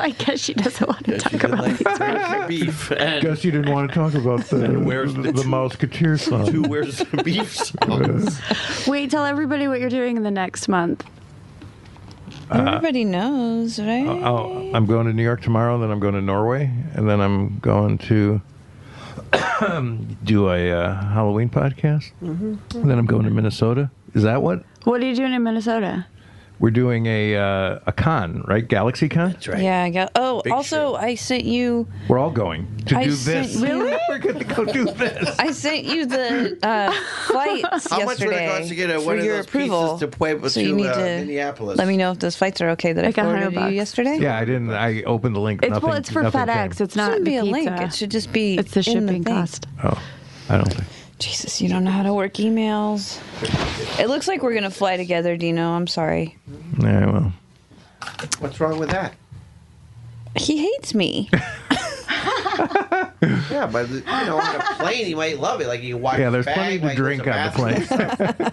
Speaker 4: I guess she doesn't want to talk about it.
Speaker 1: Where's the beef? And
Speaker 2: Guess you didn't want to talk about the
Speaker 1: where's
Speaker 2: the,
Speaker 1: the two-
Speaker 2: Mouseketeer song.
Speaker 1: two where's the beef songs?
Speaker 4: Wait, tell everybody what you're doing in the next month.
Speaker 12: Uh-huh. Everybody knows, right?
Speaker 2: Oh, I'm going to New York tomorrow, then I'm going to Norway, and then I'm going to do a uh, Halloween podcast.
Speaker 4: Mm-hmm.
Speaker 2: And then I'm going to Minnesota. Is that what
Speaker 4: What are you doing in Minnesota?
Speaker 2: we're doing? A uh, a con, right? Galaxy Con.
Speaker 1: That's right.
Speaker 12: Yeah, I got. Oh,
Speaker 1: Big
Speaker 12: also, I sent you.
Speaker 2: We're all going to
Speaker 12: I
Speaker 2: do
Speaker 12: sent
Speaker 2: this.
Speaker 12: you- Really?
Speaker 2: we're going to go do this.
Speaker 12: I sent you the uh, flights
Speaker 1: How much would
Speaker 12: yesterday
Speaker 1: it cost to get a,
Speaker 12: for
Speaker 1: one of
Speaker 12: your
Speaker 1: those
Speaker 12: approval.
Speaker 1: pieces to Puebla
Speaker 12: so
Speaker 1: to,
Speaker 12: you need
Speaker 1: uh,
Speaker 12: to
Speaker 1: Minneapolis?
Speaker 12: let me know if those flights are okay that
Speaker 4: Like
Speaker 12: I
Speaker 4: a
Speaker 12: forwarded
Speaker 4: hundred
Speaker 12: you
Speaker 4: bucks.
Speaker 12: yesterday.
Speaker 2: Yeah, I didn't. I opened the link.
Speaker 4: It's
Speaker 2: nothing,
Speaker 4: well, it's for
Speaker 2: nothing
Speaker 4: FedEx.
Speaker 2: came.
Speaker 4: It's
Speaker 12: It
Speaker 4: not
Speaker 12: shouldn't be a
Speaker 4: the
Speaker 12: link.
Speaker 4: pizza.
Speaker 12: It should just be.
Speaker 4: It's the
Speaker 12: in
Speaker 4: shipping
Speaker 12: thing.
Speaker 4: cost.
Speaker 2: Oh, I don't think.
Speaker 12: Jesus, you don't know how to work emails. It looks like we're gonna fly together, Dino. I'm sorry.
Speaker 2: Yeah, well,
Speaker 1: What's wrong with that?
Speaker 12: He hates me.
Speaker 1: Yeah, but you know, on a plane, you might love it. Like you watch.
Speaker 2: yeah. There's
Speaker 1: Bang,
Speaker 2: plenty to
Speaker 1: like,
Speaker 2: drink
Speaker 1: there's a
Speaker 2: on the
Speaker 1: bathroom.
Speaker 2: plane.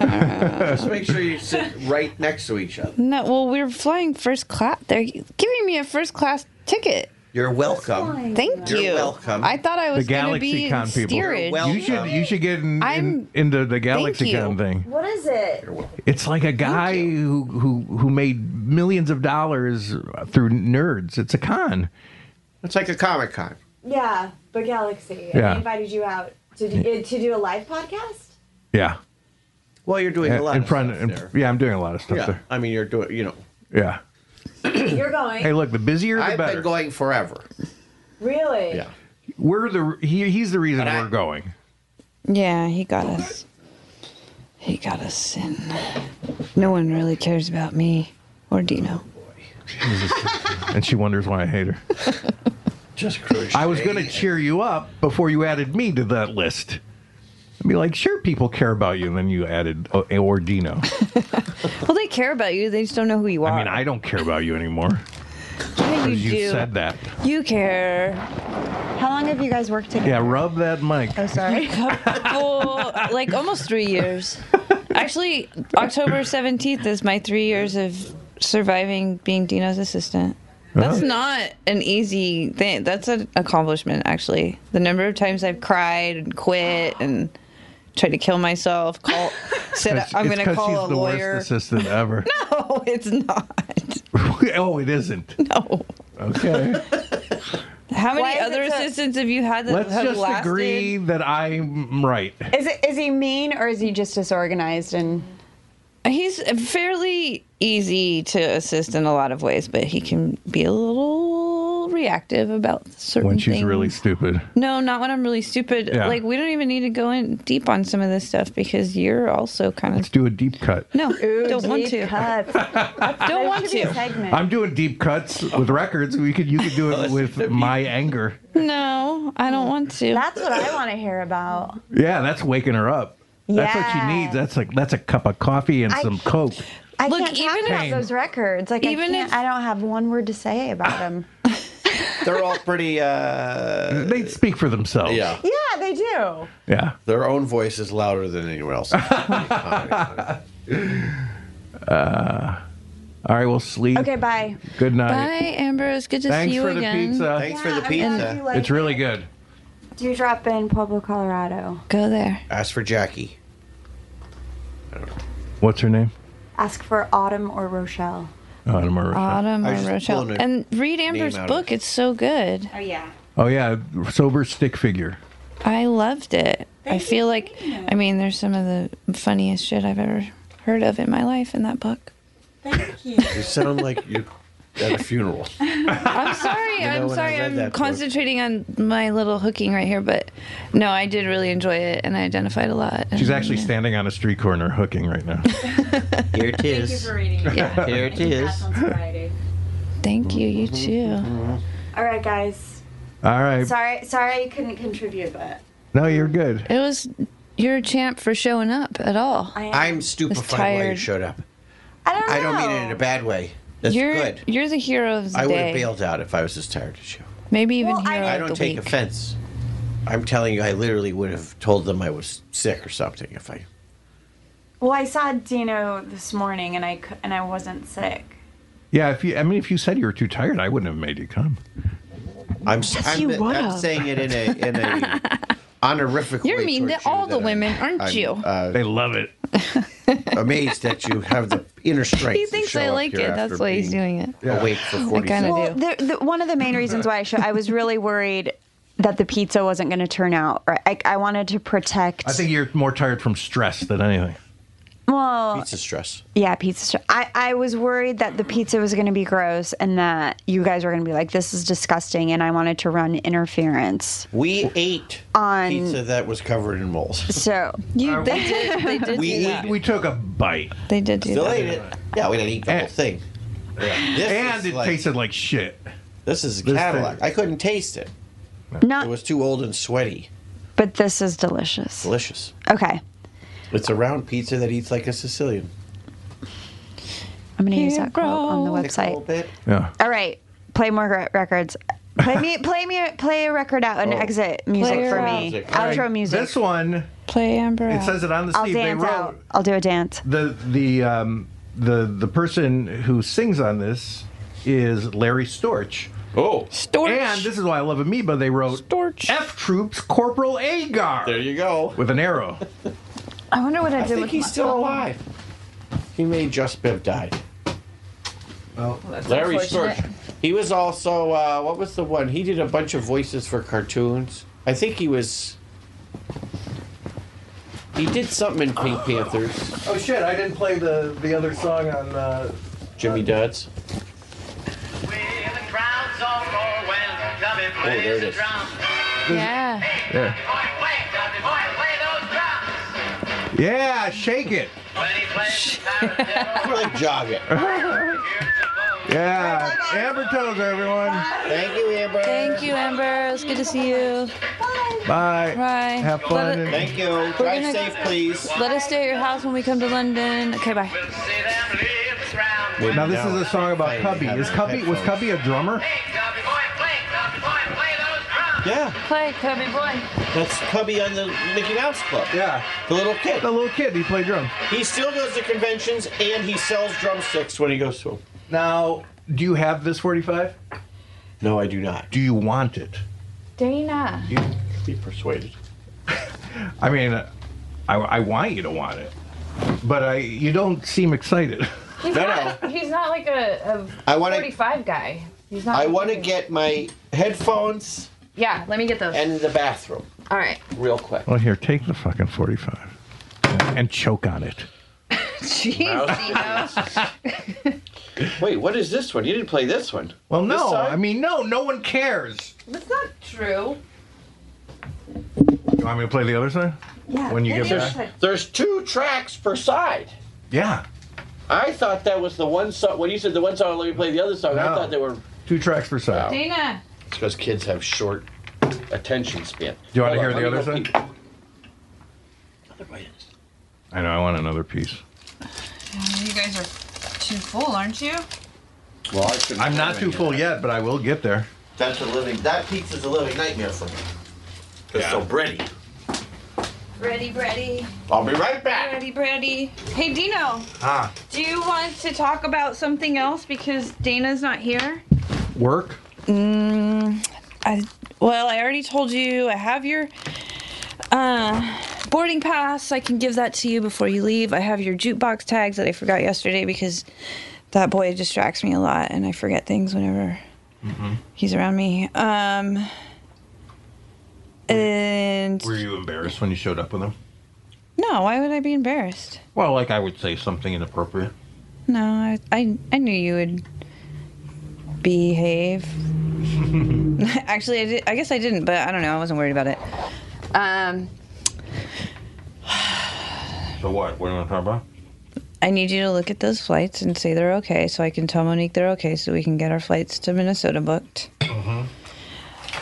Speaker 1: Just make sure you sit right next to each other.
Speaker 12: No, well, we're flying first class. They're giving me a first class ticket.
Speaker 1: You're welcome.
Speaker 12: Thank
Speaker 1: You're
Speaker 12: you.
Speaker 1: welcome.
Speaker 12: I thought I
Speaker 2: the
Speaker 12: was going to be
Speaker 2: Galaxy
Speaker 12: in
Speaker 2: Con people.
Speaker 12: steerage.
Speaker 1: Well-
Speaker 2: You should you should get in, in,
Speaker 12: I'm-
Speaker 2: into the Galaxy
Speaker 12: you.
Speaker 2: Con thing.
Speaker 5: What is it?
Speaker 2: It's like a guy who, who who made millions of dollars through nerds. It's a con.
Speaker 1: It's like a comic con.
Speaker 5: Yeah, the Galaxy.
Speaker 2: Yeah.
Speaker 5: I invited you out to do, to do a live podcast.
Speaker 2: Yeah,
Speaker 1: Well, you're doing a lot
Speaker 2: in
Speaker 1: of
Speaker 2: front.
Speaker 1: stuff
Speaker 2: in-
Speaker 1: there.
Speaker 2: yeah, I'm doing a lot of stuff
Speaker 1: Yeah, I mean, you're doing. You know,
Speaker 2: there. Yeah.
Speaker 5: You're going.
Speaker 2: Hey, look, the busier the
Speaker 1: I've
Speaker 2: better.
Speaker 1: been going forever.
Speaker 5: really?
Speaker 1: Yeah.
Speaker 2: we're the he, he's the reason
Speaker 1: But I-
Speaker 2: we're going.
Speaker 12: yeah, he got us. He got us in. No one really cares about me or Dino.
Speaker 2: and she wonders why I hate her.
Speaker 1: Just crochet.
Speaker 2: I was going to cheer you up before you added me to that list. I'd be like, sure, people care about you, and then you added uh, Ordino.
Speaker 12: Well, they care about you. They just don't know who you are.
Speaker 2: I mean, I don't care about you anymore.
Speaker 12: Yeah,
Speaker 2: You
Speaker 12: you do.
Speaker 2: said that.
Speaker 12: You care.
Speaker 4: How long have you guys worked together?
Speaker 2: Yeah, rub that mic.
Speaker 4: Oh, sorry.
Speaker 12: Well, like almost three years. Actually, October 17th is my three years of surviving being Dino's assistant. That's
Speaker 2: Oh.
Speaker 12: not an easy thing. That's an accomplishment, actually. The number of times I've cried and quit and tried to kill myself, call, said
Speaker 2: It's-
Speaker 12: I'm
Speaker 2: it's
Speaker 12: going to
Speaker 2: 'cause
Speaker 12: call
Speaker 2: she's
Speaker 12: a
Speaker 2: the
Speaker 12: lawyer.
Speaker 2: worst assistant ever.
Speaker 12: No, it's not.
Speaker 2: oh, it isn't.
Speaker 12: No.
Speaker 2: Okay.
Speaker 12: How many
Speaker 5: Why is
Speaker 12: other
Speaker 5: it so-
Speaker 12: assistants have you had that
Speaker 2: Let's
Speaker 12: have
Speaker 2: just
Speaker 12: lasted?
Speaker 2: agree that I'm right.
Speaker 4: Is it is he mean or is he just disorganized and
Speaker 12: He's fairly easy to assist in a lot of ways, but he can be a little reactive about certain
Speaker 2: When she's
Speaker 12: things.
Speaker 2: really stupid.
Speaker 12: no, not when I'm really stupid.
Speaker 2: Yeah.
Speaker 12: Like we don't even need to go in deep on some of this stuff because you're also kind
Speaker 2: Let's
Speaker 12: of
Speaker 2: do a deep cut.
Speaker 12: no, don't want to, don't want to.
Speaker 5: Segment.
Speaker 2: I'm doing deep cuts with records. We could you could do it with my anger.
Speaker 12: No, I don't want to.
Speaker 4: That's what I want to hear about.
Speaker 2: Yeah, that's waking her up. That's what she needs. That's like that's a cup of coffee and
Speaker 4: I-
Speaker 2: some coke.
Speaker 4: I
Speaker 12: Look,
Speaker 4: can't talk
Speaker 12: even
Speaker 4: about
Speaker 12: if-
Speaker 4: those records. Like, I,
Speaker 12: Even
Speaker 4: can't, I don't have one word to say about them.
Speaker 1: They're all pretty. Uh,
Speaker 2: they speak for themselves.
Speaker 1: Yeah.
Speaker 4: yeah, they do.
Speaker 2: Yeah.
Speaker 1: Their own voice is louder than anyone else.
Speaker 2: Uh, all right, we'll sleep.
Speaker 4: Okay, bye.
Speaker 2: Good night.
Speaker 12: Bye, Amber. It's good to
Speaker 2: Thanks
Speaker 12: see you
Speaker 2: for the
Speaker 12: again.
Speaker 2: pizza. Thanks
Speaker 4: for the Yeah, I'm pizza. glad you liked
Speaker 2: It's really good.
Speaker 4: Do drop in Pueblo, Colorado.
Speaker 12: Go there.
Speaker 2: Uh-huh.
Speaker 1: Ask for Jackie.
Speaker 2: What's her name?
Speaker 4: Ask for Autumn or Rochelle.
Speaker 2: Oh, Anna Maria.
Speaker 12: Autumn
Speaker 2: I
Speaker 12: or
Speaker 2: was just
Speaker 12: Rochelle.
Speaker 2: pulling a
Speaker 12: And read
Speaker 2: name
Speaker 12: Amber's
Speaker 2: out of-
Speaker 12: book. It's so good.
Speaker 4: Oh, yeah.
Speaker 2: Oh yeah, sober stick figure.
Speaker 12: I loved it. I feel like, I mean, there's some of the funniest shit I've ever heard of in my life in that book.
Speaker 1: You sound like you're at a funeral.
Speaker 12: I'm sorry.
Speaker 1: You know,
Speaker 12: I'm
Speaker 1: when I
Speaker 12: sorry.
Speaker 1: read
Speaker 12: I'm
Speaker 1: that book-
Speaker 12: concentrating on my little hooking right here. But no, I did really enjoy it and I identified a lot.
Speaker 2: She's
Speaker 12: And,
Speaker 2: actually
Speaker 12: yeah.
Speaker 2: standing on a street corner hooking right now.
Speaker 1: Here it
Speaker 12: Thank you
Speaker 1: is.
Speaker 12: for reading it. Yeah.
Speaker 1: Here it is.
Speaker 12: Thank you. You too.
Speaker 5: All right, guys.
Speaker 2: All right.
Speaker 5: Sorry, sorry, I couldn't contribute, but
Speaker 2: No, you're good.
Speaker 12: It was your champ for showing up at all.
Speaker 1: I'm stupefied why you
Speaker 12: tired.
Speaker 1: showed up.
Speaker 4: I don't,
Speaker 1: I don't mean it in a bad way. That's
Speaker 12: you're
Speaker 1: good.
Speaker 12: you're the hero of the
Speaker 1: I would
Speaker 12: day.
Speaker 1: have bailed out if I was as tired as you.
Speaker 12: Maybe even hero
Speaker 1: I
Speaker 12: of the
Speaker 1: don't take
Speaker 12: week.
Speaker 1: offense. I'm telling you, I literally would have told them I was sick or something if I.
Speaker 5: well, I saw Dino this morning, and I cou- and I wasn't sick.
Speaker 2: Yeah, if you I mean if you said you were too tired, I wouldn't have made you come.
Speaker 1: I'm
Speaker 2: Yes,
Speaker 1: I'm,
Speaker 2: you
Speaker 1: I'm
Speaker 2: would've.
Speaker 1: saying it in a in a honorific
Speaker 12: You're
Speaker 1: way.
Speaker 12: mean to
Speaker 1: towards
Speaker 12: all
Speaker 1: you
Speaker 12: the
Speaker 1: that
Speaker 12: women,
Speaker 1: I'm-
Speaker 12: aren't
Speaker 1: I'm,
Speaker 12: you?
Speaker 1: Uh,
Speaker 2: they love it.
Speaker 1: amazed that you have the inner strength.
Speaker 12: He
Speaker 1: to
Speaker 12: thinks
Speaker 1: show
Speaker 12: I
Speaker 1: up
Speaker 12: like
Speaker 1: here
Speaker 12: it.
Speaker 1: after
Speaker 12: That's why he's
Speaker 1: being
Speaker 12: doing it.
Speaker 1: Awake for
Speaker 12: I
Speaker 1: 40
Speaker 12: kinda
Speaker 4: Well, there, the, one of the main reasons why I should, I was really worried that the pizza wasn't going to turn out right. I, I wanted to protect.
Speaker 2: I think you're more tired from stress than anything.
Speaker 4: well,
Speaker 1: Pizza stress.
Speaker 4: yeah, pizza. str- I, I was worried that the pizza was going to be gross and that you guys were going to be like, this is disgusting. And I wanted to run interference.
Speaker 1: We ate
Speaker 4: On-
Speaker 1: pizza that was covered in moles.
Speaker 4: So
Speaker 12: You, they did. They did
Speaker 1: We
Speaker 12: do that.
Speaker 1: ate-
Speaker 2: We took a bite.
Speaker 12: They did do
Speaker 1: Still
Speaker 12: that.
Speaker 1: ate it. Yeah, we didn't eat the whole thing. This
Speaker 2: and
Speaker 1: is
Speaker 2: it
Speaker 1: like-
Speaker 2: tasted like shit.
Speaker 1: This is a Cadillac. I couldn't taste it.
Speaker 4: Not,
Speaker 1: It was too old and sweaty.
Speaker 4: but this is delicious.
Speaker 1: Delicious.
Speaker 4: Okay.
Speaker 1: It's a round pizza that eats like a Sicilian.
Speaker 4: I'm going to use that quote on the website.
Speaker 2: Yeah.
Speaker 4: All right. Play more re- records. Play me, play me, play a record out and
Speaker 1: Oh.
Speaker 4: exit music
Speaker 12: Play
Speaker 4: for
Speaker 12: her
Speaker 4: me.
Speaker 1: music.
Speaker 4: Outro music.
Speaker 2: This one
Speaker 12: Play Amber.
Speaker 2: it
Speaker 12: out.
Speaker 2: says it on the
Speaker 4: I'll
Speaker 2: sleeve. They
Speaker 4: dance
Speaker 2: wrote
Speaker 4: out. I'll do a dance.
Speaker 2: the the um, the the person who sings on this is Larry Storch.
Speaker 8: Oh,
Speaker 12: Storch.
Speaker 2: And this is why I love Amoeba. They wrote
Speaker 12: Storch.
Speaker 2: F Troops Corporal Agar
Speaker 8: there you go.
Speaker 2: with an arrow.
Speaker 4: I wonder what I
Speaker 1: I
Speaker 4: did
Speaker 1: think
Speaker 4: with
Speaker 1: he's
Speaker 4: my- Oh,
Speaker 1: still alive. He may just have died.
Speaker 12: That's
Speaker 1: Larry
Speaker 12: unfortunate.
Speaker 1: Storch. He was also uh, what was the one? He did a bunch of voices for cartoons. I think he was. He did something in Pink Panthers.
Speaker 14: Oh shit! I didn't play the the other song on. Uh,
Speaker 1: Jimmy Duds.
Speaker 15: Oh,
Speaker 1: there it is.
Speaker 12: Yeah.
Speaker 2: Yeah. Yeah, shake it.
Speaker 1: Really jog it.
Speaker 2: Yeah. Amber Toes, everyone.
Speaker 1: Thank you, Amber.
Speaker 12: Thank you, Amber. It's good to see you.
Speaker 2: Bye.
Speaker 12: Bye.
Speaker 2: Have
Speaker 12: Let
Speaker 2: fun.
Speaker 12: it-
Speaker 2: and-
Speaker 1: Thank you. Drive
Speaker 12: gonna-
Speaker 1: safe, please.
Speaker 12: Let us stay at your house when we come to London. Okay, bye.
Speaker 2: Now this is a song about Cubby. Is Cubby was Cubby a drummer?
Speaker 1: Yeah,
Speaker 12: Play, Cubby boy.
Speaker 1: that's Cubby on the Mickey Mouse Club.
Speaker 2: Yeah.
Speaker 1: The little kid.
Speaker 2: The little kid, he played drums.
Speaker 1: He still goes to conventions and he sells drumsticks when he goes to them.
Speaker 2: Now, do you have this 45?
Speaker 1: No, I do not.
Speaker 2: Do you want it?
Speaker 12: Dana.
Speaker 1: You be persuaded.
Speaker 2: I mean, uh, I, I want you to want it, but I you don't seem excited.
Speaker 12: He's
Speaker 1: No, not-
Speaker 12: He's not like a,
Speaker 1: I want to.
Speaker 12: 45 guy. He's not.
Speaker 1: I want to get my headphones
Speaker 12: Yeah, let me get those.
Speaker 1: and the bathroom
Speaker 12: All right.
Speaker 1: real quick.
Speaker 2: Well, here, take the fucking 45 and choke on it.
Speaker 1: Wait, what is this one? You didn't play this one.
Speaker 2: Well,
Speaker 1: This
Speaker 2: no,
Speaker 1: side?
Speaker 2: I mean, no, no one cares.
Speaker 12: That's not true.
Speaker 2: You want me to play the other side?
Speaker 5: Yeah.
Speaker 2: When you get
Speaker 1: There's,
Speaker 2: back?
Speaker 1: there's two tracks per side.
Speaker 2: Yeah,
Speaker 1: I thought that was the one song. When you said the one song, let me play the other song. I
Speaker 2: No.
Speaker 1: thought they were
Speaker 2: two tracks per side. Do
Speaker 12: Dana.
Speaker 1: because kids have short attention span.
Speaker 2: you want to
Speaker 1: Hold
Speaker 2: hear
Speaker 1: on,
Speaker 2: the
Speaker 1: let me
Speaker 2: other
Speaker 1: go
Speaker 2: side?
Speaker 1: pee.
Speaker 2: I know. I want another piece.
Speaker 9: You guys are too full, aren't you?
Speaker 2: Well, I I'm not too full yet, but I will get there.
Speaker 1: That's a living. That pizza's a living nightmare for me. It's so bready.
Speaker 9: Ready, ready.
Speaker 1: I'll be right back.
Speaker 9: Ready, ready. Hey, Dino,
Speaker 1: Ah,
Speaker 9: do you want to talk about something else because Dana's not here?
Speaker 2: Work.
Speaker 12: Mm, I, well, I already told you I have your uh, boarding pass. I can give that to you before you leave. I have your jukebox tags that I forgot yesterday because that boy distracts me a lot and I forget things whenever
Speaker 2: Mm-hmm.
Speaker 12: he's around me. Um, and
Speaker 2: Were you embarrassed when you showed up with him?
Speaker 12: no, why would I be embarrassed?
Speaker 2: Well, like I would say something inappropriate.
Speaker 12: No, I, I, I knew you would behave. Actually, I, did, I guess I didn't, but I don't know. I wasn't worried about it. Um,
Speaker 2: So what? What do you want to talk about?
Speaker 12: I need you to look at those flights and say they're okay, so I can tell Monique they're okay, so we can get our flights to Minnesota booked.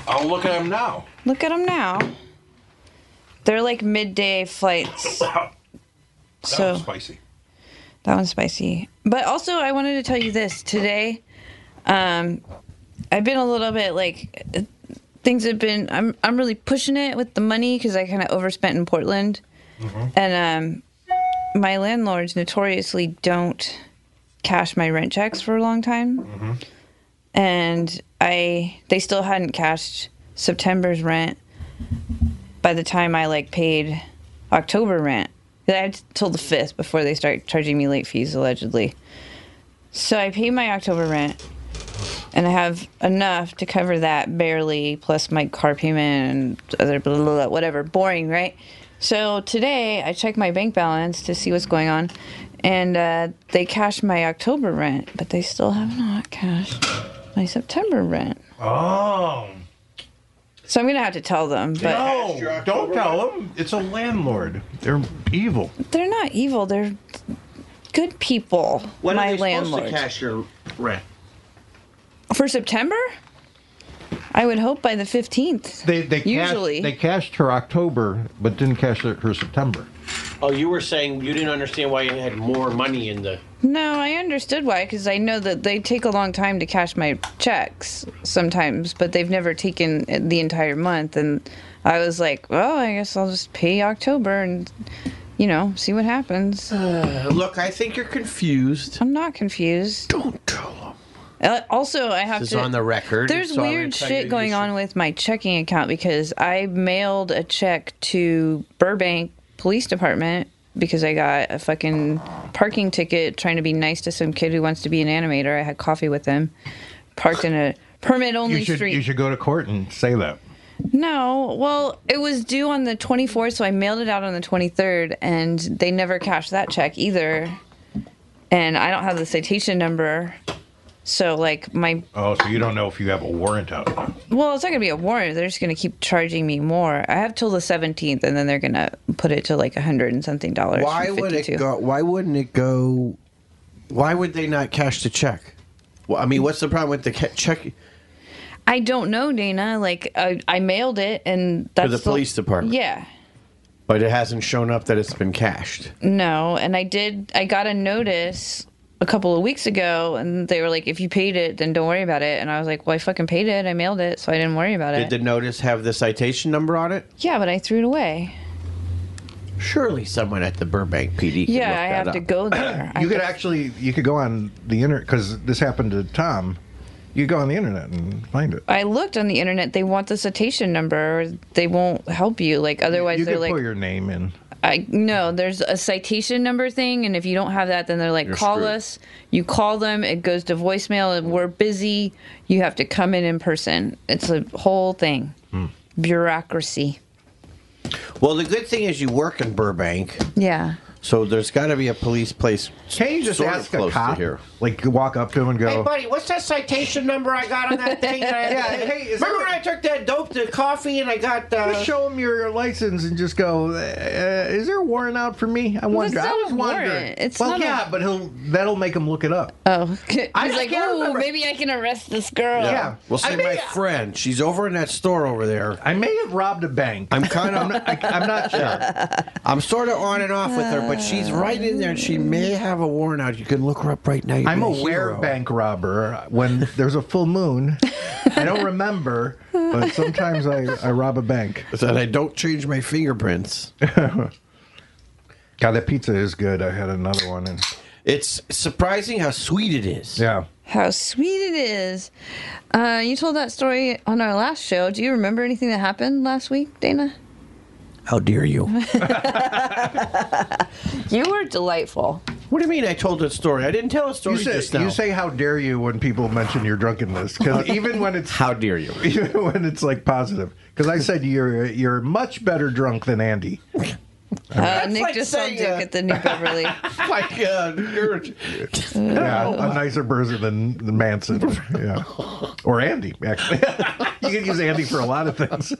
Speaker 2: I'll look at him now.
Speaker 12: Look at them now. They're like midday flights. so
Speaker 2: That was spicy.
Speaker 12: That one's spicy. But also, I wanted to tell you this today. Um, I've been a little bit like uh, things have been. I'm I'm really pushing it with the money because I kind of overspent in Portland, and um, my landlords notoriously don't cash my rent checks for a long time, and I they still hadn't cashed September's rent by the time I like paid October rent. I had till the fifth before they start charging me late fees allegedly. So I paid my October rent, and I have enough to cover that barely, plus my car payment and other blah, blah, blah, whatever. Boring, right? So today I checked my bank balance to see what's going on, and uh, they cashed my October rent, but they still have not cashed my September rent.
Speaker 2: Oh.
Speaker 12: So I'm gonna have to tell them, but
Speaker 2: no, don't tell him. It's a landlord. They're evil.
Speaker 12: they're not evil. They're good people.
Speaker 1: when
Speaker 12: my
Speaker 1: are they
Speaker 12: landlord.
Speaker 1: supposed to cash your rent?
Speaker 12: For September? I would hope by the 15th.
Speaker 2: They they
Speaker 12: Usually.
Speaker 2: cashed, they cashed her October, but didn't cash her, her September.
Speaker 8: Oh, you were saying you didn't understand why you had more money in the.
Speaker 12: No, I understood why cuz I know that they take a long time to cash my checks sometimes, but they've never taken the entire month and I was like, "Well, I guess I'll just pay October and you know, see what happens."
Speaker 1: Uh, look, I think you're confused.
Speaker 12: I'm not confused.
Speaker 8: Don't
Speaker 12: tell them. Uh, Also, I have
Speaker 8: This is
Speaker 12: to
Speaker 8: on the record,
Speaker 12: There's
Speaker 8: so I'm gonna
Speaker 12: weird
Speaker 8: tell you
Speaker 12: shit
Speaker 8: you
Speaker 12: going
Speaker 8: should-
Speaker 12: on with my checking account because I mailed a check to Burbank Police Department because I got a fucking parking ticket trying to be nice to some kid who wants to be an animator. I had coffee with him, parked in a permit only
Speaker 2: you should
Speaker 12: street.
Speaker 2: you should go to court and say that.
Speaker 12: No, well, it was due on the 24th, so I mailed it out on the 23rd, and they never cashed that check either. And I don't have the citation number. So, like, my.
Speaker 2: Oh, so you don't know if you have a warrant out. now.
Speaker 12: Well, it's not going to be a warrant. They're just going to keep charging me more. I have till the 17th, and then they're going to put it to like a 100 and something dollars.
Speaker 10: Why
Speaker 12: from
Speaker 10: would it
Speaker 12: 52.
Speaker 10: go? Why wouldn't it go? Why would they not cash the check? Well, I mean, what's the problem with the ca- check?
Speaker 12: I don't know, Dana. Like, I, I mailed it, and that's.
Speaker 10: the police department.
Speaker 12: Yeah.
Speaker 10: But it hasn't shown up that it's been cashed.
Speaker 12: No, and I did. I got a notice a couple of weeks ago, and they were like, "If you paid it, then don't worry about it." And I was like, "Well, I fucking paid it. I mailed it, so I didn't worry about
Speaker 10: Did
Speaker 12: it."
Speaker 10: the notice have the citation number on it?
Speaker 12: yeah, but I threw it away.
Speaker 1: Surely someone at the Burbank PD. Can
Speaker 12: Yeah,
Speaker 1: look
Speaker 12: I
Speaker 1: that
Speaker 12: have
Speaker 1: up.
Speaker 12: to go there. I
Speaker 2: you could
Speaker 12: have-
Speaker 2: actually you could go on the internet because this happened to Tom. You could go on the internet and find it.
Speaker 12: I looked on the internet. They want the citation number. Or they won't help you. Like otherwise,
Speaker 2: you
Speaker 12: they're
Speaker 2: could
Speaker 12: like,
Speaker 2: put your name in.
Speaker 12: I no, there's a citation number thing, and if you don't have that, then they're like,
Speaker 2: You're
Speaker 12: call
Speaker 2: screwed.
Speaker 12: us. You call them, it goes to voicemail, and we're busy. You have to come in in person. It's a whole thing,
Speaker 2: Hmm.
Speaker 12: bureaucracy.
Speaker 10: Well, the good thing is you work in Burbank,
Speaker 12: Yeah.
Speaker 10: so there's got to be a police place.
Speaker 2: Can you just
Speaker 10: sort of
Speaker 2: ask a
Speaker 10: close to
Speaker 2: cop?
Speaker 10: here?
Speaker 2: Like walk up to him and go.
Speaker 10: Hey, buddy, what's that citation number I got on that thing? That I,
Speaker 2: Yeah, hey, is
Speaker 10: remember when I took that dope to coffee and I got. Uh,
Speaker 2: Just show him your, your license and just go. Uh, is there a warrant out for me? I wonder. I
Speaker 12: not
Speaker 2: was
Speaker 12: a warrant.
Speaker 2: wondering.
Speaker 12: It's
Speaker 2: well,
Speaker 12: not a-
Speaker 2: yeah, but he'll that'll make him look it up.
Speaker 12: Oh,
Speaker 2: I
Speaker 12: I
Speaker 2: just
Speaker 12: was like,
Speaker 2: can't
Speaker 12: ooh,
Speaker 2: remember."
Speaker 12: maybe I can arrest this girl.
Speaker 10: Well, see, my friend, she's over in that store over there.
Speaker 2: I may have robbed a bank.
Speaker 10: I'm kind of. I'm not,
Speaker 2: I, am not
Speaker 10: sure. I'm sort of on and off with her, but she's right in there, and she may have a warrant out. You can look her up right now. You'd
Speaker 2: I'm
Speaker 10: be a
Speaker 2: aware
Speaker 10: hero.
Speaker 2: of bank robber when there's a full moon. I don't remember, but sometimes I, I rob a bank.
Speaker 10: That I don't change my fingerprints.
Speaker 2: God, that pizza is good. I had another one. And...
Speaker 10: It's surprising how sweet it is.
Speaker 2: Yeah.
Speaker 12: How sweet it is. Uh, you told that story on our last show. Do you remember anything that happened last week, Dana?
Speaker 10: How dare you?
Speaker 12: You were delightful.
Speaker 10: What do you mean? I told a story. I didn't tell a story
Speaker 2: You say,
Speaker 10: just now.
Speaker 2: you say how dare you when people mention your drunkenness because even when it's
Speaker 18: how dare you
Speaker 2: even when it's like positive because I said you're you're much better drunk than Andy.
Speaker 12: Uh, Nick just saw Dick at the New Beverly.
Speaker 2: Oh
Speaker 10: my God, you're
Speaker 2: Yeah, a nicer person than, than Manson. Yeah, or Andy actually. you can use Andy for a lot of things.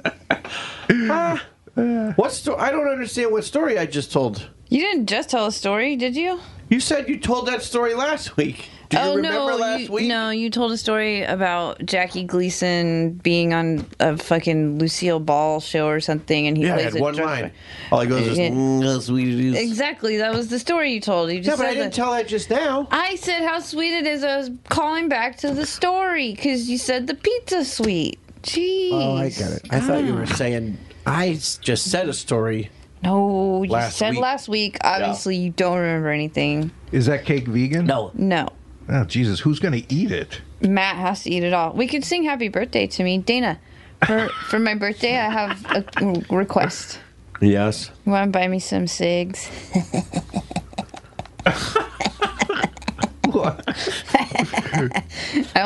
Speaker 10: what story? I don't understand what story I just told.
Speaker 12: You didn't just tell a story, did you?
Speaker 10: You said you told that story last week. Do you remember last
Speaker 12: you,
Speaker 10: week?
Speaker 12: Oh, No, you told a story about Jackie Gleason being on a fucking Lucille Ball show or something, and he
Speaker 10: Yeah, I
Speaker 12: plays
Speaker 10: had
Speaker 12: a
Speaker 10: one
Speaker 12: drug-
Speaker 10: line. All I go is,
Speaker 12: Yeah.
Speaker 10: mm, how sweet it is.
Speaker 12: Exactly, that was the story you told. You just
Speaker 10: Yeah, but I
Speaker 12: said
Speaker 10: didn't
Speaker 12: that-
Speaker 10: tell that just now.
Speaker 12: I said how sweet it is. I was calling back to the story because you said the pizza sweet. Jeez.
Speaker 10: Oh, I got it. I thought you were
Speaker 12: Ah.
Speaker 10: saying I s- just said a story.
Speaker 12: No, you
Speaker 10: Last
Speaker 12: said
Speaker 10: week.
Speaker 12: last week. Obviously, you don't remember anything.
Speaker 2: Is that cake vegan?
Speaker 10: No.
Speaker 12: No.
Speaker 2: Oh Jesus, who's gonna eat it?
Speaker 12: Matt has to eat it all. We could sing happy birthday to me, Dana. For for my birthday, I have a request.
Speaker 19: Yes.
Speaker 12: You want to buy me some cigs? I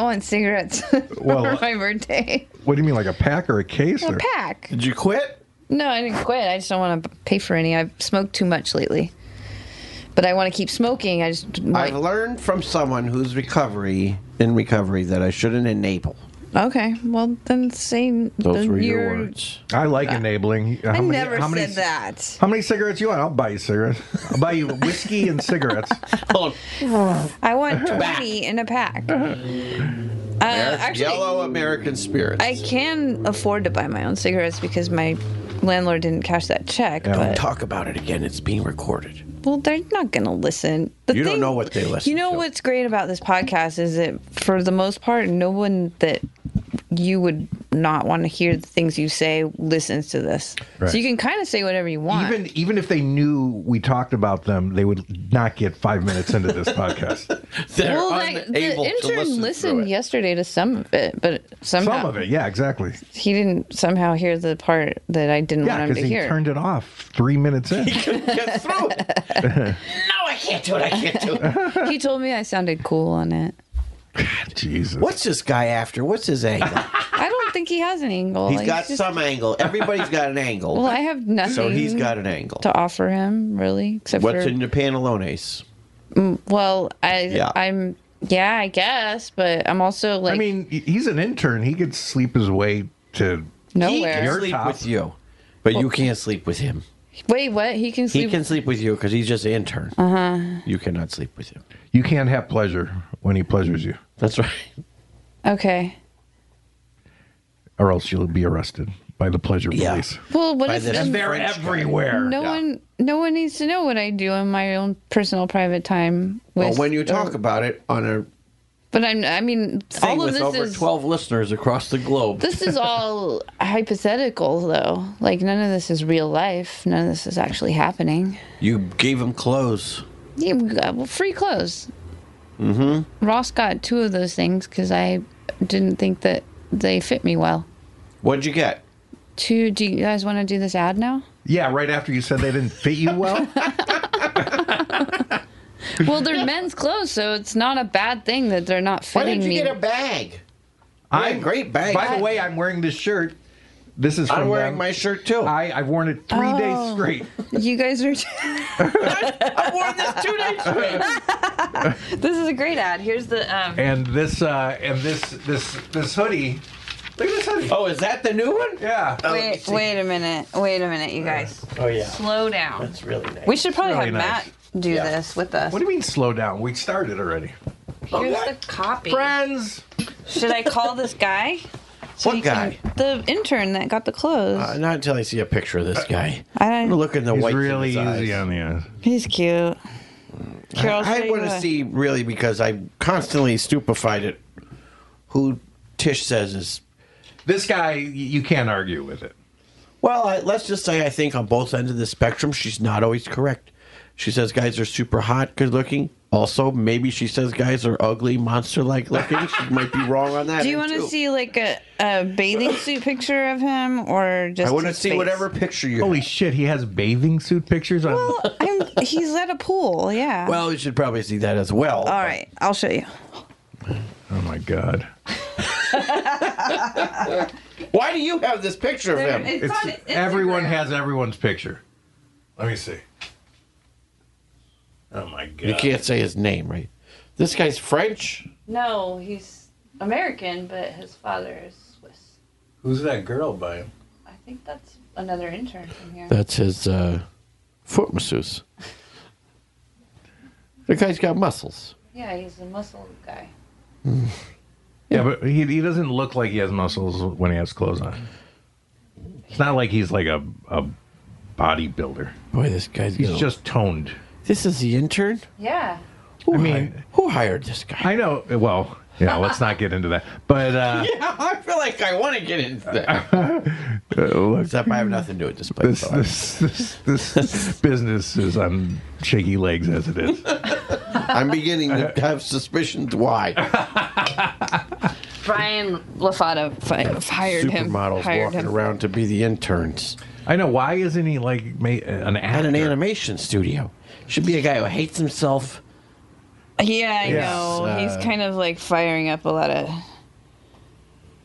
Speaker 12: want cigarettes
Speaker 2: Well-
Speaker 12: for my birthday.
Speaker 2: What do you mean, like a pack or a case?
Speaker 12: A
Speaker 2: or-
Speaker 12: pack.
Speaker 10: Did you quit?
Speaker 12: No, I didn't quit. I just don't want to pay for any. I've smoked too much lately, but I want to keep smoking. I just
Speaker 10: I've learned from someone who's recovery in recovery that I shouldn't enable.
Speaker 12: okay. Well, then say you're-
Speaker 2: I like enabling.
Speaker 12: I never said that.
Speaker 2: How many cigarettes you want? I'll buy you cigarettes. I'll buy you whiskey and cigarettes.
Speaker 12: I want twenty in a pack. Uh,
Speaker 10: Ameri-
Speaker 12: actually,
Speaker 10: Yellow American spirit.
Speaker 12: I can afford to buy my own cigarettes because my landlord didn't cash that check.
Speaker 10: Don't
Speaker 12: But
Speaker 10: talk about it again. It's being recorded.
Speaker 12: well, they're not gonna listen. The
Speaker 10: you
Speaker 12: thing-
Speaker 10: don't know what they listen.
Speaker 12: You know what's great about this podcast is that for the most part, no one that you would not want to hear the things you say listens to this.
Speaker 2: Right.
Speaker 12: So you can kind of say whatever you want.
Speaker 2: Even even if they knew we talked about them, they would not get five minutes into this podcast.
Speaker 12: well, like, the intern listened yesterday to some of it, but somehow
Speaker 2: Some of it, yeah, exactly.
Speaker 12: he didn't somehow hear the part that I didn't
Speaker 2: Yeah,
Speaker 12: want him
Speaker 2: because
Speaker 12: to
Speaker 2: he
Speaker 12: hear.
Speaker 2: turned it off three minutes in.
Speaker 10: No, I can't do it. I can't do it.
Speaker 12: he told me I sounded cool on it.
Speaker 2: Jesus.
Speaker 10: What's this guy after? What's his angle?
Speaker 12: I don't think he has an angle.
Speaker 10: He's
Speaker 12: Like,
Speaker 10: got
Speaker 12: just-
Speaker 10: some angle. Everybody's got an angle.
Speaker 12: Well, I have nothing.
Speaker 10: So he's got an angle.
Speaker 12: to offer him really, except
Speaker 10: What's
Speaker 12: for
Speaker 10: in your pantalones?
Speaker 12: Mm, well, I
Speaker 10: Yeah.
Speaker 12: I'm yeah, I guess, but I'm also like
Speaker 2: I mean, he- he's an intern. He could sleep his way to
Speaker 12: Nowhere.
Speaker 10: He
Speaker 12: Your
Speaker 10: can sleep
Speaker 12: top.
Speaker 10: with you, but you can't sleep with him.
Speaker 12: wait, what? He can
Speaker 10: He
Speaker 12: sleep.
Speaker 10: can sleep with you because he's just an intern.
Speaker 12: Uh huh.
Speaker 10: You cannot sleep with him.
Speaker 2: You can't have pleasure when he pleasures you.
Speaker 10: That's right.
Speaker 12: Okay.
Speaker 2: Or else you'll be arrested by the pleasure police.
Speaker 12: Well, what
Speaker 2: By
Speaker 12: if
Speaker 2: this
Speaker 12: then-
Speaker 2: They're French guy. everywhere.
Speaker 12: No
Speaker 2: Yeah.
Speaker 12: one, no one needs to know what I do in my own personal private time. With,
Speaker 10: Well, when you talk about it on a
Speaker 12: but I'm, I mean,
Speaker 10: thing
Speaker 12: all of
Speaker 10: with
Speaker 12: this
Speaker 10: over
Speaker 12: is
Speaker 10: 12 listeners across the globe.
Speaker 12: this is all hypothetical, though. Like none of this is real life. None of this is actually happening.
Speaker 10: You gave him clothes.
Speaker 12: Yeah, we got- well, free clothes.
Speaker 10: Mm-hmm.
Speaker 12: Ross got two of those things because I didn't think that they fit me well.
Speaker 10: What'd you get?
Speaker 12: Two, do you guys want to do this ad now?
Speaker 2: Yeah, right after you said they didn't fit you well.
Speaker 12: Well, they're men's clothes, so it's not a bad thing that they're not
Speaker 10: Why
Speaker 12: fitting
Speaker 10: didn't you
Speaker 12: me.
Speaker 10: get a bag?
Speaker 2: I'm
Speaker 10: great bag.
Speaker 2: By the way, I'm wearing this shirt This is.
Speaker 10: I'm
Speaker 2: From
Speaker 10: wearing
Speaker 2: them.
Speaker 10: my Oh. shirt too.
Speaker 2: I I've worn it three days straight.
Speaker 12: You guys are. I've worn this two days straight. this is a great ad. Here's the. Um,
Speaker 2: And this uh and this this this hoodie. Look at this hoodie.
Speaker 1: Oh, is that the new one?
Speaker 2: Yeah.
Speaker 12: wait, wait a minute. Wait a minute, you guys.
Speaker 2: Oh, yeah.
Speaker 12: Slow down.
Speaker 1: That's really nice.
Speaker 12: We should probably
Speaker 2: Really
Speaker 12: have
Speaker 2: nice.
Speaker 12: Matt do this with us.
Speaker 2: What do you mean slow down? We started already.
Speaker 12: Here's the copy.
Speaker 2: Friends.
Speaker 12: Should I call this guy?
Speaker 10: what guy?
Speaker 12: The intern that got the clothes.
Speaker 10: Uh, not until I see a picture of this guy.
Speaker 12: I
Speaker 10: I'm looking the
Speaker 2: He's
Speaker 10: white.
Speaker 2: really easy
Speaker 10: on
Speaker 2: the eyes.
Speaker 12: He's cute. Carol,
Speaker 10: I,
Speaker 12: say
Speaker 10: want to
Speaker 12: what?
Speaker 10: see really because I'm constantly stupefied at who Tish says is.
Speaker 2: This guy, you can't argue with it.
Speaker 10: Well, I, let's just say I think on both ends of the spectrum, she's not always correct. She says guys are super hot, good looking. Also, maybe she says guys are ugly, monster like looking. she might be wrong on that.
Speaker 12: Do you
Speaker 10: end,
Speaker 12: want to
Speaker 10: too.
Speaker 12: see like a, a bathing suit picture of him or just?
Speaker 10: I want to
Speaker 12: his
Speaker 10: see
Speaker 12: face?
Speaker 10: whatever picture you.
Speaker 2: Holy shit, he has bathing suit pictures on.
Speaker 12: I'm, he's at a pool. Yeah.
Speaker 10: Well, you should probably see that as well.
Speaker 12: All right, I'll show you.
Speaker 2: oh my god.
Speaker 10: Why do you have this picture of him?
Speaker 2: everyone has everyone's picture. Let me see. Oh my god.
Speaker 10: You can't say his name, right? This guy's French.
Speaker 9: No, he's American, but his father is Swiss.
Speaker 2: Who's that girl by him?
Speaker 9: I think that's another intern from here.
Speaker 10: That's his uh, foot masseuse. the guy's got muscles.
Speaker 9: Yeah, he's a muscle guy.
Speaker 2: Yeah, but he, he doesn't look like he has muscles when he has clothes on. It's not like he's like a, a bodybuilder.
Speaker 10: Boy, this guy's
Speaker 2: he's
Speaker 10: gonna-
Speaker 2: just toned.
Speaker 10: This is the intern.
Speaker 9: Yeah.
Speaker 10: Who I mean, who hired this guy?
Speaker 2: I know. Well, yeah. Let's not get into that. But uh,
Speaker 10: yeah, I feel like I want to get into that.
Speaker 2: uh, look,
Speaker 10: Except I have nothing to do with this place.
Speaker 2: this this this, this business is on shaky legs as it is.
Speaker 10: I'm beginning to have suspicions why.
Speaker 12: Brian Lafata fi- hired him.
Speaker 10: Supermodels
Speaker 12: Hired
Speaker 10: walking
Speaker 12: him.
Speaker 10: around to be the interns.
Speaker 2: I know. Why isn't he like ma- an actor?
Speaker 10: At an animation studio. Should be a guy who hates himself.
Speaker 12: Yeah, I
Speaker 10: Yes,
Speaker 12: know.
Speaker 10: uh,
Speaker 12: He's kind of like firing up a lot of,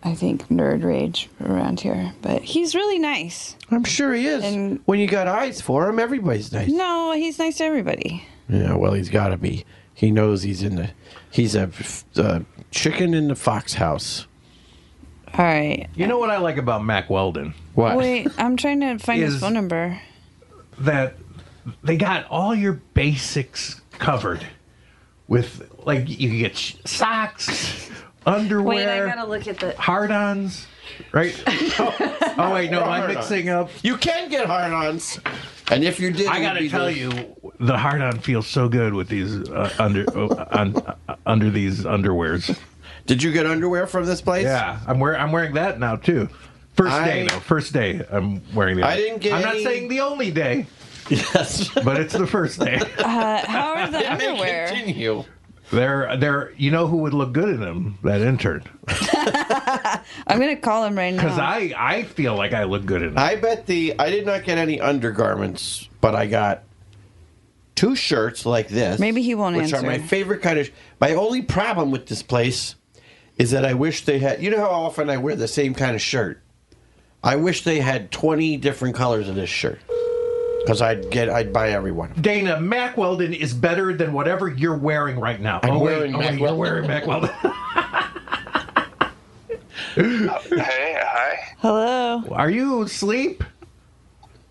Speaker 12: I think, nerd rage around here. But he's really nice.
Speaker 10: I'm sure he is. when you got eyes for him, everybody's nice.
Speaker 12: No, he's nice to everybody.
Speaker 10: Yeah, well, he's got to be. He knows he's in the. He's a, f- a chicken in the fox house.
Speaker 12: All right.
Speaker 2: You know what I like about Mac Weldon?
Speaker 10: What?
Speaker 12: Wait, I'm trying to find
Speaker 2: Is-
Speaker 12: his phone number.
Speaker 2: that they got all your basics covered with like you can get sh- socks, underwear,
Speaker 12: look at the.
Speaker 2: hard-ons, right? oh, oh, wait, no, I'm mixing up.
Speaker 10: You can get hard ons. And if you did,
Speaker 2: I
Speaker 10: it would
Speaker 2: gotta
Speaker 10: be
Speaker 2: tell
Speaker 10: the-
Speaker 2: you, the hard-on feels so good with these uh, under uh, un, uh, under these underwears.
Speaker 10: Did you get underwear from this place?
Speaker 2: Yeah, I'm wearing I'm wearing that now too. First day
Speaker 10: I-
Speaker 2: though, first day I'm wearing the.
Speaker 10: I didn't get
Speaker 2: I'm
Speaker 10: any-
Speaker 2: not saying the only day,
Speaker 10: Yes.
Speaker 2: but it's the first day.
Speaker 12: Uh, how are the underwear?
Speaker 10: Continue.
Speaker 2: They're they're you know who would look good in them? That intern.
Speaker 12: I'm gonna call him right
Speaker 2: Because
Speaker 12: now.
Speaker 2: I, I feel like I look good in it.
Speaker 10: Uh-huh. I bet the. I did not get any undergarments, but I got two shirts like this.
Speaker 12: Maybe he won't
Speaker 10: which
Speaker 12: answer.
Speaker 10: are my favorite kind of. My only problem with this place is that I wish they had. You know how often I wear the same kind of shirt. I wish they had twenty different colors of this shirt, because I'd get. I'd buy every one. of them.
Speaker 2: Dana, Mac Weldon is better than whatever you're wearing right now.
Speaker 10: I'm
Speaker 2: oh, wait,
Speaker 10: wearing
Speaker 2: oh,
Speaker 10: Mack
Speaker 2: wait,
Speaker 10: Weldon.
Speaker 2: you're wearing Mac Weldon.
Speaker 20: Hey, hi.
Speaker 12: Hello.
Speaker 2: Are you asleep?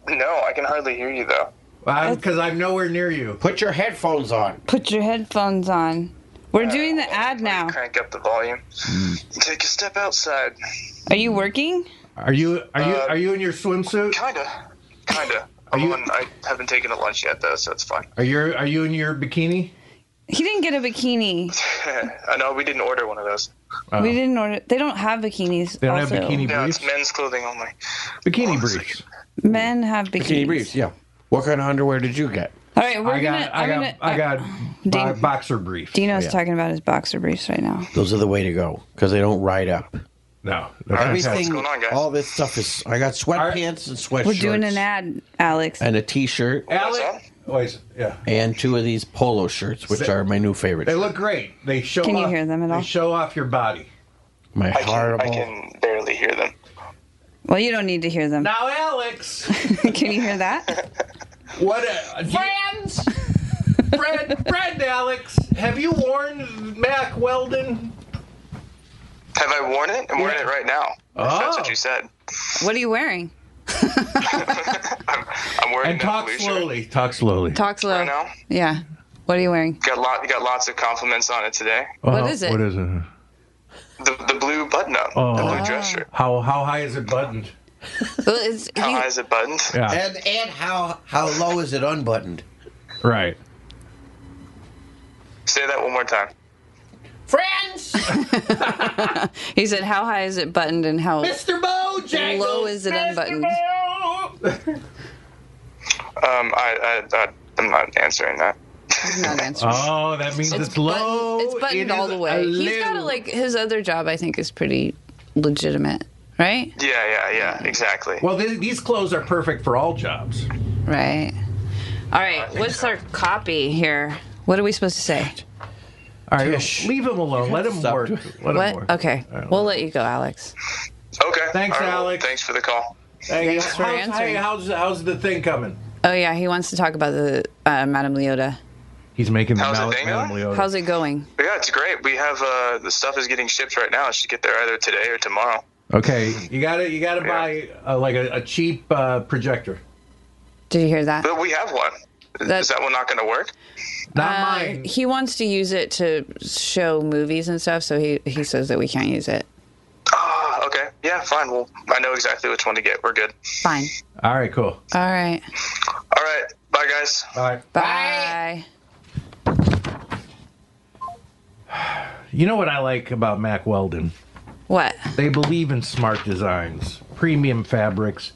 Speaker 20: No, I can hardly hear you though.
Speaker 2: Because I'm nowhere near you.
Speaker 10: Put your headphones on.
Speaker 12: Put your headphones on. We're doing the ad now.
Speaker 20: Crank up the volume.
Speaker 2: Mm.
Speaker 20: Take a step outside.
Speaker 12: Are you working?
Speaker 2: Are you are you are you in your swimsuit?
Speaker 20: Kinda, kinda. I'm on, I haven't taken a lunch yet though, so it's fine.
Speaker 2: Are you are you in your bikini?
Speaker 12: He didn't get a bikini.
Speaker 20: I know we didn't order one of those.
Speaker 12: We didn't order. They don't have bikinis.
Speaker 2: Oh. They don't have
Speaker 12: also.
Speaker 2: bikini
Speaker 20: No,
Speaker 2: briefs.
Speaker 20: it's men's clothing only.
Speaker 2: Bikini briefs.
Speaker 12: Men have
Speaker 10: Bikini
Speaker 12: bikinis.
Speaker 10: briefs. Yeah. What kind of underwear did you get?
Speaker 12: All right, we're
Speaker 2: I got
Speaker 12: gonna.
Speaker 2: I
Speaker 12: I'm
Speaker 2: got
Speaker 12: gonna. uh,
Speaker 2: I got bo-
Speaker 12: Dana-
Speaker 2: boxer briefs.
Speaker 12: Dino's
Speaker 10: Oh, yeah.
Speaker 12: talking about his boxer briefs right now.
Speaker 10: Those are the way to go because they don't ride up.
Speaker 2: No.
Speaker 10: Everything, all this stuff is. I got sweatpants and sweatshirts.
Speaker 12: We're doing an ad, Alex.
Speaker 10: and a t-shirt
Speaker 2: Alex, wait, yeah.
Speaker 10: and two of these polo shirts, which are my new
Speaker 2: They
Speaker 10: favorites.
Speaker 2: look great. They show
Speaker 12: Can you
Speaker 2: off,
Speaker 12: hear them at all?
Speaker 2: They show off your body.
Speaker 10: My
Speaker 20: I can, I
Speaker 10: horrible.
Speaker 20: can barely hear them.
Speaker 12: Well, you don't need to hear them.
Speaker 7: Now, Alex.
Speaker 12: Can you hear that?
Speaker 7: What? A, Friends. Fred, Fred, Alex, have you worn Mac Weldon?
Speaker 20: Have I worn it? I'm wearing it right now. if That's
Speaker 2: Oh.
Speaker 20: what you said.
Speaker 12: What are you wearing?
Speaker 20: I'm wearing
Speaker 2: And
Speaker 20: that
Speaker 2: talk
Speaker 20: blue
Speaker 2: slowly. Talk slowly.
Speaker 12: Talk slow.
Speaker 20: Right now?
Speaker 12: Yeah. What are you wearing?
Speaker 20: shirt. Got lot. Got lots of compliments on it today.
Speaker 2: Oh, What is it?
Speaker 20: The, the blue button up. The
Speaker 2: Oh.
Speaker 20: blue dress shirt.
Speaker 2: How how high is it buttoned?
Speaker 12: Well, it's,
Speaker 20: How high is it buttoned?
Speaker 10: And and how how low is it unbuttoned?
Speaker 2: Right.
Speaker 20: Say that one more time.
Speaker 12: Friends. he said, "How high is it buttoned, and how
Speaker 7: Mr. Bojangles,
Speaker 12: low is it unbuttoned?"
Speaker 20: Um, I, I, I I'm not answering that.
Speaker 12: not answering.
Speaker 2: Oh, that means it's, low.
Speaker 12: It's buttoned
Speaker 2: It
Speaker 12: all
Speaker 2: is
Speaker 12: the
Speaker 2: a
Speaker 12: way. He's got to
Speaker 2: little-
Speaker 12: like his other job. I think is pretty legitimate, right?
Speaker 20: Yeah, yeah, yeah. Exactly.
Speaker 2: Well, th- these clothes are perfect for all jobs.
Speaker 12: Right. All right. What's our copy here? What are we supposed to say?
Speaker 2: All right, leave him alone. Let him work. Let
Speaker 12: what?
Speaker 2: him work.
Speaker 12: Okay. we'll let you go, Alex.
Speaker 20: Okay.
Speaker 2: Thanks,
Speaker 20: All right, well,
Speaker 2: Alex.
Speaker 20: thanks for the call.
Speaker 2: Hey,
Speaker 12: Thanks for
Speaker 2: how's,
Speaker 12: answering.
Speaker 2: hey, how's how's the thing coming?
Speaker 12: Oh yeah, he wants to talk about the uh, Madame Leota.
Speaker 2: He's making the
Speaker 20: How's it
Speaker 2: mouth
Speaker 20: thing going?
Speaker 12: How's it going?
Speaker 20: Yeah, it's great. We have uh, the stuff is getting shipped right now. It should get there either today or tomorrow.
Speaker 2: Okay, you gotta you gotta buy uh, like a, a cheap uh, projector.
Speaker 12: Did you hear that?
Speaker 20: But we have one. Is that one not going to work?
Speaker 2: Not
Speaker 12: mine. Uh, He wants to use it to show movies and stuff, so he he says that we can't use it.
Speaker 20: Ah, okay. Yeah, fine. Well, I know exactly which one to get. We're good.
Speaker 12: Fine.
Speaker 2: All right, cool.
Speaker 12: All right.
Speaker 20: All right. Bye, guys.
Speaker 2: Bye.
Speaker 12: Bye.
Speaker 2: You know what I like about Mac Weldon?
Speaker 12: What?
Speaker 2: They believe in smart designs, premium fabrics,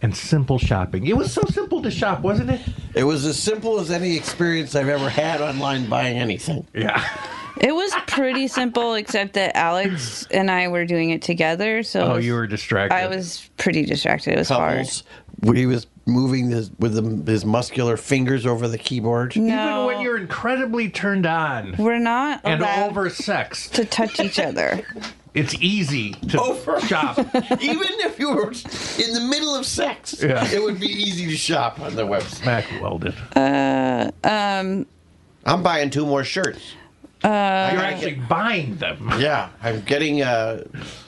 Speaker 2: and simple shopping. It was so simple to shop, wasn't it?
Speaker 10: It was as simple as any experience I've ever had online buying anything.
Speaker 2: Yeah.
Speaker 12: It was pretty simple, except that Alex and I were doing it together. So it
Speaker 10: Oh,
Speaker 12: was-
Speaker 10: you were distracted.
Speaker 12: I was pretty distracted. It was
Speaker 10: Couples. He was moving his, with the, his muscular fingers over the keyboard.
Speaker 2: Even when you're incredibly turned on
Speaker 12: hard. We're not
Speaker 2: and
Speaker 12: allowed
Speaker 2: oversexed,
Speaker 12: to touch each other.
Speaker 2: it's easy to shop.
Speaker 10: Even if you were in the middle of sex,
Speaker 2: Yeah.
Speaker 10: it would be easy to shop on the website.
Speaker 2: Mac Weldon.
Speaker 12: Uh, um,
Speaker 10: I'm buying two more shirts.
Speaker 12: Uh,
Speaker 2: You're actually buying them.
Speaker 10: Yeah, I'm getting uh,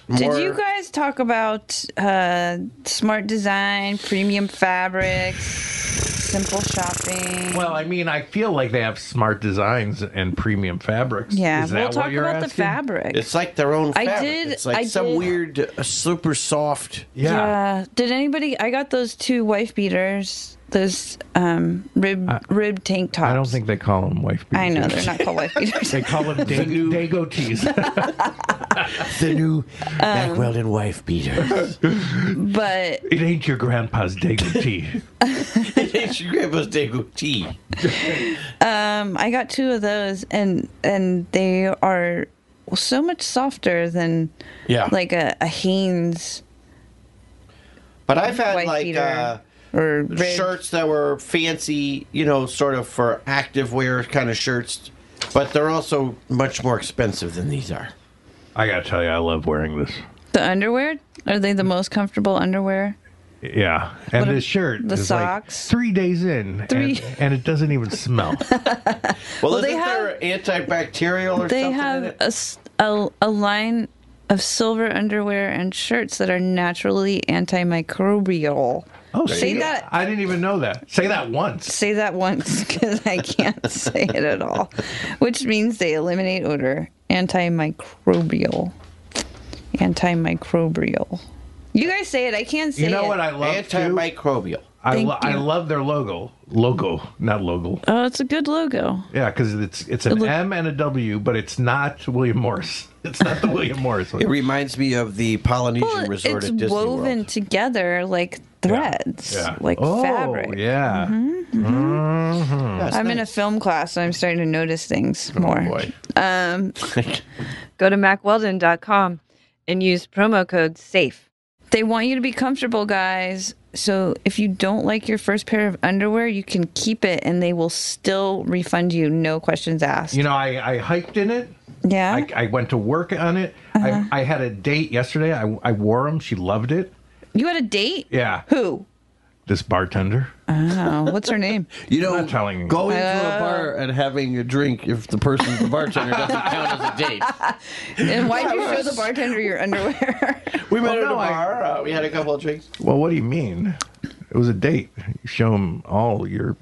Speaker 10: more.
Speaker 12: Did you guys talk about uh, smart design, premium fabrics, simple shopping?
Speaker 2: Well, I mean, I feel like they have smart designs and premium fabrics.
Speaker 12: Yeah,
Speaker 2: Is
Speaker 12: we'll
Speaker 2: that
Speaker 12: talk
Speaker 2: what you're
Speaker 12: about the
Speaker 2: asking?
Speaker 12: fabric.
Speaker 10: It's like their own.
Speaker 12: I
Speaker 10: Fabric.
Speaker 12: did-
Speaker 10: It's like
Speaker 12: I
Speaker 10: some
Speaker 12: did-
Speaker 10: weird, uh, super soft.
Speaker 12: Did anybody? I got those two wife beaters, those um, rib rib tank tops.
Speaker 2: I don't think they call them wife beaters.
Speaker 12: I know they're not called wife beaters.
Speaker 2: they call them dago, dago tees.
Speaker 10: the new Mac
Speaker 12: Um,
Speaker 10: Weldon wife beater.
Speaker 12: but
Speaker 2: It ain't your grandpa's dago tee.
Speaker 10: it ain't your grandpa's dago tea.
Speaker 12: um, I got two of those, and and they are so much softer than
Speaker 10: Yeah.
Speaker 12: like a, a Hanes.
Speaker 10: But I've had
Speaker 12: Wife
Speaker 10: like
Speaker 12: beater
Speaker 10: uh,
Speaker 12: or
Speaker 10: shirts that were fancy, you know, sort of for active wear kind of shirts, but they're also much more expensive than these are.
Speaker 2: I gotta tell you, I love wearing this.
Speaker 12: The underwear? Are they the most comfortable underwear?
Speaker 2: Yeah, and
Speaker 12: What a-
Speaker 2: this shirt.
Speaker 12: the
Speaker 2: is like
Speaker 12: socks?
Speaker 2: three days in,
Speaker 12: Three-
Speaker 2: And, and it doesn't even smell.
Speaker 10: Well,
Speaker 12: Well,
Speaker 10: isn't
Speaker 12: they
Speaker 10: there antibacterial or
Speaker 12: They
Speaker 10: something? in
Speaker 12: have
Speaker 10: it?
Speaker 12: a, s- a- a line of silver underwear and shirts that are naturally antimicrobial.
Speaker 2: Oh,
Speaker 12: say
Speaker 2: see?
Speaker 12: that.
Speaker 2: I didn't even know that. Say that once.
Speaker 12: Say that once because I can't say it at all. Which means they eliminate odor. Antimicrobial. Antimicrobial. You guys say it. I can't say
Speaker 2: You know
Speaker 12: it.
Speaker 2: what I love too?
Speaker 10: Antimicrobial.
Speaker 2: I,
Speaker 12: Thank
Speaker 2: lo- I
Speaker 12: you.
Speaker 2: love their logo. Logo, not logo.
Speaker 12: Oh, it's a good logo.
Speaker 2: Yeah, because it's it's an M and a W, but it's not William Morris. It's not the William Morris. one.
Speaker 10: It reminds me of the Polynesian resort
Speaker 12: It's
Speaker 10: at Disney World.
Speaker 12: woven together like threads,
Speaker 10: yeah.
Speaker 12: like
Speaker 10: Oh,
Speaker 12: fabric. Mm-hmm.
Speaker 2: Yeah.
Speaker 10: That's
Speaker 12: I'm in a
Speaker 10: nice. Oh,
Speaker 12: film class and I'm starting to notice things more. Um, go to macweldon.com and use promo code SAFE. They want you to be comfortable, guys. So if you don't like your first pair of underwear, you can keep it and they will still refund you, no questions asked.
Speaker 2: You know, I, I hiked in it.
Speaker 12: Yeah. Uh-huh.
Speaker 2: I, I went to work on it. I, I had a date yesterday. I, I wore them. She loved it.
Speaker 12: You had a date?
Speaker 2: Yeah.
Speaker 12: Who?
Speaker 2: This bartender.
Speaker 12: Oh, what's her name?
Speaker 10: You know,
Speaker 2: telling
Speaker 10: going to
Speaker 12: Uh,
Speaker 10: a bar and having a drink if the person's the bartender doesn't count as a date.
Speaker 12: And why'd you show the bartender your underwear?
Speaker 10: We met at a bar. uh, we had a couple of drinks.
Speaker 2: Well, what do you mean? It was a date. You show them all your.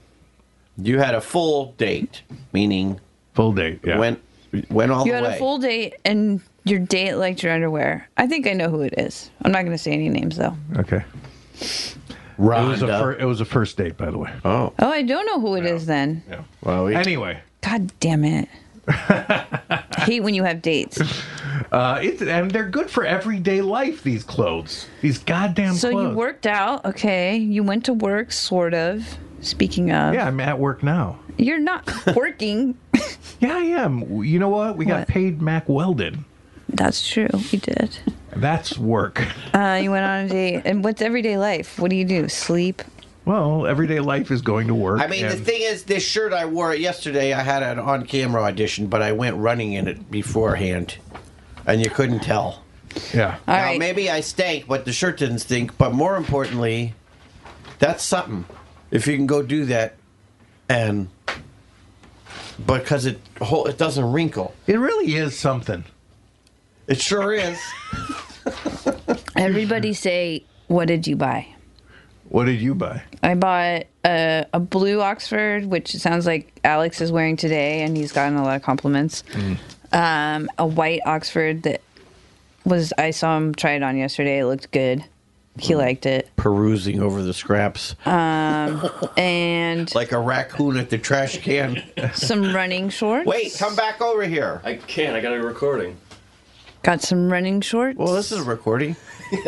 Speaker 10: You had a full date, meaning
Speaker 2: full date. Yeah.
Speaker 10: Went went all
Speaker 12: you
Speaker 10: the
Speaker 12: had
Speaker 10: way.
Speaker 12: a full date and your date liked your underwear. I think I know who it is. I'm not going to say any names though.
Speaker 2: Okay. It was, a
Speaker 10: Rhonda.
Speaker 2: fir- it was a first date, by the way.
Speaker 10: Oh.
Speaker 12: Oh, I don't know who it is then.
Speaker 2: Well, anyway,
Speaker 12: God damn it. hate when you have dates.
Speaker 2: uh, it's, and they're good for everyday life. These clothes, these goddamn
Speaker 12: so
Speaker 2: clothes.
Speaker 12: you worked out, okay. You went to work, sort of. Speaking of.
Speaker 2: Yeah, I'm at work now.
Speaker 12: You're not working.
Speaker 2: yeah, I am. You know what? We got
Speaker 12: What?
Speaker 2: paid Mac Weldon.
Speaker 12: That's true. We did.
Speaker 2: That's work.
Speaker 12: Uh, you went on a date. And what's everyday life? What do you do? Sleep?
Speaker 2: Well, everyday life is going to work.
Speaker 10: I mean, the
Speaker 2: and-
Speaker 10: thing is, this shirt I wore yesterday, I had an on camera audition, but I went running in it beforehand, and you couldn't tell.
Speaker 2: Yeah.
Speaker 10: now, Uh, maybe I stank, but the shirt didn't stink. But more importantly, that's something. If you can go do that, and because it hol- it doesn't wrinkle,
Speaker 2: it really is something.
Speaker 10: It sure is.
Speaker 12: Everybody say, what did you buy?
Speaker 2: What did you buy?
Speaker 12: I bought a, a blue Oxford, which it sounds like Alex is wearing today, and he's gotten a lot of compliments. Um, a white Oxford that was I saw him try it on yesterday. It looked good. He liked it.
Speaker 10: perusing over the scraps
Speaker 12: Um, and
Speaker 10: like a raccoon at the trash can.
Speaker 12: some running shorts.
Speaker 10: Wait, come back over here. I can't. I got a recording.
Speaker 12: Got some running shorts.
Speaker 10: Well, this is a recording.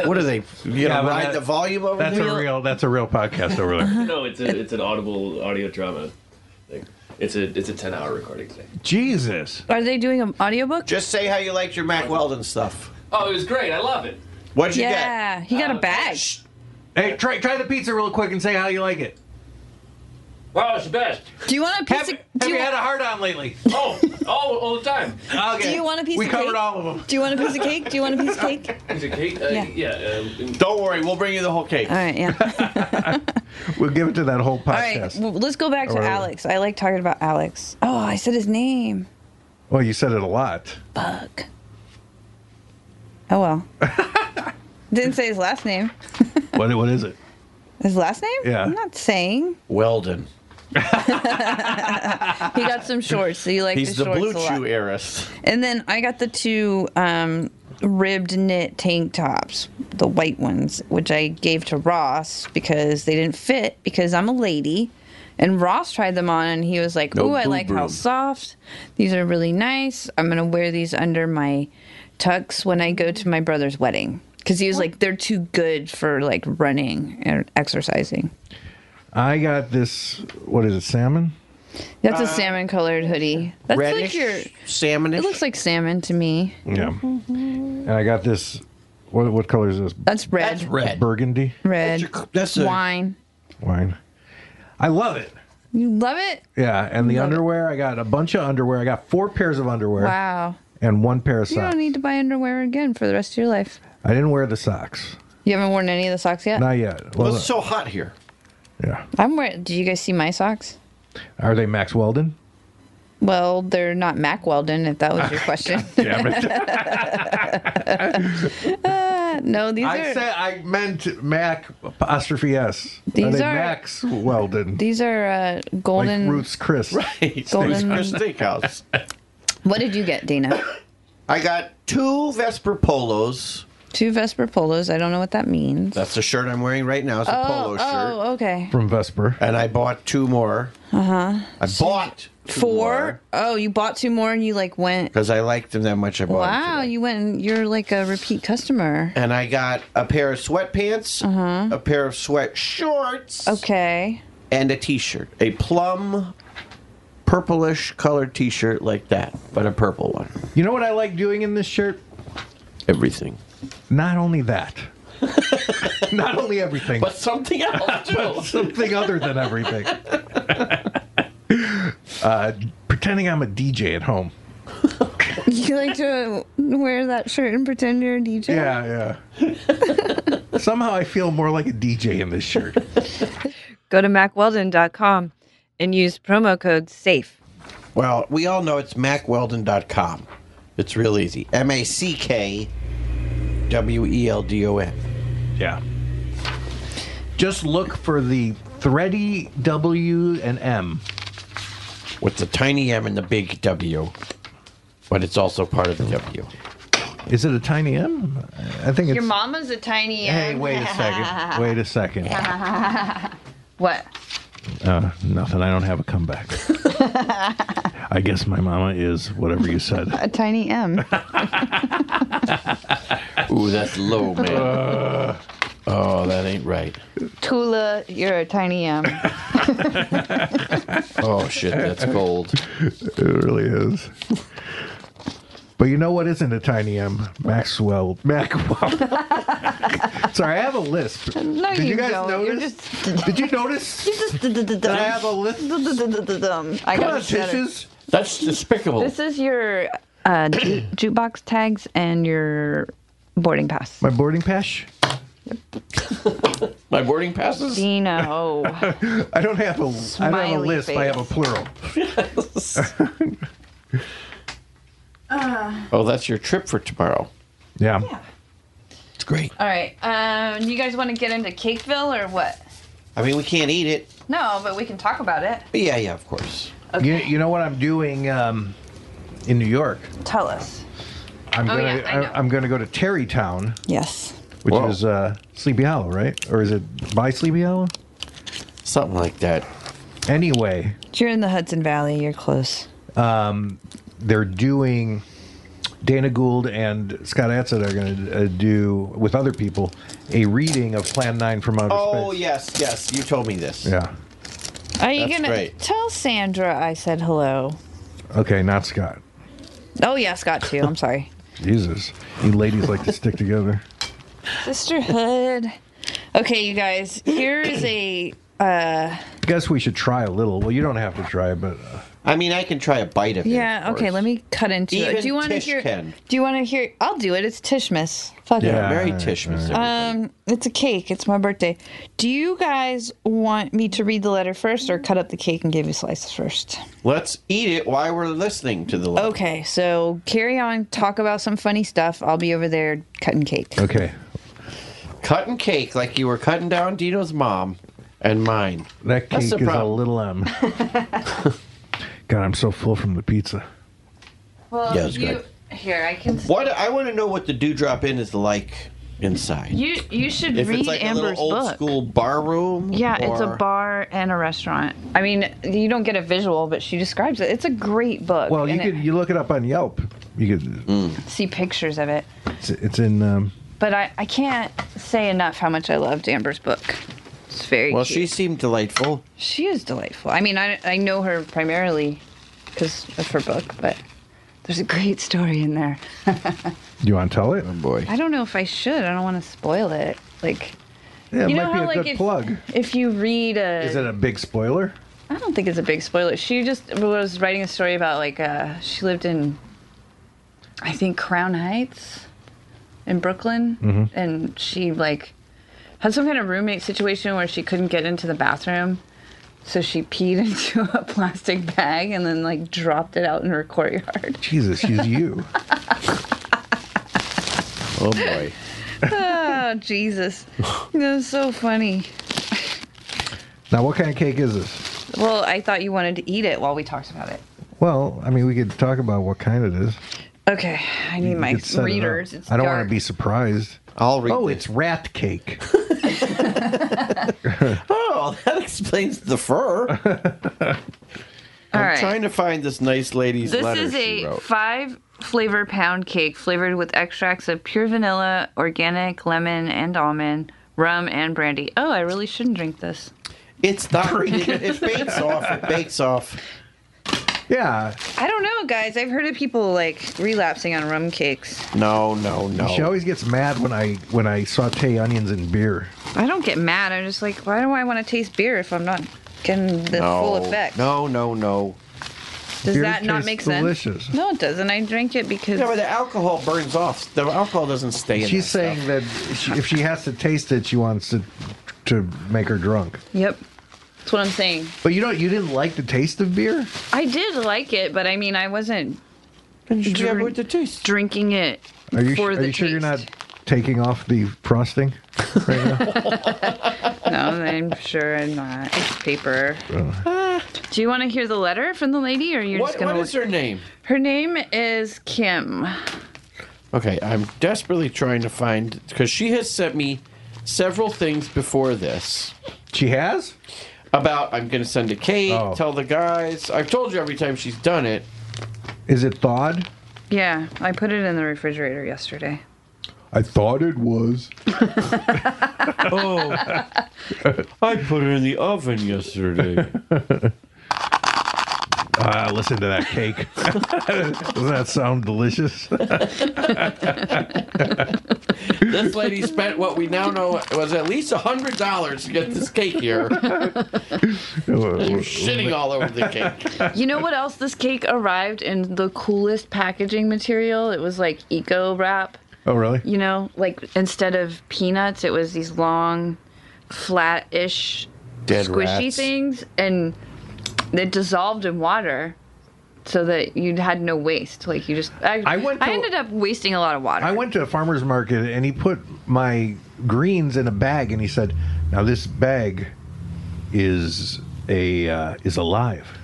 Speaker 10: What are they? You
Speaker 2: Yeah,
Speaker 10: gonna
Speaker 2: but
Speaker 10: ride
Speaker 2: that-
Speaker 10: the volume over
Speaker 2: That's
Speaker 10: there?
Speaker 2: a real. That's a real podcast over there.
Speaker 8: no, it's a, it's an audible audio drama. Thing. It's a it's a ten hour recording today.
Speaker 2: Jesus.
Speaker 12: Are they doing an audiobook?
Speaker 10: Just say how you liked your Mac Weldon stuff.
Speaker 8: Oh, it was great. I love it.
Speaker 10: What'd you get?
Speaker 12: yeah, he
Speaker 2: Uh,
Speaker 12: got a bag.
Speaker 2: Hey, try try the pizza real quick and say how you like it.
Speaker 8: Wow, it's the best.
Speaker 12: Do you want a piece of?
Speaker 2: Have
Speaker 12: do
Speaker 2: you
Speaker 12: you,
Speaker 2: had a hard on lately?
Speaker 8: Oh, oh, all the time.
Speaker 2: Okay.
Speaker 12: do you want a piece
Speaker 2: We
Speaker 12: of cake?
Speaker 2: covered all of them.
Speaker 12: Do you want a piece of cake? Do you want a piece of cake?
Speaker 8: Is it Kate? Uh,
Speaker 12: Yeah.
Speaker 8: yeah. um,
Speaker 10: Don't worry, we'll bring you the whole cake.
Speaker 12: All right, yeah.
Speaker 2: We'll give it to that whole
Speaker 12: All right,
Speaker 2: podcast.
Speaker 12: well, let's go back
Speaker 2: Or
Speaker 12: to
Speaker 2: whatever.
Speaker 12: Alex. I like talking about Alex. Oh, I said his name.
Speaker 2: Well, you said it a lot.
Speaker 12: Fuck. Oh well. Didn't say his last name.
Speaker 2: What what is it?
Speaker 12: His last name?
Speaker 2: Yeah.
Speaker 12: I'm not saying.
Speaker 10: Weldon.
Speaker 12: He got some shorts, so you like
Speaker 10: He's the
Speaker 12: the shorts
Speaker 10: Blue
Speaker 12: a lot.
Speaker 10: Chew heiress.
Speaker 12: And then I got the two um, ribbed knit tank tops, the white ones, which I gave to Ross because they didn't fit because I'm a lady. And Ross tried them on and he was like,
Speaker 13: No
Speaker 12: "Ooh, I like how
Speaker 13: boob-boob."
Speaker 12: soft. These are really nice. I'm going to wear these under my tux when I go to my brother's wedding." Cuz he was like, "They're too good for like running and exercising."
Speaker 2: I got this. What is it? Salmon.
Speaker 12: That's a salmon colored hoodie. That's like your
Speaker 10: salmon.
Speaker 12: It looks like salmon to me.
Speaker 2: Yeah.
Speaker 12: Mm-hmm.
Speaker 2: And I got this. What what color is this?
Speaker 12: That's red. That's
Speaker 10: red.
Speaker 2: Burgundy
Speaker 12: Red.
Speaker 10: that's a-
Speaker 12: wine.
Speaker 2: wine. I love it.
Speaker 12: You love it?
Speaker 2: Yeah, and the underwear. I got a bunch of underwear. I got four pairs of underwear
Speaker 12: Wow.
Speaker 2: and one pair of
Speaker 12: You
Speaker 2: socks.
Speaker 12: don't need to buy underwear again for the rest of your life.
Speaker 2: I didn't wear the socks.
Speaker 12: You haven't worn any of the socks yet?
Speaker 2: Not yet.
Speaker 10: Well,
Speaker 2: Well,
Speaker 10: it's so hot here.
Speaker 12: I'm wearing. Did you guys see my socks?
Speaker 2: are they Max Weldon?
Speaker 12: Well, they're not Mac Weldon, if that was your question.
Speaker 2: Damn it.
Speaker 12: Uh, no, these
Speaker 2: I
Speaker 12: are
Speaker 2: said I meant Mac apostrophe S.
Speaker 12: These
Speaker 2: are they
Speaker 12: are-
Speaker 2: Max Weldon?
Speaker 12: these are uh, golden.
Speaker 2: like Ruth's Chris. Right.
Speaker 12: Golden-
Speaker 10: Steakhouse. Steakhouse.
Speaker 12: What did you get, Dana?
Speaker 10: I got two Vesper polos.
Speaker 12: Two Vesper polos. I don't know what that means.
Speaker 10: That's the shirt I'm wearing right now. It's a
Speaker 12: oh,
Speaker 10: polo shirt.
Speaker 12: oh, okay.
Speaker 2: From Vesper.
Speaker 10: And I bought two more.
Speaker 12: Uh huh.
Speaker 10: I bought two
Speaker 12: Four. Oh, you bought two more and you like went.
Speaker 10: because I liked them that much. I bought them.
Speaker 12: Wow, you went. and You're like a repeat customer.
Speaker 10: And I got a pair of sweatpants,
Speaker 12: Uh-huh.
Speaker 10: a pair of sweat shorts,
Speaker 12: Okay.
Speaker 10: and a t-shirt. A plum purplish colored t-shirt like that, but a purple one.
Speaker 2: You know what I like doing in this shirt?
Speaker 10: Everything.
Speaker 2: Not only that. Not only everything,
Speaker 10: But something else
Speaker 2: but
Speaker 10: too.
Speaker 2: something other than everything. uh, pretending I'm a DJ at home.
Speaker 12: You like to wear that shirt and pretend you're a DJ?
Speaker 2: Yeah, yeah.
Speaker 21: Somehow I feel more like a DJ in this shirt.
Speaker 12: Go to macweldon.com and use promo code SAFE.
Speaker 10: Well, we all know it's macweldon.com. It's real easy. M A C K W E L D O N.
Speaker 21: Yeah.
Speaker 2: Just look for the thready W and M.
Speaker 10: With the tiny M and the big W. But it's also part of the W.
Speaker 2: Is it a tiny M? I think it's.
Speaker 12: Your mama's a tiny.
Speaker 2: Hey, wait a second. Wait a second.
Speaker 12: second. what?
Speaker 2: Uh, nothing. I don't have a comeback. I guess my mama is whatever you said.
Speaker 4: A tiny M.
Speaker 10: Ooh, that's low, man. oh, that ain't right.
Speaker 12: Tula, you're a tiny um, M.
Speaker 10: Oh, shit, that's gold.
Speaker 2: It really is. But you know what isn't a tiny M? Maxwell. Maxwell. Sorry, I have a lisp.
Speaker 13: No,
Speaker 2: Did you,
Speaker 13: you
Speaker 2: guys
Speaker 13: don't. You're
Speaker 2: notice? Did you notice?
Speaker 12: Did
Speaker 2: I have a lisp?
Speaker 12: um,
Speaker 2: Come
Speaker 12: I
Speaker 2: on,
Speaker 12: got better.
Speaker 2: Tishes.
Speaker 10: That's despicable.
Speaker 12: This is your uh, ju- jukebox tags and your boarding pass.
Speaker 2: My boarding pass?
Speaker 10: My boarding passes?
Speaker 12: Dino.
Speaker 2: I don't have a. I don't have a
Speaker 12: Smiley
Speaker 2: lisp. I have a plural.
Speaker 12: Uh,
Speaker 10: Oh, that's your trip for tomorrow.
Speaker 2: Yeah.
Speaker 10: It's great.
Speaker 12: all right. Um, you guys want to get into Cakeville or what?
Speaker 10: I mean, we can't eat it.
Speaker 12: No, but we can talk about it.
Speaker 10: Yeah, yeah, of course.
Speaker 2: You, you know what I'm doing um, in New York?
Speaker 12: Tell us.
Speaker 2: I'm
Speaker 12: Oh,
Speaker 2: gonna
Speaker 12: yeah, I know.
Speaker 2: I am gonna go to Terrytown.
Speaker 12: Yes.
Speaker 2: Which is uh, Sleepy Hollow, right? Or is it by Sleepy Hollow?
Speaker 10: Something like that.
Speaker 2: Anyway,
Speaker 12: You're in the Hudson Valley. You're close.
Speaker 2: um, they're doing Dana Gould and Scott Atzett are going to uh, do with other people a reading of Plan Nine from Outer
Speaker 10: Oh, yes, yes. You told me this.
Speaker 2: Space. Yeah.
Speaker 12: Are you
Speaker 2: That's
Speaker 12: gonna
Speaker 2: great.
Speaker 12: tell Sandra I said hello?
Speaker 2: Okay, not Scott.
Speaker 12: Oh yeah, Scott too. I'm sorry.
Speaker 2: Jesus, you ladies like to stick together.
Speaker 12: Sisterhood. Okay, you guys. Here is a. Uh,
Speaker 2: I guess we should try a little. Well, you don't have to try, but uh,
Speaker 10: I mean, I can try a bite of
Speaker 12: yeah. Okay. Let me cut into
Speaker 10: Even
Speaker 12: it. Do you want to
Speaker 10: Tish
Speaker 12: hear?
Speaker 10: can.
Speaker 12: Do you want to hear? I'll do it. It's Tishmas. Fuck
Speaker 10: Yeah,
Speaker 12: it.
Speaker 10: Merry Tishmas.
Speaker 12: Um, it's a cake. It's my birthday. Do you guys want me to read the letter first, or cut up the cake and give you slices first?
Speaker 10: Let's eat it while we're listening to the letter.
Speaker 12: Okay, so carry on. Talk about some funny stuff. I'll be over there cutting cake.
Speaker 2: Okay.
Speaker 10: Cutting cake like you were cutting down Dino's mom and mine.
Speaker 2: that cake
Speaker 10: That's the
Speaker 2: is a
Speaker 10: problem.
Speaker 2: little um. God, I'm so full from the pizza.
Speaker 12: Oh,
Speaker 9: Well,
Speaker 10: Yeah, it's
Speaker 9: you
Speaker 10: good.
Speaker 9: here I can.
Speaker 10: What I want to know what the dewdrop in is like inside.
Speaker 12: You you should
Speaker 10: if
Speaker 12: read
Speaker 10: it's like a
Speaker 12: Amber's
Speaker 10: little old
Speaker 12: book.
Speaker 10: school bar room.
Speaker 12: Yeah, it's a
Speaker 10: or-
Speaker 12: bar and a restaurant. I mean, you don't get a visual, but she describes it. It's a great book.
Speaker 2: Well, you
Speaker 12: and
Speaker 2: could you look it up on Yelp. You could.
Speaker 12: it- see pictures of it.
Speaker 2: It's, it's in. Um,
Speaker 12: But I, I can't say enough how much I loved Amber's book. It's very
Speaker 10: Well,
Speaker 12: cute.
Speaker 10: she seemed delightful.
Speaker 12: She is delightful. I mean, I, I know her primarily because of her book, but there's a great story in there.
Speaker 2: you want to tell it? Oh
Speaker 10: boy.
Speaker 12: I don't know if I should. I don't want to spoil it. Like,
Speaker 2: Yeah, it
Speaker 12: you know
Speaker 2: might be
Speaker 12: how
Speaker 2: a
Speaker 12: like
Speaker 2: good
Speaker 12: if,
Speaker 2: plug.
Speaker 12: if you read a,
Speaker 2: Is it a big spoiler?
Speaker 12: I don't think it's a big spoiler. She just was writing a story about like uh, she lived in, I think Crown Heights, in Brooklyn,
Speaker 2: Mm-hmm.
Speaker 13: Mhm.
Speaker 12: and she like had some kind of roommate situation where she couldn't get into the bathroom, so she peed into a plastic bag and then like dropped it out in her courtyard.
Speaker 2: Jesus, she's you.
Speaker 10: oh boy.
Speaker 12: oh Jesus, that was so funny.
Speaker 2: Now, what kind of cake is this?
Speaker 12: Well, I thought you wanted to eat it while we talked about it.
Speaker 2: Well, I mean, we could talk about what kind it is.
Speaker 12: Okay, I need
Speaker 2: You
Speaker 12: my
Speaker 2: could set it up.
Speaker 12: readers. It's
Speaker 2: I don't
Speaker 12: dark.
Speaker 2: want to be surprised.
Speaker 10: I'll read.
Speaker 2: Oh, it's rat cake.
Speaker 10: Oh, that explains the fur. I'm
Speaker 12: right.
Speaker 10: trying to find this nice lady's
Speaker 12: This
Speaker 10: letter
Speaker 12: is
Speaker 10: she
Speaker 12: a
Speaker 10: wrote.
Speaker 12: five flavor pound cake flavored with extracts of pure vanilla, organic lemon and almond, rum and brandy. Oh, I really shouldn't drink this.
Speaker 10: It's not. it bakes off. It bakes off.
Speaker 2: Yeah.
Speaker 12: I don't know, guys. I've heard of people like relapsing on rum cakes.
Speaker 10: No, no, no.
Speaker 2: She always gets mad when I when I saute onions in beer.
Speaker 12: I don't get mad. I'm just like, why do I want to taste beer if I'm not getting the
Speaker 10: no,
Speaker 12: full effect?
Speaker 10: No, no, no.
Speaker 12: Does
Speaker 10: Beer
Speaker 12: that not
Speaker 10: tastes
Speaker 12: make sense?
Speaker 10: delicious.
Speaker 12: No, it doesn't. I drank it because
Speaker 10: Yeah, but the alcohol burns off. The alcohol doesn't stay in.
Speaker 2: She's saying that she, if she has to taste it, she wants to to make her drunk.
Speaker 12: Yep. that's what I'm saying.
Speaker 2: But you don't. You didn't like the taste of beer.
Speaker 12: I did like it, but I mean, I wasn't drink- drinking it
Speaker 2: Are you,
Speaker 12: for
Speaker 2: are
Speaker 12: the
Speaker 2: you sure you're not taking off the frosting?
Speaker 12: taste. No, I'm sure I'm not. It's paper. Ah. Do you want to hear the letter from the lady, or you're
Speaker 10: What,
Speaker 12: just gonna?
Speaker 10: what is her name?
Speaker 12: Her name is Kim.
Speaker 10: Okay, I'm desperately trying to find because she has sent me several things before this.
Speaker 2: She has
Speaker 10: about I'm going to send to Kate.
Speaker 2: Oh.
Speaker 10: Tell the guys. I've told you every time she's done it.
Speaker 2: Is it thawed?
Speaker 12: Yeah, I put it in the refrigerator yesterday.
Speaker 2: I thought it was.
Speaker 10: oh, I put it in the oven yesterday.
Speaker 2: Ah, listen to that cake. Doesn't that sound delicious?
Speaker 10: this lady spent what we now know was at least hundred dollars to get this cake here. You're shitting all over the cake.
Speaker 12: You know what else? This cake arrived in the coolest packaging material. It was like eco wrap.
Speaker 2: Oh, really?
Speaker 12: You know, like instead of peanuts, it was these long, flat-ish,
Speaker 10: Dead
Speaker 12: squishy
Speaker 10: rats.
Speaker 12: things, and it dissolved in water, so that you had no waste. Like you just, I,
Speaker 2: I went
Speaker 12: I
Speaker 2: to-
Speaker 12: ended up wasting a lot of water.
Speaker 2: I went to a farmer's market and he put my greens in a bag and he said, "Now this bag is a uh, is alive."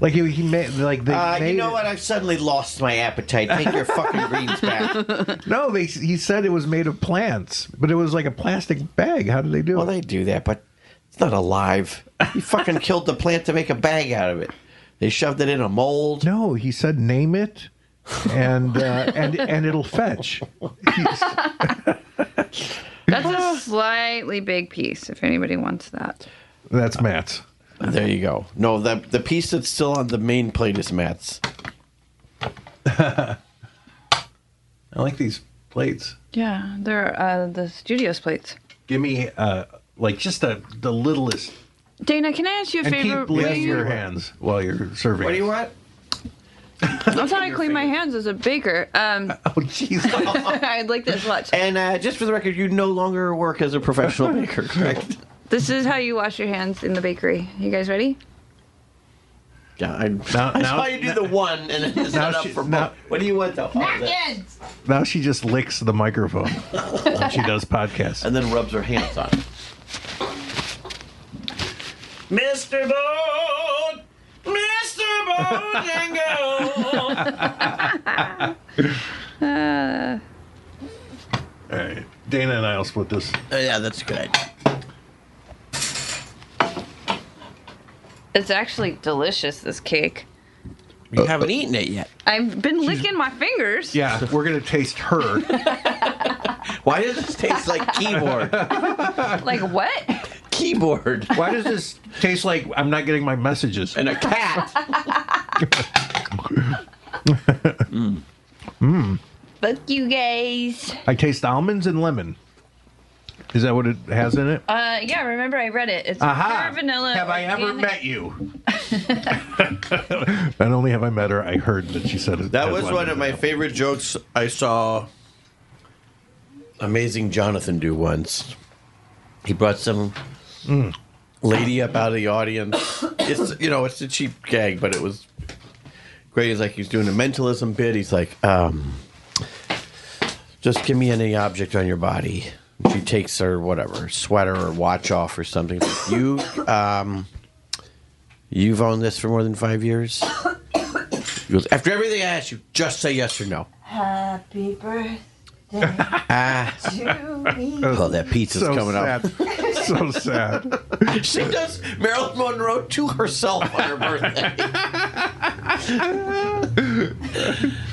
Speaker 2: Like he, he made like they
Speaker 10: Uh,
Speaker 2: made
Speaker 10: you know
Speaker 2: it-
Speaker 10: what? I've suddenly lost my appetite. Take your fucking greens back.
Speaker 2: No, they he said it was made of plants, but it was like a plastic bag. How did they do
Speaker 10: well, they do that, but it's not alive. You fucking killed the plant to make a bag out of it. They shoved it in a mold.
Speaker 2: No, he said name it and uh, and and it'll fetch.
Speaker 12: That's a slightly big piece. If anybody wants that,
Speaker 2: That's Matt's.
Speaker 10: There you go. No, the the piece that's still on the main plate is Matt's.
Speaker 2: I like these plates.
Speaker 12: yeah, they're uh, the studio's plates.
Speaker 2: Give me uh, like just a, the littlest.
Speaker 12: Dana, can I ask you a
Speaker 2: and
Speaker 12: favor?
Speaker 2: keep licking
Speaker 12: Will
Speaker 2: your
Speaker 12: you-
Speaker 2: hands while you're serving.
Speaker 10: What do you want?
Speaker 12: That's how I clean my hands as a baker. Um, oh,
Speaker 2: jeez.
Speaker 12: I'd like this much.
Speaker 10: And uh, just for the record, you no longer work as a professional baker, correct?
Speaker 12: This is how you wash your hands in the bakery. You guys ready?
Speaker 10: Yeah, I,
Speaker 2: now,
Speaker 10: I saw you do the one and then it's
Speaker 2: Now
Speaker 10: not up
Speaker 2: she-
Speaker 10: for
Speaker 2: now-
Speaker 10: both. What do you want though? Oh, that-
Speaker 2: Now she just licks the microphone when she does podcasts.
Speaker 10: And then rubs her hands on it. Mr. Boat, Mr. Bojangle.
Speaker 12: Uh,
Speaker 2: All right. Dana and I will split this.
Speaker 10: Oh, yeah, that's good.
Speaker 12: it's actually delicious. This cake.
Speaker 10: You haven't eaten it yet.
Speaker 12: I've been licking my fingers.
Speaker 2: Yeah, we're going to taste her.
Speaker 10: Why does this taste like keyboard?
Speaker 12: Like what?
Speaker 10: keyboard.
Speaker 2: Why does this taste like I'm not getting my messages?
Speaker 10: And a cat.
Speaker 2: Mmm. Mmm.
Speaker 12: Fuck you guys.
Speaker 2: I taste almonds and lemon. Is that what it has in it?
Speaker 12: Uh, yeah. Remember, I read it. It's
Speaker 2: Aha.
Speaker 12: pure vanilla.
Speaker 2: Have I ever
Speaker 12: organic-
Speaker 2: met you? Not only have I met her, I heard that she said it.
Speaker 10: That
Speaker 2: had
Speaker 10: was
Speaker 2: lemon
Speaker 10: one of
Speaker 2: in
Speaker 10: my
Speaker 2: it.
Speaker 10: favorite jokes I saw Amazing Jonathan do once. He brought some
Speaker 2: Mm.
Speaker 10: lady up out of the audience. It's you know, it's a cheap gag, but it was great. He's like he's doing a mentalism bit. He's like, um, just give me any object on your body. She takes her whatever sweater or watch off or something. Like, you um, you've owned this for more than five years. He goes, after everything I ask you, just say yes or no.
Speaker 22: Happy birthday.
Speaker 10: Ah, oh, that pizza's
Speaker 2: So
Speaker 10: coming up.
Speaker 2: so sad.
Speaker 10: She does Marilyn Monroe to herself on her birthday.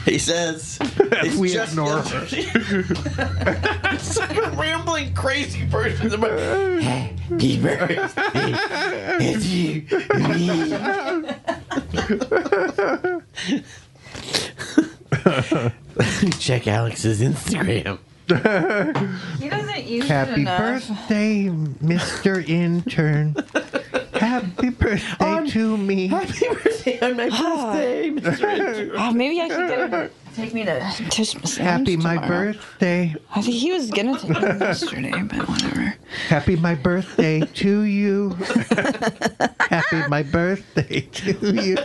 Speaker 10: he says,
Speaker 2: If we ignore her.
Speaker 10: it's like a rambling, crazy person. Happy birthday to you, me. Check Alex's Instagram.
Speaker 12: He doesn't use it
Speaker 2: Happy
Speaker 12: enough.
Speaker 2: birthday, Mr. Intern. Happy birthday to me.
Speaker 10: Happy birthday on my birthday,
Speaker 12: oh, maybe I should get him to take me to Tishmas.
Speaker 2: Happy my birthday.
Speaker 12: I think he was gonna take me yesterday, but whatever.
Speaker 2: Happy my birthday to you. Happy my birthday to you.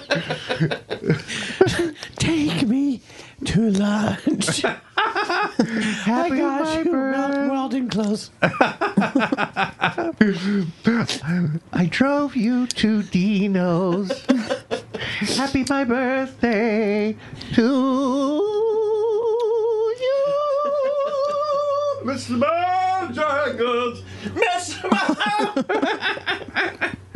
Speaker 10: Take me to lunch. I got you Mel- welding clothes.
Speaker 2: I drove you to Dino's. Happy my birthday to you, Mr. Bojangles.
Speaker 10: Mr.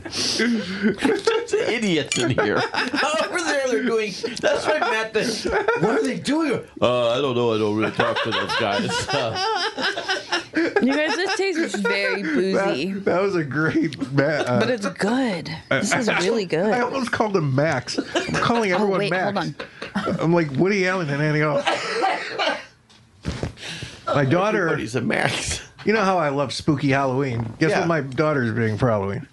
Speaker 10: There's idiots in here. Over there, they're doing. That's what Matt did. What are they doing? Uh, I don't know. I don't really talk to those guys.
Speaker 12: You guys, this taste is very boozy,
Speaker 2: That, that was a great Matt.
Speaker 12: but it's good. This is really good.
Speaker 2: I almost called him Max. I'm calling
Speaker 12: Oh,
Speaker 2: everyone
Speaker 12: wait,
Speaker 2: Max.
Speaker 12: hold on.
Speaker 2: I'm like Woody Allen and Annie Hall. My daughter.
Speaker 10: He's a Max.
Speaker 2: You know how I love spooky Halloween. Guess
Speaker 12: Yeah.
Speaker 2: what my daughter's being for Halloween?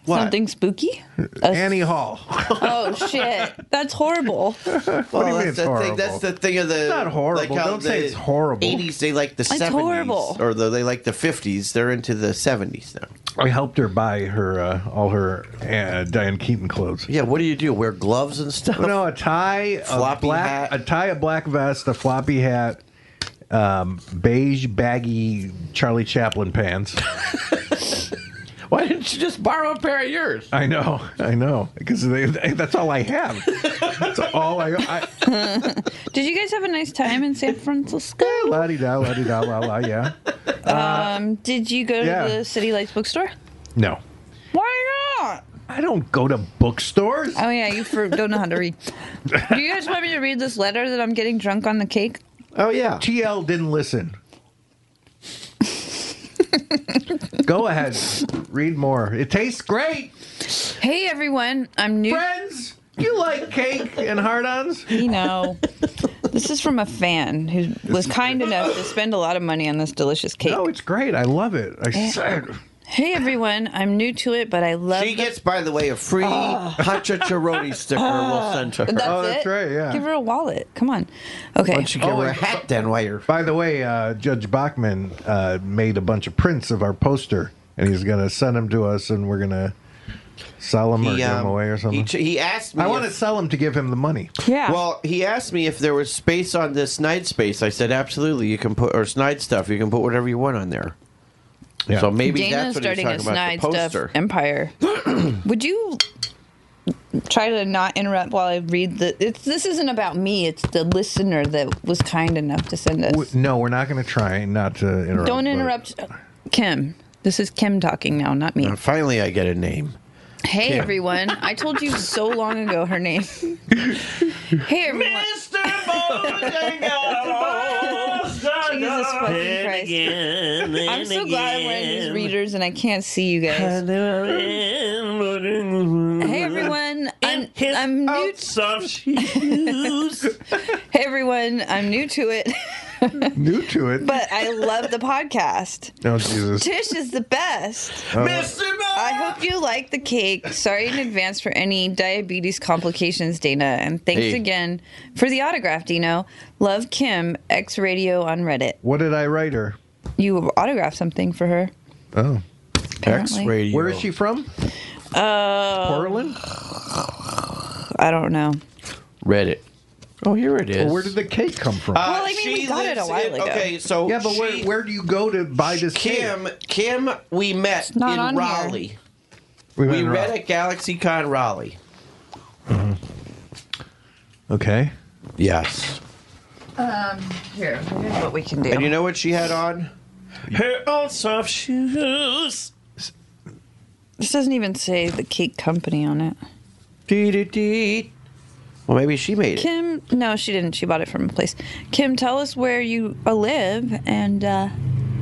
Speaker 12: Something spooky?
Speaker 2: Annie Hall.
Speaker 12: Oh shit, that's horrible.
Speaker 2: What do you mean
Speaker 10: that's
Speaker 2: it's
Speaker 10: the thing. That's
Speaker 2: horrible?
Speaker 10: the thing of the.
Speaker 2: It's not horrible.
Speaker 10: how
Speaker 2: Don't say
Speaker 10: the
Speaker 2: it's horrible.
Speaker 10: Eighties, they like the
Speaker 12: It's
Speaker 10: seventies,
Speaker 12: horrible.
Speaker 10: or the, they like the fifties. They're into the seventies now.
Speaker 2: I helped her buy her uh, all her uh, Diane Keaton clothes.
Speaker 10: Yeah, what do you do? Wear gloves and stuff?
Speaker 2: No, a tie, a
Speaker 10: Floppy
Speaker 2: black,
Speaker 10: hat.
Speaker 2: a tie, a black vest, a floppy hat, um, beige baggy Charlie Chaplin pants.
Speaker 10: Why didn't you just borrow a pair of yours?
Speaker 2: I know, I know, because that's all I have. that's all I. I
Speaker 12: Did you guys have a nice time in San Francisco?
Speaker 2: la di da, la di da, la la. Yeah.
Speaker 12: um, did you go
Speaker 2: yeah.
Speaker 12: to the City Lights bookstore?
Speaker 2: No,
Speaker 12: Why not?
Speaker 2: I don't go to bookstores.
Speaker 12: Oh yeah, you for, don't know how to read. Do you guys want me to read this letter that I'm getting drunk on the cake?
Speaker 10: Oh yeah.
Speaker 2: TL didn't listen. Go ahead, read more. It tastes great.
Speaker 12: Hey everyone, I'm new.
Speaker 2: Friends, you like cake and hard-ons?
Speaker 12: You know, this is from a fan who was kind enough to spend a lot of money on this delicious cake.
Speaker 2: Oh, it's great. I love it. I
Speaker 10: Eh.
Speaker 2: said.
Speaker 12: Hey everyone, I'm new to it, but I love.
Speaker 10: She
Speaker 12: the-
Speaker 10: gets, by the way, a free
Speaker 12: Ah.
Speaker 10: Hachachironi sticker. we'll send to her.
Speaker 12: That's it? Give her a wallet. Come on. Okay.
Speaker 10: Why don't you give
Speaker 12: Oh,
Speaker 10: her a hat then while you're.
Speaker 2: By the way, uh, Judge Bachman uh, made a bunch of prints of our poster, and he's gonna send them to us, and we're gonna sell them or
Speaker 10: He,
Speaker 2: give them
Speaker 10: um,
Speaker 2: away or something.
Speaker 10: he ch- he asked me
Speaker 2: I want to
Speaker 10: if-
Speaker 2: sell them to give him the money.
Speaker 10: Well, he asked me if there was space on this Snide space. I said, absolutely. You can put or Snide stuff. You can put whatever you want on there. So maybe
Speaker 12: Dana's
Speaker 10: that's what he's
Speaker 12: starting a
Speaker 10: talking about. The
Speaker 12: snide stuff
Speaker 10: poster.
Speaker 12: empire. Would you try to not interrupt while I read the? It's this isn't about me. It's the listener that was kind enough to send us.
Speaker 2: W- No, we're not gonna try not to interrupt.
Speaker 12: Don't
Speaker 2: but-
Speaker 12: interrupt, Kim. This is Kim talking now, not me.
Speaker 10: Uh, finally, I get a name.
Speaker 12: Hey
Speaker 10: Kim.
Speaker 12: everyone! I told you so long ago her name. hey everyone! Jesus fucking Christ! I'm so glad I'm wearing these readers and I can't see you guys. Hey everyone, I'm, I'm new. hey everyone, I'm new to it,
Speaker 2: New to it.
Speaker 12: but I love the podcast.
Speaker 2: oh Jesus.
Speaker 12: Tish is the best.
Speaker 2: Oh.
Speaker 12: I hope you like the cake. Sorry in advance for any diabetes complications, Dana. And thanks
Speaker 2: Hey.
Speaker 12: again for the autograph, Dino. Love Kim, X Radio on Reddit.
Speaker 2: What did I write her?
Speaker 12: You autographed something for her.
Speaker 2: Oh.
Speaker 12: Apparently. radio.
Speaker 2: Where is she from?
Speaker 12: Uh,
Speaker 2: Portland?
Speaker 12: I don't know.
Speaker 10: Reddit. Oh, here it is.
Speaker 2: Well, where did the cake come from?
Speaker 10: Uh, Well, I mean, we she got it a lives while in- ago. okay, so
Speaker 2: yeah, but where,
Speaker 10: she-
Speaker 2: where do you go to buy this
Speaker 10: Kim,
Speaker 2: cake?
Speaker 10: Kim, we met
Speaker 2: not
Speaker 10: in
Speaker 2: on here.
Speaker 10: Raleigh.
Speaker 2: We
Speaker 10: We,
Speaker 2: met in
Speaker 10: met
Speaker 2: Raleigh.
Speaker 10: at GalaxyCon Raleigh.
Speaker 2: Okay.
Speaker 10: Yes.
Speaker 12: Um, here, here's what we can do.
Speaker 10: And you know what she had on? Her old soft shoes.
Speaker 12: This doesn't even say the cake company on it.
Speaker 10: Dee dee dee. Well, maybe she made it.
Speaker 12: Kim, no, she didn't. She bought it from a place. Kim, tell us where you uh, live and uh,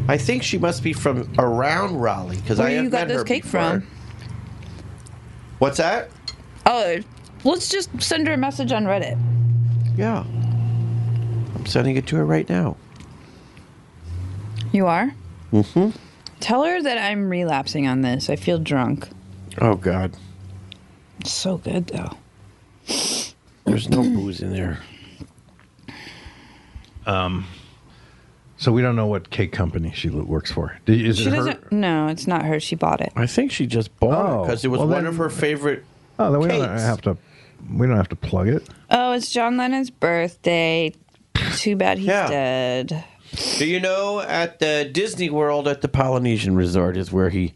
Speaker 10: I think she must be from around Raleigh because
Speaker 12: where
Speaker 10: I have
Speaker 12: you got
Speaker 10: met
Speaker 12: this
Speaker 10: her
Speaker 12: cake
Speaker 10: before.
Speaker 12: from.
Speaker 10: What's that?
Speaker 12: Oh, let's just send her a message on Reddit.
Speaker 10: Yeah. I'm sending it to her right now.
Speaker 12: You are?
Speaker 10: Mm-hmm.
Speaker 12: Tell her that I'm relapsing on this. I feel drunk.
Speaker 10: Oh God.
Speaker 12: It's so good though.
Speaker 10: There's no booze in there.
Speaker 2: Um, so we don't know what cake company she lo- works for. D- Is
Speaker 12: she
Speaker 2: it her?
Speaker 12: doesn't. No, it's not her. She bought it.
Speaker 10: I think she just bought
Speaker 2: Oh,
Speaker 10: because it was
Speaker 2: well,
Speaker 10: one
Speaker 2: then-
Speaker 10: of her favorite.
Speaker 2: Oh, then we don't
Speaker 10: cakes.
Speaker 2: have to. We don't have to plug it.
Speaker 12: Oh, it's John Lennon's birthday. Too bad he's dead.
Speaker 10: Do you know at the Disney World at the Polynesian Resort is where he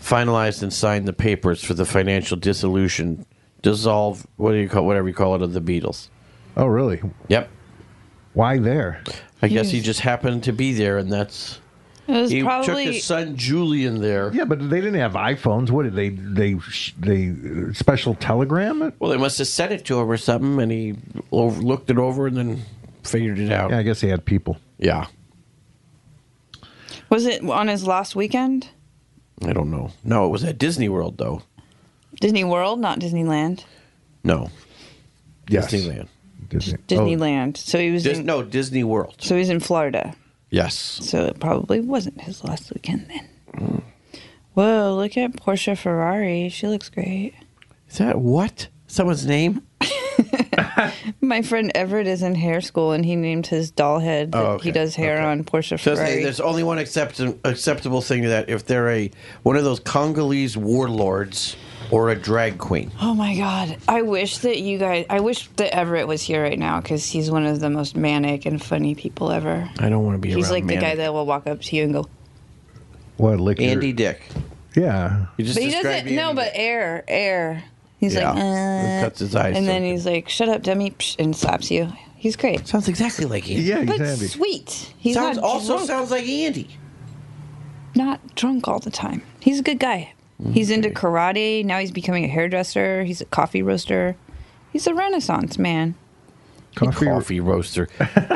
Speaker 10: finalized and signed the papers for the financial dissolution, dissolve, what do you call, whatever you call it, of the Beatles.
Speaker 2: Oh, really?
Speaker 10: Yep.
Speaker 2: Why there?
Speaker 10: I guess he just happened to be there, and that's.
Speaker 12: It was
Speaker 10: he
Speaker 12: probably
Speaker 10: took his son Julian there.
Speaker 2: Yeah, but they didn't have iPhones. What did they? They sh- they uh, special telegram it?
Speaker 10: Well, they must have sent it to him or something, and he over, looked it over and then figured it out.
Speaker 2: Yeah, I guess he had people.
Speaker 10: Yeah,
Speaker 12: was it on his last weekend?
Speaker 10: I don't know. No, it was at Disney World though.
Speaker 12: Disney World, not Disneyland.
Speaker 10: No.
Speaker 2: Yes.
Speaker 10: Disneyland.
Speaker 2: Disney.
Speaker 10: Oh.
Speaker 12: Disneyland. So he was
Speaker 10: Dis-
Speaker 12: in,
Speaker 10: no Disney World.
Speaker 12: so he was in Florida.
Speaker 10: Yes.
Speaker 12: So it probably wasn't his last weekend then.
Speaker 10: Mm.
Speaker 12: Whoa, look at Portia Ferrari. She looks great.
Speaker 10: Is that what? Someone's name?
Speaker 12: My friend Everett is in hair school and he named his doll head that
Speaker 10: Oh, okay,
Speaker 12: he does hair on Portia
Speaker 10: So
Speaker 12: Ferrari.
Speaker 10: there's only one accept- acceptable thing to that if they're a one of those Congolese warlords or a drag queen.
Speaker 12: Oh my God. I wish that you guys, I wish that Everett was here right now because he's one of the most manic and funny people ever.
Speaker 10: I don't want to be
Speaker 12: He's
Speaker 10: around
Speaker 12: like the guy
Speaker 10: manic.
Speaker 12: that will walk up to you and go,
Speaker 2: Oh, What lick? your-
Speaker 10: Andy Dick.
Speaker 2: Yeah.
Speaker 10: You just
Speaker 12: but he
Speaker 10: described
Speaker 12: doesn't,
Speaker 10: Andy
Speaker 12: no, but air, air. He's like,
Speaker 10: Yeah.
Speaker 12: uh,
Speaker 10: Cuts his eyes
Speaker 12: And then he's like, shut up, dummy, psh, and slaps you. He's great.
Speaker 10: Sounds exactly like Andy. Yeah, he's
Speaker 12: but
Speaker 10: Andy.
Speaker 12: sweet. He's
Speaker 10: Sounds-
Speaker 12: not
Speaker 10: also
Speaker 12: drunk.
Speaker 10: sounds like Andy.
Speaker 12: Not drunk all the time. He's a good guy.
Speaker 10: Mm-hmm.
Speaker 12: He's into karate. Now he's becoming a hairdresser. He's a coffee roaster. He's a renaissance man.
Speaker 10: Coffee, roaster.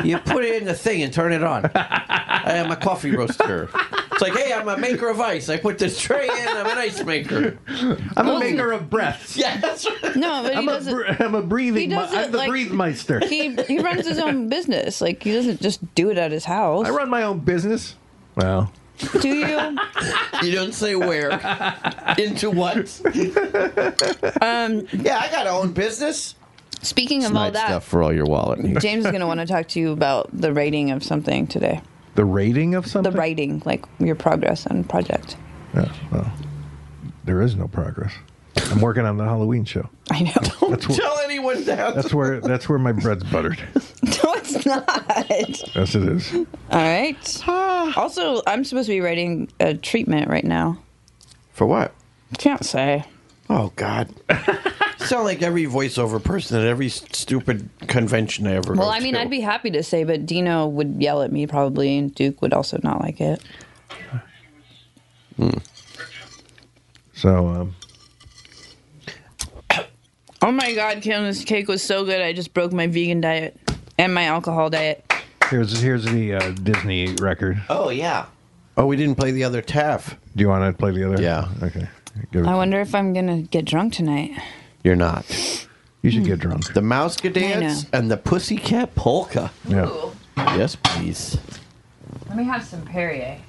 Speaker 10: you put it in the thing and turn it on. I am a coffee roaster. It's like, hey, I'm a maker of ice. I put this tray in. I'm an ice maker.
Speaker 2: I'm a maker of breaths.
Speaker 10: Yeah, that's right.
Speaker 12: No, but he
Speaker 2: I'm a,
Speaker 12: doesn't.
Speaker 2: br- I'm a breathing.
Speaker 12: he
Speaker 2: mo-
Speaker 12: doesn't,
Speaker 2: I'm the
Speaker 12: like-
Speaker 2: breathe meister.
Speaker 12: He he runs his own business. Like he doesn't just do it at his house.
Speaker 2: I run my own business. Well,
Speaker 12: Do you?
Speaker 10: You don't say where. Into what?
Speaker 12: Um,
Speaker 10: yeah, I got to own business.
Speaker 12: Speaking of all that,
Speaker 10: for all your wallet.
Speaker 12: James is going to want to talk to you about the rating of something today.
Speaker 2: the rating of something.
Speaker 12: The writing, like your progress on project.
Speaker 2: Yeah, well, there is no progress. I'm working on the Halloween show.
Speaker 12: I know.
Speaker 2: That's where,
Speaker 10: Tell anyone that.
Speaker 2: that's where that's where my bread's buttered.
Speaker 12: No, it's not. Ah.
Speaker 2: Yes, it is.
Speaker 12: All right. Also, I'm supposed to be writing a treatment right now.
Speaker 10: For what?
Speaker 12: Can't say.
Speaker 10: Oh God. Sound like every voiceover person at every stupid convention I ever.
Speaker 12: Well,
Speaker 10: go
Speaker 12: I mean,
Speaker 10: to.
Speaker 12: I'd be happy to say, but Dino would yell at me probably, and Duke would also not like it.
Speaker 2: So, um,
Speaker 12: Oh my God, Kim, this cake was so good. I just broke my vegan diet and my alcohol diet.
Speaker 2: here's here's the uh, Disney record.
Speaker 10: Oh yeah. Oh, we didn't play the other Taff.
Speaker 2: Do you want to play the other?
Speaker 10: Yeah.
Speaker 2: Okay. Give it-
Speaker 12: I wonder if I'm gonna get drunk tonight.
Speaker 10: You're not.
Speaker 2: You should get drunk.
Speaker 10: The mouse dance and the pussycat polka.
Speaker 2: Yeah.
Speaker 10: Yes, please.
Speaker 12: Let me have some Perrier.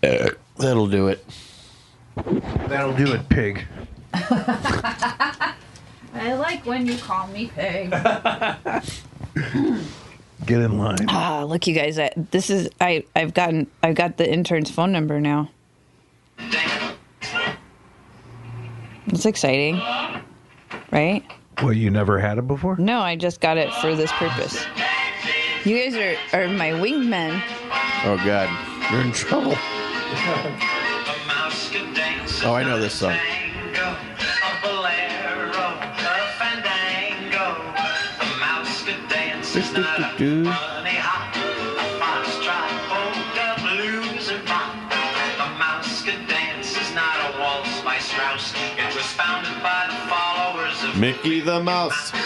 Speaker 10: That'll do it.
Speaker 2: That'll do it, pig.
Speaker 9: I like when you call me pig.
Speaker 2: Get in line.
Speaker 12: Ah, look, you guys. I, this is I. I've gotten. I've got the intern's phone number now. It's exciting, right?
Speaker 2: Well, you never had it before.
Speaker 12: No, I just got it for this purpose. You guys are, are my wingmen.
Speaker 10: Oh God, you're in trouble. Oh, I know this song. Mickey the Mouse.
Speaker 15: The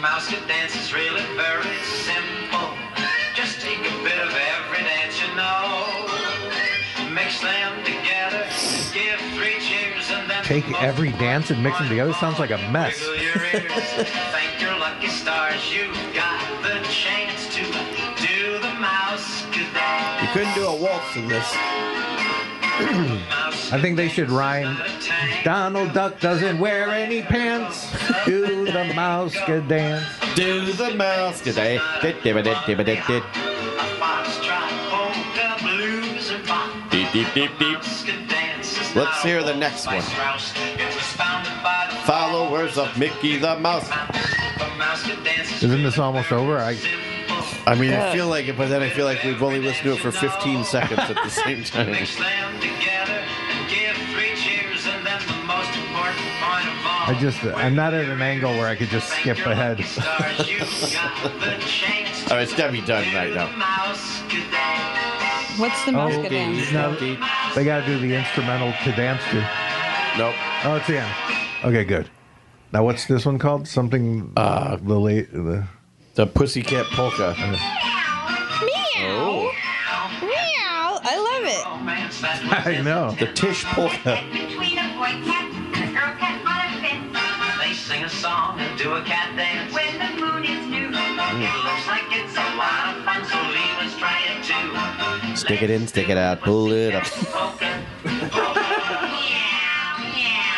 Speaker 15: mouse can dance is really very simple. Just take a bit of every dance you know. Mix them together, give three cheers, and then
Speaker 2: Take every dance and mix them together. Sounds like a mess.
Speaker 15: wiggle your ears. Thank your lucky stars you've got the chance to do the mouse
Speaker 10: You couldn't do a waltz in this.
Speaker 2: I think they should rhyme. Donald Duck doesn't wear any pants. Do the mouse could dance.
Speaker 10: Do the mouse could dance. Deep, deep, deep, deep. Let's hear the next one. Followers of Mickey the Mouse.
Speaker 2: Isn't this almost over? I
Speaker 10: I mean, I feel like it, but then I feel like we've only listened to it for 15 seconds at the same time.
Speaker 2: I just I'm not at an angle where I could just skip ahead.
Speaker 10: All right, it's gotta be done right now.
Speaker 12: What's the mouse
Speaker 2: Oh,
Speaker 12: good dance?
Speaker 2: no, they got to do the instrumental to dance to.
Speaker 10: Nope.
Speaker 2: Oh, it's the end. Okay, good. Now what's this one called? Something uh, the late the
Speaker 10: the Pussycat Polka.
Speaker 12: Meow. Meow. I love it.
Speaker 2: I know
Speaker 10: the Tish Polka.
Speaker 13: Between a boy cat and a girl cat, what a fit. They sing a song and do a cat dance. When the moon is new, it
Speaker 10: Mm.
Speaker 13: looks like it's a lot of fun, so leave us try it too.
Speaker 10: Stick it in, stick it out, pull it up.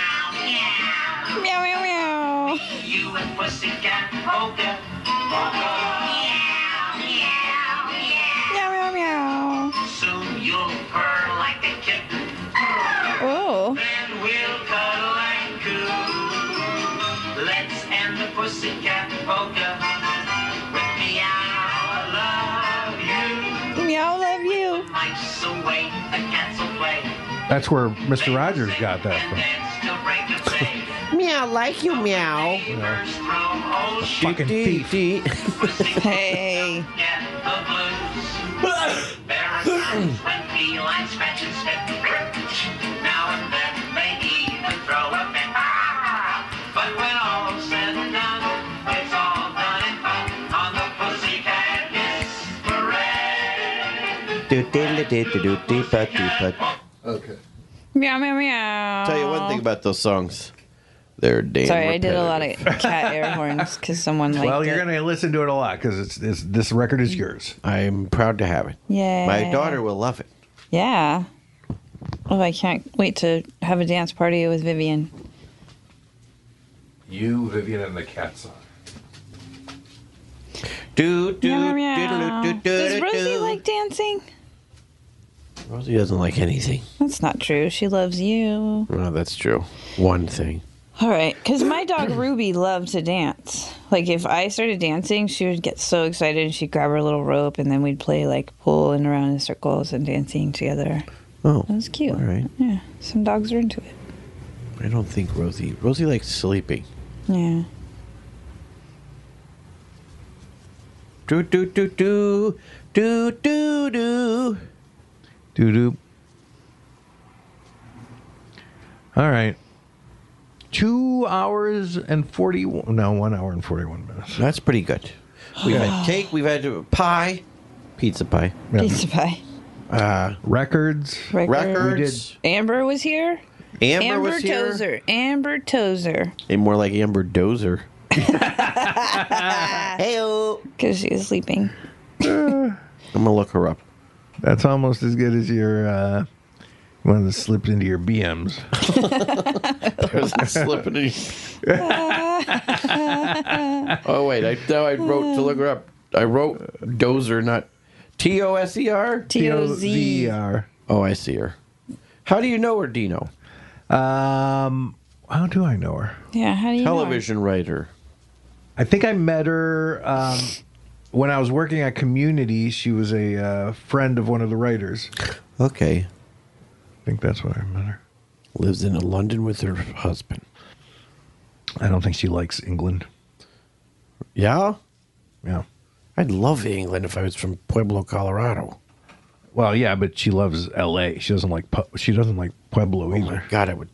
Speaker 12: Meow meow meow.
Speaker 13: You and pussycat polka. Polka. Meow, meow, meow.
Speaker 12: Meow meow meow.
Speaker 13: Soon you'll purr like a kitten.
Speaker 12: Oh.
Speaker 13: Then we'll cuddle and coo. Let's end the pussycat polka with meow, I love you.
Speaker 12: Meow love you.
Speaker 13: Mice away, the cats away.
Speaker 2: That's where Mr. Rogers got that from.
Speaker 10: Meow like you meow.
Speaker 13: Oh,
Speaker 2: Fucking thief.
Speaker 12: Hey.
Speaker 13: When feline scratch and spit. Now and then they even throw a fit. Ah! But when all's said and done, it's all done in fun on the pussycat kiss parade.
Speaker 10: Okay.
Speaker 12: Meow meow meow.
Speaker 10: Tell you one thing about those songs. They're damn.
Speaker 12: Sorry, I did a lot of cat air horns because someone liked
Speaker 2: Well,
Speaker 12: it.
Speaker 2: you're gonna listen to it a lot because it's, it's this record is yours.
Speaker 10: I'm proud to have it.
Speaker 12: Yeah.
Speaker 10: My daughter will love it.
Speaker 12: Yeah. Oh, I can't wait to have a dance party with Vivian.
Speaker 2: You, Vivian, and the cat song.
Speaker 10: Do
Speaker 12: Meow,
Speaker 10: do
Speaker 12: meow.
Speaker 10: do do
Speaker 12: Does
Speaker 10: do
Speaker 12: Rosie
Speaker 10: do.
Speaker 12: like dancing?
Speaker 10: Rosie doesn't like anything.
Speaker 12: That's not true. She loves you.
Speaker 10: Oh, that's true. One thing.
Speaker 12: All right, because my dog Ruby loved to dance. Like if I started dancing, she would get so excited and she'd grab her little rope and then we'd play like pull and around in circles and dancing together.
Speaker 10: Oh,
Speaker 12: that was cute.
Speaker 10: All right.
Speaker 12: Yeah, some dogs are into it.
Speaker 10: I don't think Rosie. Rosie likes sleeping.
Speaker 12: Yeah.
Speaker 10: Do do do do do do do.
Speaker 2: Doo doo. All right. Two hours and forty. No, one hour and forty-one minutes.
Speaker 10: That's pretty good. We've had cake. We've had pie. Pizza pie.
Speaker 12: Pizza pie.
Speaker 10: Uh,
Speaker 2: records.
Speaker 10: Records.
Speaker 12: Amber was here.
Speaker 10: Amber was here.
Speaker 12: Tozer. Amber Tozer.
Speaker 10: And more like Amber Dozer.
Speaker 12: Heyo. Because she was sleeping.
Speaker 10: I'm gonna look her up.
Speaker 2: That's almost as good as your uh, one that slipped into your BMs.
Speaker 10: There's a slip in the- oh wait, I now I wrote to look her up. I wrote Dozer, not T O S E R.
Speaker 12: T O Z.
Speaker 2: T-O-Z-E-R.
Speaker 10: Oh, I see her. How do you know her, Dino?
Speaker 2: Um, how do I know her?
Speaker 12: Yeah, how do you know her?
Speaker 10: Television writer.
Speaker 2: I think I met her um, when I was working at Community. She was a uh, friend of one of the writers. I
Speaker 10: Okay.
Speaker 2: think that's why I met her.
Speaker 10: Lives in London with her husband.
Speaker 2: I don't think she likes England.
Speaker 10: Yeah?
Speaker 2: Yeah.
Speaker 10: I'd love England if I was from Pueblo, Colorado.
Speaker 2: Well, yeah, but she loves L.A. She doesn't like Pu- she doesn't like Pueblo either.
Speaker 10: God, I would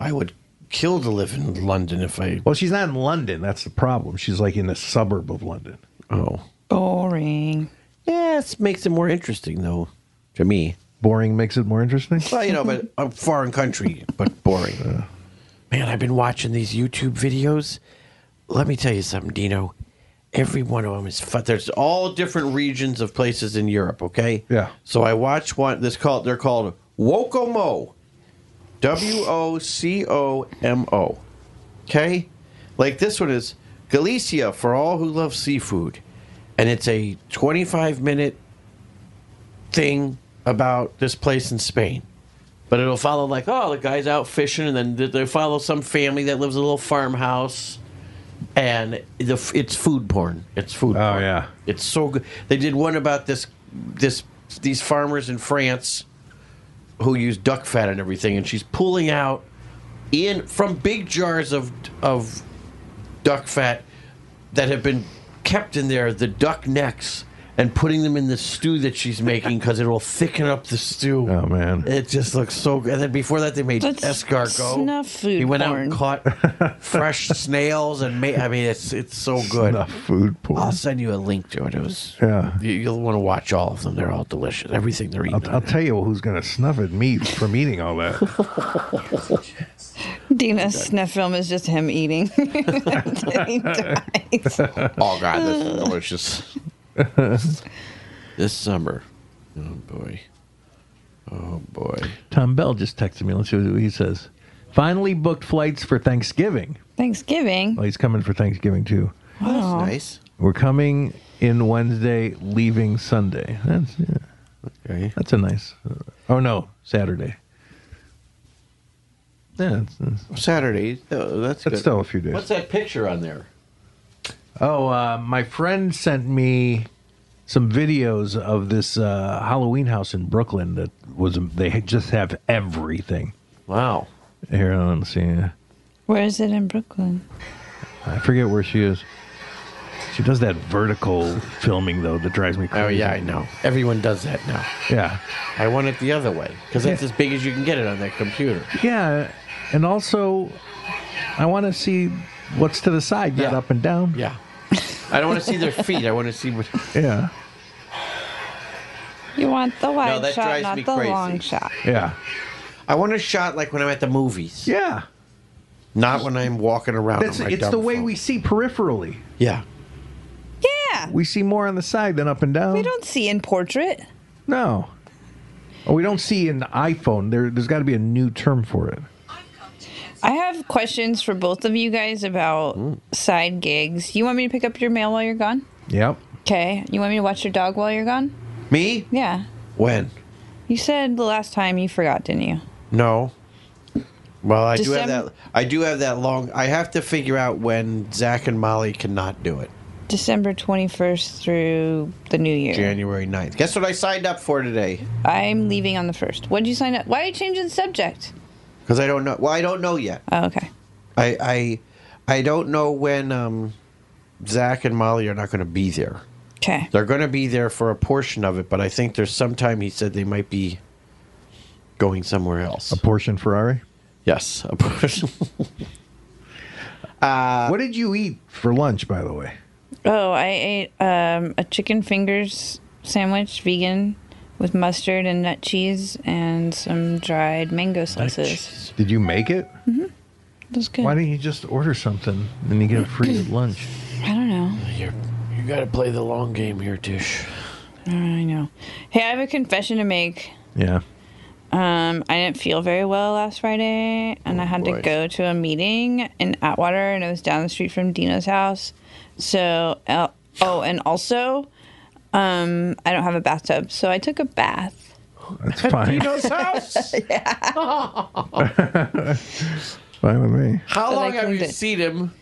Speaker 10: I would kill to live in London if I
Speaker 2: Well, she's not in London. That's the problem. She's like in a suburb of London.
Speaker 10: Oh.
Speaker 12: Boring.
Speaker 10: Yes, makes it more interesting though. To me.
Speaker 2: Boring makes it more interesting.
Speaker 10: Well, you know, but a foreign country, but boring. Man, I've been watching these YouTube videos. Let me tell you something, Dino. Every one of them is fun. There's all different regions of places in Europe. Okay.
Speaker 2: Yeah.
Speaker 10: So I watch one. This called they're called Wokomo. W O C O M O. Okay? Like this one is Galicia for all who love seafood. And it's a 25 minute thing about this place in Spain. But it'll follow like, oh, the guy's out fishing, and then they- they follow some family that lives in a little farmhouse, and the f- it's food porn. It's food. Oh porn. yeah, it's so good. They did one about this this these farmers in France who use duck fat and everything, and she's pulling out in from big jars of of duck fat that have been kept in there, the duck necks, and putting them in the stew that she's making because it will thicken up the stew. Oh man, it just looks so good. And then before that, they made
Speaker 12: That's
Speaker 10: escargot.
Speaker 12: snuff food
Speaker 10: He went out
Speaker 12: porn.
Speaker 10: and caught fresh snails and made. I mean, it's it's so good. Snuff
Speaker 2: food porn.
Speaker 10: I'll send you a link to it. It was
Speaker 2: Yeah.
Speaker 10: You, you'll want to watch all of them. They're all delicious. Everything they're eating.
Speaker 2: I'll, I'll tell you who's going to snuff at me from eating all that.
Speaker 12: Dina's snuff film is just him eating.
Speaker 10: oh god, that's delicious. Uh. this summer. Oh boy. Oh boy.
Speaker 2: Tom Bell just texted me. Let's see what he says. Finally booked flights for Thanksgiving.
Speaker 12: Thanksgiving.
Speaker 2: Well, he's coming for Thanksgiving too.
Speaker 12: Wow.
Speaker 2: We're coming in Wednesday, leaving Sunday. That's yeah.
Speaker 10: Okay.
Speaker 2: That's a nice. Oh no, Saturday. Yeah, it's, it's-
Speaker 10: Saturday. Oh, that's
Speaker 2: That's
Speaker 10: good.
Speaker 2: still a few days.
Speaker 10: What's that picture on there?
Speaker 2: Oh, uh, my friend sent me some videos of this uh, Halloween house in Brooklyn that was they had- just have everything.
Speaker 10: Wow.
Speaker 2: Here, let's see.
Speaker 12: Where is it in Brooklyn?
Speaker 2: I forget where she is. She does that vertical filming though that drives me crazy.
Speaker 10: Oh yeah, I know. Everyone does that now.
Speaker 2: Yeah.
Speaker 10: I want it the other way because that's as big as you can get it on that computer.
Speaker 2: Yeah, and also, I want to see what's to the side, not up and down.
Speaker 10: Yeah. I don't want to see their feet. I want to see what.
Speaker 2: Yeah.
Speaker 12: You want the wide
Speaker 10: that
Speaker 12: shot,
Speaker 10: drives
Speaker 12: not
Speaker 10: me
Speaker 12: the
Speaker 10: crazy.
Speaker 12: long shot.
Speaker 2: Yeah.
Speaker 10: I want a shot like when I'm at the movies.
Speaker 2: Yeah.
Speaker 10: Not when I'm walking around.
Speaker 2: That's, it's the way we see peripherally.
Speaker 10: Yeah.
Speaker 12: Yeah.
Speaker 2: We see more on the side than up and down.
Speaker 12: We don't see in portrait.
Speaker 2: No. Oh, we don't see an iPhone. There, there's got to be a new term for it.
Speaker 12: I have questions for both of you guys about side gigs. You want me to pick up your mail while you're gone?
Speaker 2: Yep.
Speaker 12: Okay. You want me to watch your dog while you're gone?
Speaker 10: Me?
Speaker 12: Yeah.
Speaker 10: When?
Speaker 12: You said the last time you forgot, didn't you?
Speaker 10: No. Well, I do have
Speaker 12: Decem-
Speaker 10: that. I do have that long. I have to figure out when Zach and Molly cannot do it.
Speaker 12: December 21st through the new year.
Speaker 10: January 9th. Guess what I signed up for today?
Speaker 12: I'm leaving on the 1st. What did you sign up? Why are you changing the subject?
Speaker 10: Because I don't know. Well, I don't know yet.
Speaker 12: Oh, okay.
Speaker 10: I I, I don't know when um, Zach and Molly are not going to be there.
Speaker 12: Okay.
Speaker 10: They're going to be there for a portion of it, but I think there's some time he said they might be going somewhere else. A
Speaker 2: portion Ferrari.
Speaker 10: Yes, a portion.
Speaker 2: what did you eat for lunch, by the way?
Speaker 12: Oh, I ate um, a chicken fingers sandwich, vegan, with mustard and nut cheese and some dried mango slices.
Speaker 2: Did you make it?
Speaker 12: It was good.
Speaker 2: Why didn't you just order something and you get a free lunch?
Speaker 12: I don't know.
Speaker 10: You're, you got to play the long game here, Tish.
Speaker 12: I don't know. Hey, I have a confession to make.
Speaker 2: Yeah.
Speaker 12: Um, I didn't feel very well last Friday, and I had to go to a meeting in Atwater, and it was down the street from Dino's house. So, uh, oh, and also, um, I don't have a bathtub, so I took a bath.
Speaker 2: That's fine.
Speaker 10: house.
Speaker 2: fine with me.
Speaker 10: How
Speaker 12: So they
Speaker 10: long have you
Speaker 12: cleaned it.
Speaker 10: seen him?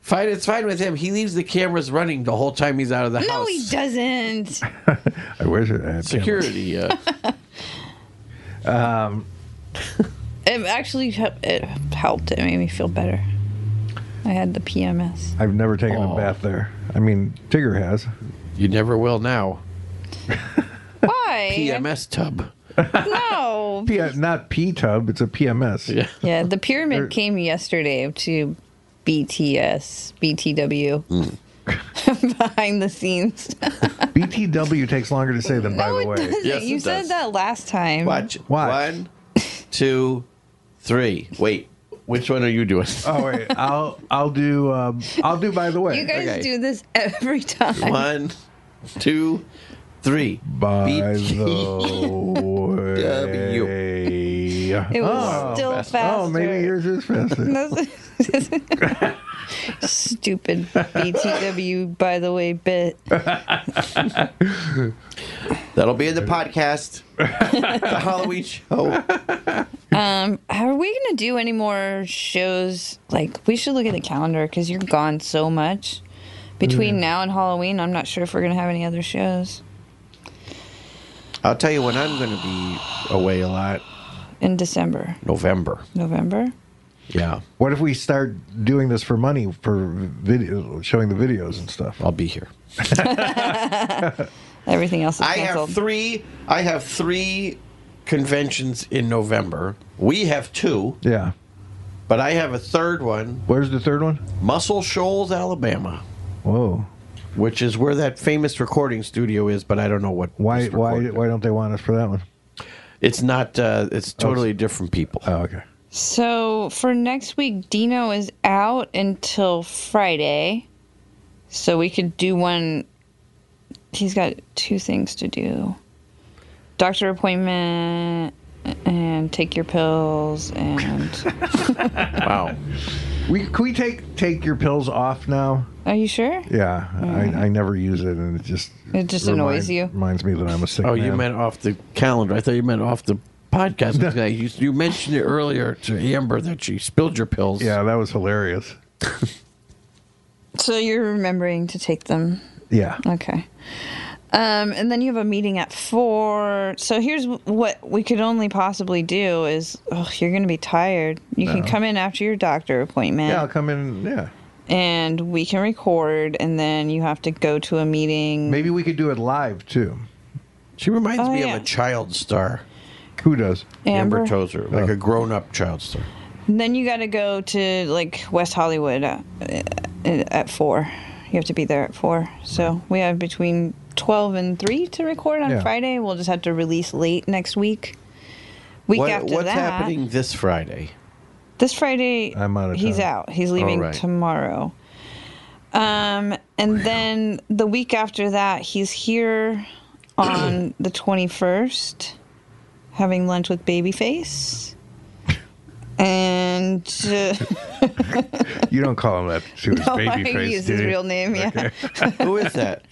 Speaker 10: Fine, it's fine with him. He leaves the cameras running the whole time he's out of the
Speaker 12: No,
Speaker 10: house.
Speaker 12: he doesn't.
Speaker 2: I wish it had
Speaker 10: Security. Uh,
Speaker 2: cameras. Um,
Speaker 12: It actually hel- it helped. It made me feel better. I had the PMS.
Speaker 2: I've never taken a bath there. I mean, Tigger has.
Speaker 10: You never will now.
Speaker 12: Why?
Speaker 10: PMS tub.
Speaker 12: No.
Speaker 2: P- uh, not P tub. It's a PMS.
Speaker 10: Yeah.
Speaker 12: Yeah, the pyramid
Speaker 2: There-
Speaker 12: came yesterday to BTS, BTW, Hmm. behind the scenes.
Speaker 2: BTW takes longer to say than by the way.
Speaker 12: you said that last time.
Speaker 10: Watch. One, two, three. Wait, which one are you doing?
Speaker 2: Oh wait, I'll I'll do um, I'll do by the way.
Speaker 12: You guys do this every time.
Speaker 10: One, two, three.
Speaker 2: By the way. BMW.
Speaker 12: It was still
Speaker 2: Oh, maybe
Speaker 12: faster.
Speaker 2: yours is faster.
Speaker 12: Stupid BTW, by the way, bit.
Speaker 10: That'll be in the podcast. the Halloween show.
Speaker 12: Um, are we gonna do any more shows? Like, we should look at the calendar because you're gone so much. Between
Speaker 2: Mm.
Speaker 12: now and Halloween, I'm not sure if we're gonna have any other shows
Speaker 10: I'll tell you when I'm going to be away a lot.
Speaker 12: in December,
Speaker 10: November.
Speaker 12: November.
Speaker 10: Yeah.
Speaker 2: What if we start doing this for money for video, showing the videos and stuff?
Speaker 10: I'll be here.
Speaker 12: Everything else is
Speaker 10: I
Speaker 12: canceled.
Speaker 10: have three. I have three conventions in November. We have two.
Speaker 2: Yeah.
Speaker 10: But I have a third one.
Speaker 2: Where's the third one?
Speaker 10: Muscle Shoals, Alabama.
Speaker 2: Whoa.
Speaker 10: Which is where that famous recording studio is, but I don't know what.
Speaker 2: Why? Why? Why don't they want us for that one?
Speaker 10: It's not. Uh, it's totally different people.
Speaker 2: Oh, okay.
Speaker 12: So for next week, Dino is out until Friday, so we could do one. He's got two things to do: doctor appointment and take your pills and.
Speaker 10: wow.
Speaker 2: We can we take take your pills off now?
Speaker 12: Are you sure?
Speaker 2: Yeah, I, I never use it, and it just
Speaker 12: Mm-hmm. It just annoys you.
Speaker 2: Reminds me that I'm a sick.
Speaker 10: Oh, you
Speaker 2: man.
Speaker 10: meant off the calendar. I thought you meant off the podcast. I was gonna- you, you mentioned it earlier to Amber that she spilled your pills.
Speaker 2: Yeah, that was hilarious.
Speaker 12: So you're remembering to take them.
Speaker 2: Yeah.
Speaker 12: Okay. Um, and then you have a meeting at four. So here's wh- what we could only possibly do is, oh, you're going to be tired. You can
Speaker 2: No.
Speaker 12: come in after your doctor appointment.
Speaker 2: Yeah, I'll come in. Yeah.
Speaker 12: And we can record, and then you have to go to a meeting.
Speaker 2: Maybe we could do it live too.
Speaker 10: She reminds
Speaker 12: Oh,
Speaker 10: me
Speaker 12: yeah.
Speaker 10: of a child star.
Speaker 2: Who does?
Speaker 12: Amber.
Speaker 10: Tozer,
Speaker 2: Oh.
Speaker 10: like a grown-up child star.
Speaker 12: And then you got to go to like West Hollywood uh, uh, at four. You have to be there at four. So we have between 12 and 3 to record on
Speaker 10: Yeah.
Speaker 12: Friday. We'll just have to release late next week. Week
Speaker 10: What-
Speaker 12: after
Speaker 10: what's
Speaker 12: that.
Speaker 10: happening this Friday?
Speaker 12: This Friday,
Speaker 10: I'm out of
Speaker 12: he's
Speaker 10: town.
Speaker 12: out. He's leaving
Speaker 10: All right.
Speaker 12: tomorrow. Um, and then the week after that, he's here on the 21st, having lunch with Babyface. And uh,
Speaker 2: You don't call him that to his
Speaker 12: no,
Speaker 2: baby
Speaker 12: I
Speaker 2: face,
Speaker 12: use
Speaker 2: do
Speaker 12: his
Speaker 2: you?
Speaker 12: real name. Yeah.
Speaker 10: Who is that?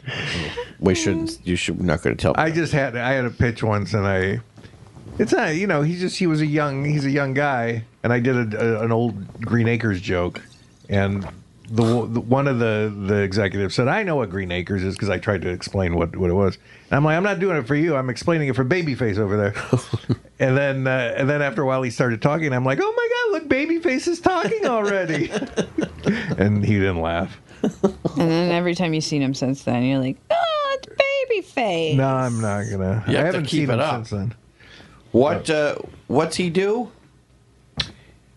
Speaker 10: We shouldn't. You should not going to tell.
Speaker 2: I just had I had a pitch once, and I. It's not you know he's just he was a young he's a young guy, and I did a, a- an old Green Acres joke, and the, w- the one of the the executives said I know what Green Acres is because I tried to explain what what it was. And I'm like I'm not doing it for you. I'm explaining it for Babyface over there. and then uh, and then after a while he started talking. I'm like oh my god look Babyface is talking already, and he didn't laugh.
Speaker 12: and then every time you've seen him since then, you're like, oh, it's Babyface.
Speaker 2: No, I'm not gonna.
Speaker 10: You have
Speaker 2: I
Speaker 10: to
Speaker 2: haven't
Speaker 10: keep
Speaker 2: seen
Speaker 10: it
Speaker 2: him
Speaker 10: up.
Speaker 2: since then.
Speaker 10: What? Uh, what's he do?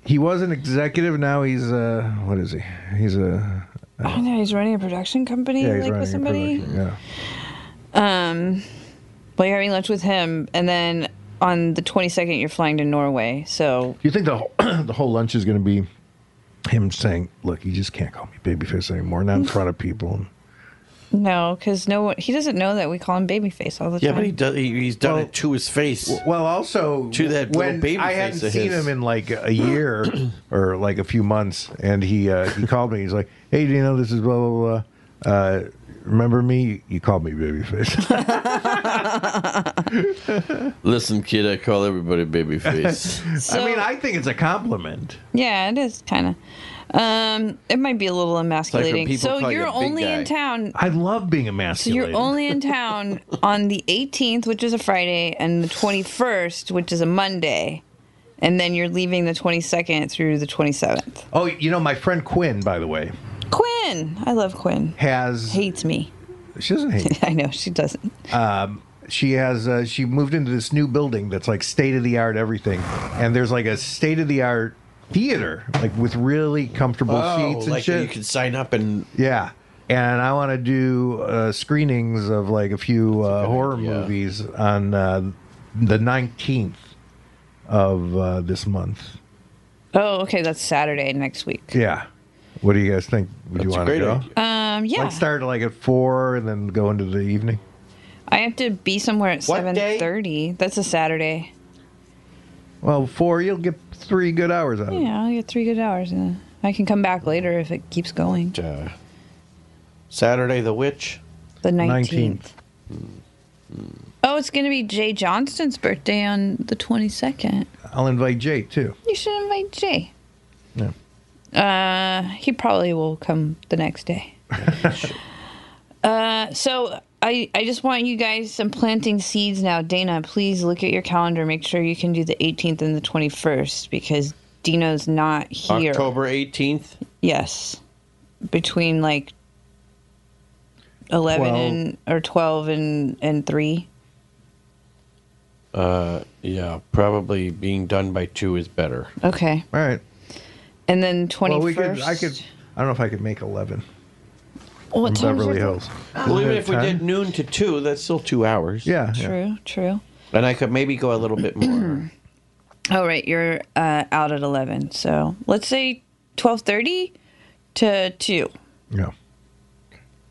Speaker 2: He was an executive. Now he's uh, what is he? He's a
Speaker 12: Oh, no, he's running a production company
Speaker 2: yeah, he's
Speaker 12: like
Speaker 2: running
Speaker 12: with
Speaker 2: a
Speaker 12: somebody.
Speaker 2: production, Yeah.
Speaker 12: Um, well, you're having lunch with him, and then on the 22nd, you're flying to Norway. So,
Speaker 2: Do you think the whole, the whole lunch is going to be him saying, "Look, you just can't call me babyface anymore, not in front of people."
Speaker 12: no, because no one, he doesn't know that we call him Babyface all the
Speaker 10: Yeah,
Speaker 12: time.
Speaker 10: but he does. He, he's done it to his face.
Speaker 2: Well, also
Speaker 10: to that little
Speaker 2: when
Speaker 10: baby
Speaker 2: I
Speaker 10: face
Speaker 2: hadn't
Speaker 10: of
Speaker 2: seen
Speaker 10: his.
Speaker 2: him in like a year or like a few months, and he uh, he called me. He's like, "Hey, do you know this is blah blah blah? Uh, remember me? You called me babyface."
Speaker 23: Listen, kid, I call everybody babyface.
Speaker 2: I mean, I think it's a compliment.
Speaker 12: yeah, it is kind of. Um, it might be a little emasculating.
Speaker 2: people
Speaker 12: so
Speaker 2: call you
Speaker 12: you're
Speaker 2: a big
Speaker 12: only in
Speaker 2: guy.
Speaker 12: town.
Speaker 2: I love being
Speaker 12: So
Speaker 2: emasculated.
Speaker 12: you're only in town on the 18th, which is a Friday, and the 21st, which is a Monday, and then you're leaving the 22nd through the 27th.
Speaker 2: Oh, you know, my friend Quinn, by the way,
Speaker 12: Quinn, I love Quinn.
Speaker 2: has
Speaker 12: hates me.
Speaker 2: She doesn't hate.
Speaker 12: I know she doesn't.
Speaker 2: Um, she has. Uh, she moved into this new building that's like state of the art everything, and there's like a state of the art theater, like with really comfortable
Speaker 10: Oh,
Speaker 2: seats and
Speaker 10: like
Speaker 2: shit.
Speaker 10: you can sign up and
Speaker 2: yeah. And I want to do uh, screenings of like a few uh, horror movies on uh, the 19th of uh, this month.
Speaker 12: Oh, okay, that's Saturday next week.
Speaker 2: Yeah. What do you guys think? Would you
Speaker 12: a
Speaker 2: want to
Speaker 12: great
Speaker 2: go?
Speaker 12: idea. Um, yeah.
Speaker 2: Like start like at four and then go into the evening.
Speaker 12: I have to be somewhere at seven thirty. That's a Saturday.
Speaker 2: Well, four, you'll get three good hours out of it.
Speaker 12: Yeah, I'll get three good hours. And then I can come back later if it keeps going.
Speaker 10: Uh, Saturday the Witch.
Speaker 12: The 19th. Oh, it's going to be Jay Johnston's birthday on the 22nd.
Speaker 2: I'll invite Jay too.
Speaker 12: You should invite Jay.
Speaker 2: Yeah.
Speaker 12: Uh, he probably will come the next day. uh, so I I just want you guys. I'm planting seeds now. Dana, please look at your calendar. Make sure you can do the 18th and the 21st because Dino's not here.
Speaker 10: October 18th.
Speaker 12: Yes, between like 11
Speaker 10: Twelve.
Speaker 12: and or 12 and and three.
Speaker 10: Uh, yeah, probably being done by two is better.
Speaker 12: Okay.
Speaker 2: All right.
Speaker 12: And then 21st.
Speaker 2: Well, we could. I could. I don't know if I could make eleven.
Speaker 12: What
Speaker 2: from
Speaker 12: time is
Speaker 2: Beverly
Speaker 12: it?
Speaker 2: Hills.
Speaker 10: Well,
Speaker 2: Isn't
Speaker 10: even
Speaker 2: it
Speaker 10: if we
Speaker 2: 10?
Speaker 10: did noon to two, that's still two hours.
Speaker 2: Yeah.
Speaker 12: True. True.
Speaker 10: And I could maybe go a little bit more.
Speaker 12: All Oh, right, you're uh, out at eleven. So let's say twelve thirty to two.
Speaker 2: Yeah.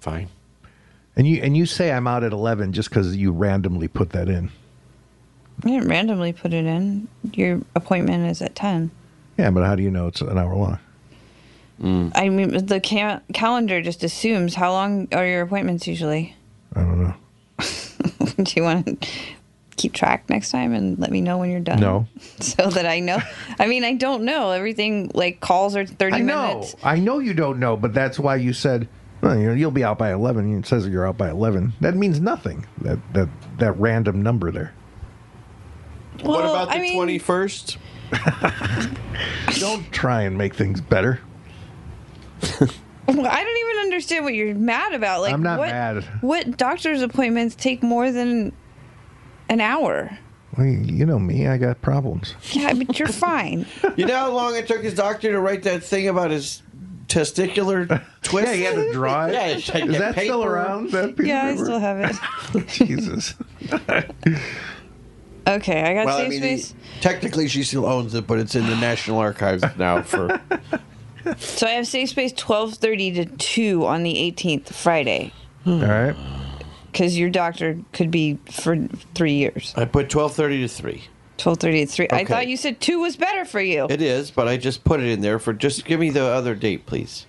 Speaker 10: Fine.
Speaker 2: And you and you say I'm out at eleven just because you randomly put that in.
Speaker 12: I didn't randomly put it in. Your appointment is at ten.
Speaker 2: Yeah, but how do you know it's an hour long? Hmm.
Speaker 12: I mean, the ca- calendar just assumes how long are your appointments usually.
Speaker 2: I don't know.
Speaker 12: Do you want to keep track next time and let me know when you're done?
Speaker 2: No.
Speaker 12: So that I know. I mean, I don't know everything. Like calls are thirty
Speaker 2: I know.
Speaker 12: minutes.
Speaker 2: I know you don't know, but that's why you said well, you know, you'll be out by eleven. It says you're out by eleven. That means nothing. That that that random number there.
Speaker 10: what about the twenty first?
Speaker 2: Don't try and make things better.
Speaker 12: Well, I don't even understand what you're mad about. Like,
Speaker 2: I'm not
Speaker 12: what,
Speaker 2: mad.
Speaker 12: What doctor's appointments take more than an hour?
Speaker 2: Well, you- you know me. I got problems.
Speaker 12: Yeah, but you're fine.
Speaker 10: You know how long it took his doctor to write that thing about his testicular twist? yeah, he had
Speaker 2: to draw it.
Speaker 10: yeah, he had to
Speaker 2: Is
Speaker 10: get
Speaker 2: that still
Speaker 10: paper.
Speaker 2: around? That piece of
Speaker 12: yeah, I
Speaker 2: paper?
Speaker 12: still have it.
Speaker 2: Jesus.
Speaker 12: Okay, I got
Speaker 10: Well,
Speaker 12: safe
Speaker 10: I mean, he-
Speaker 12: space.
Speaker 10: technically, she still owns it, but it's in the National Archives now. For
Speaker 12: So I have safe space 12:30 to 2 on the 18th, Friday,
Speaker 2: All right.
Speaker 12: because your doctor could be for three years.
Speaker 10: I put twelve thirty to three.
Speaker 12: 12:30 to 3. I
Speaker 10: Okay.
Speaker 12: thought you said 2 was better for you.
Speaker 10: It is, but I just put it in there for just give me the other date, please.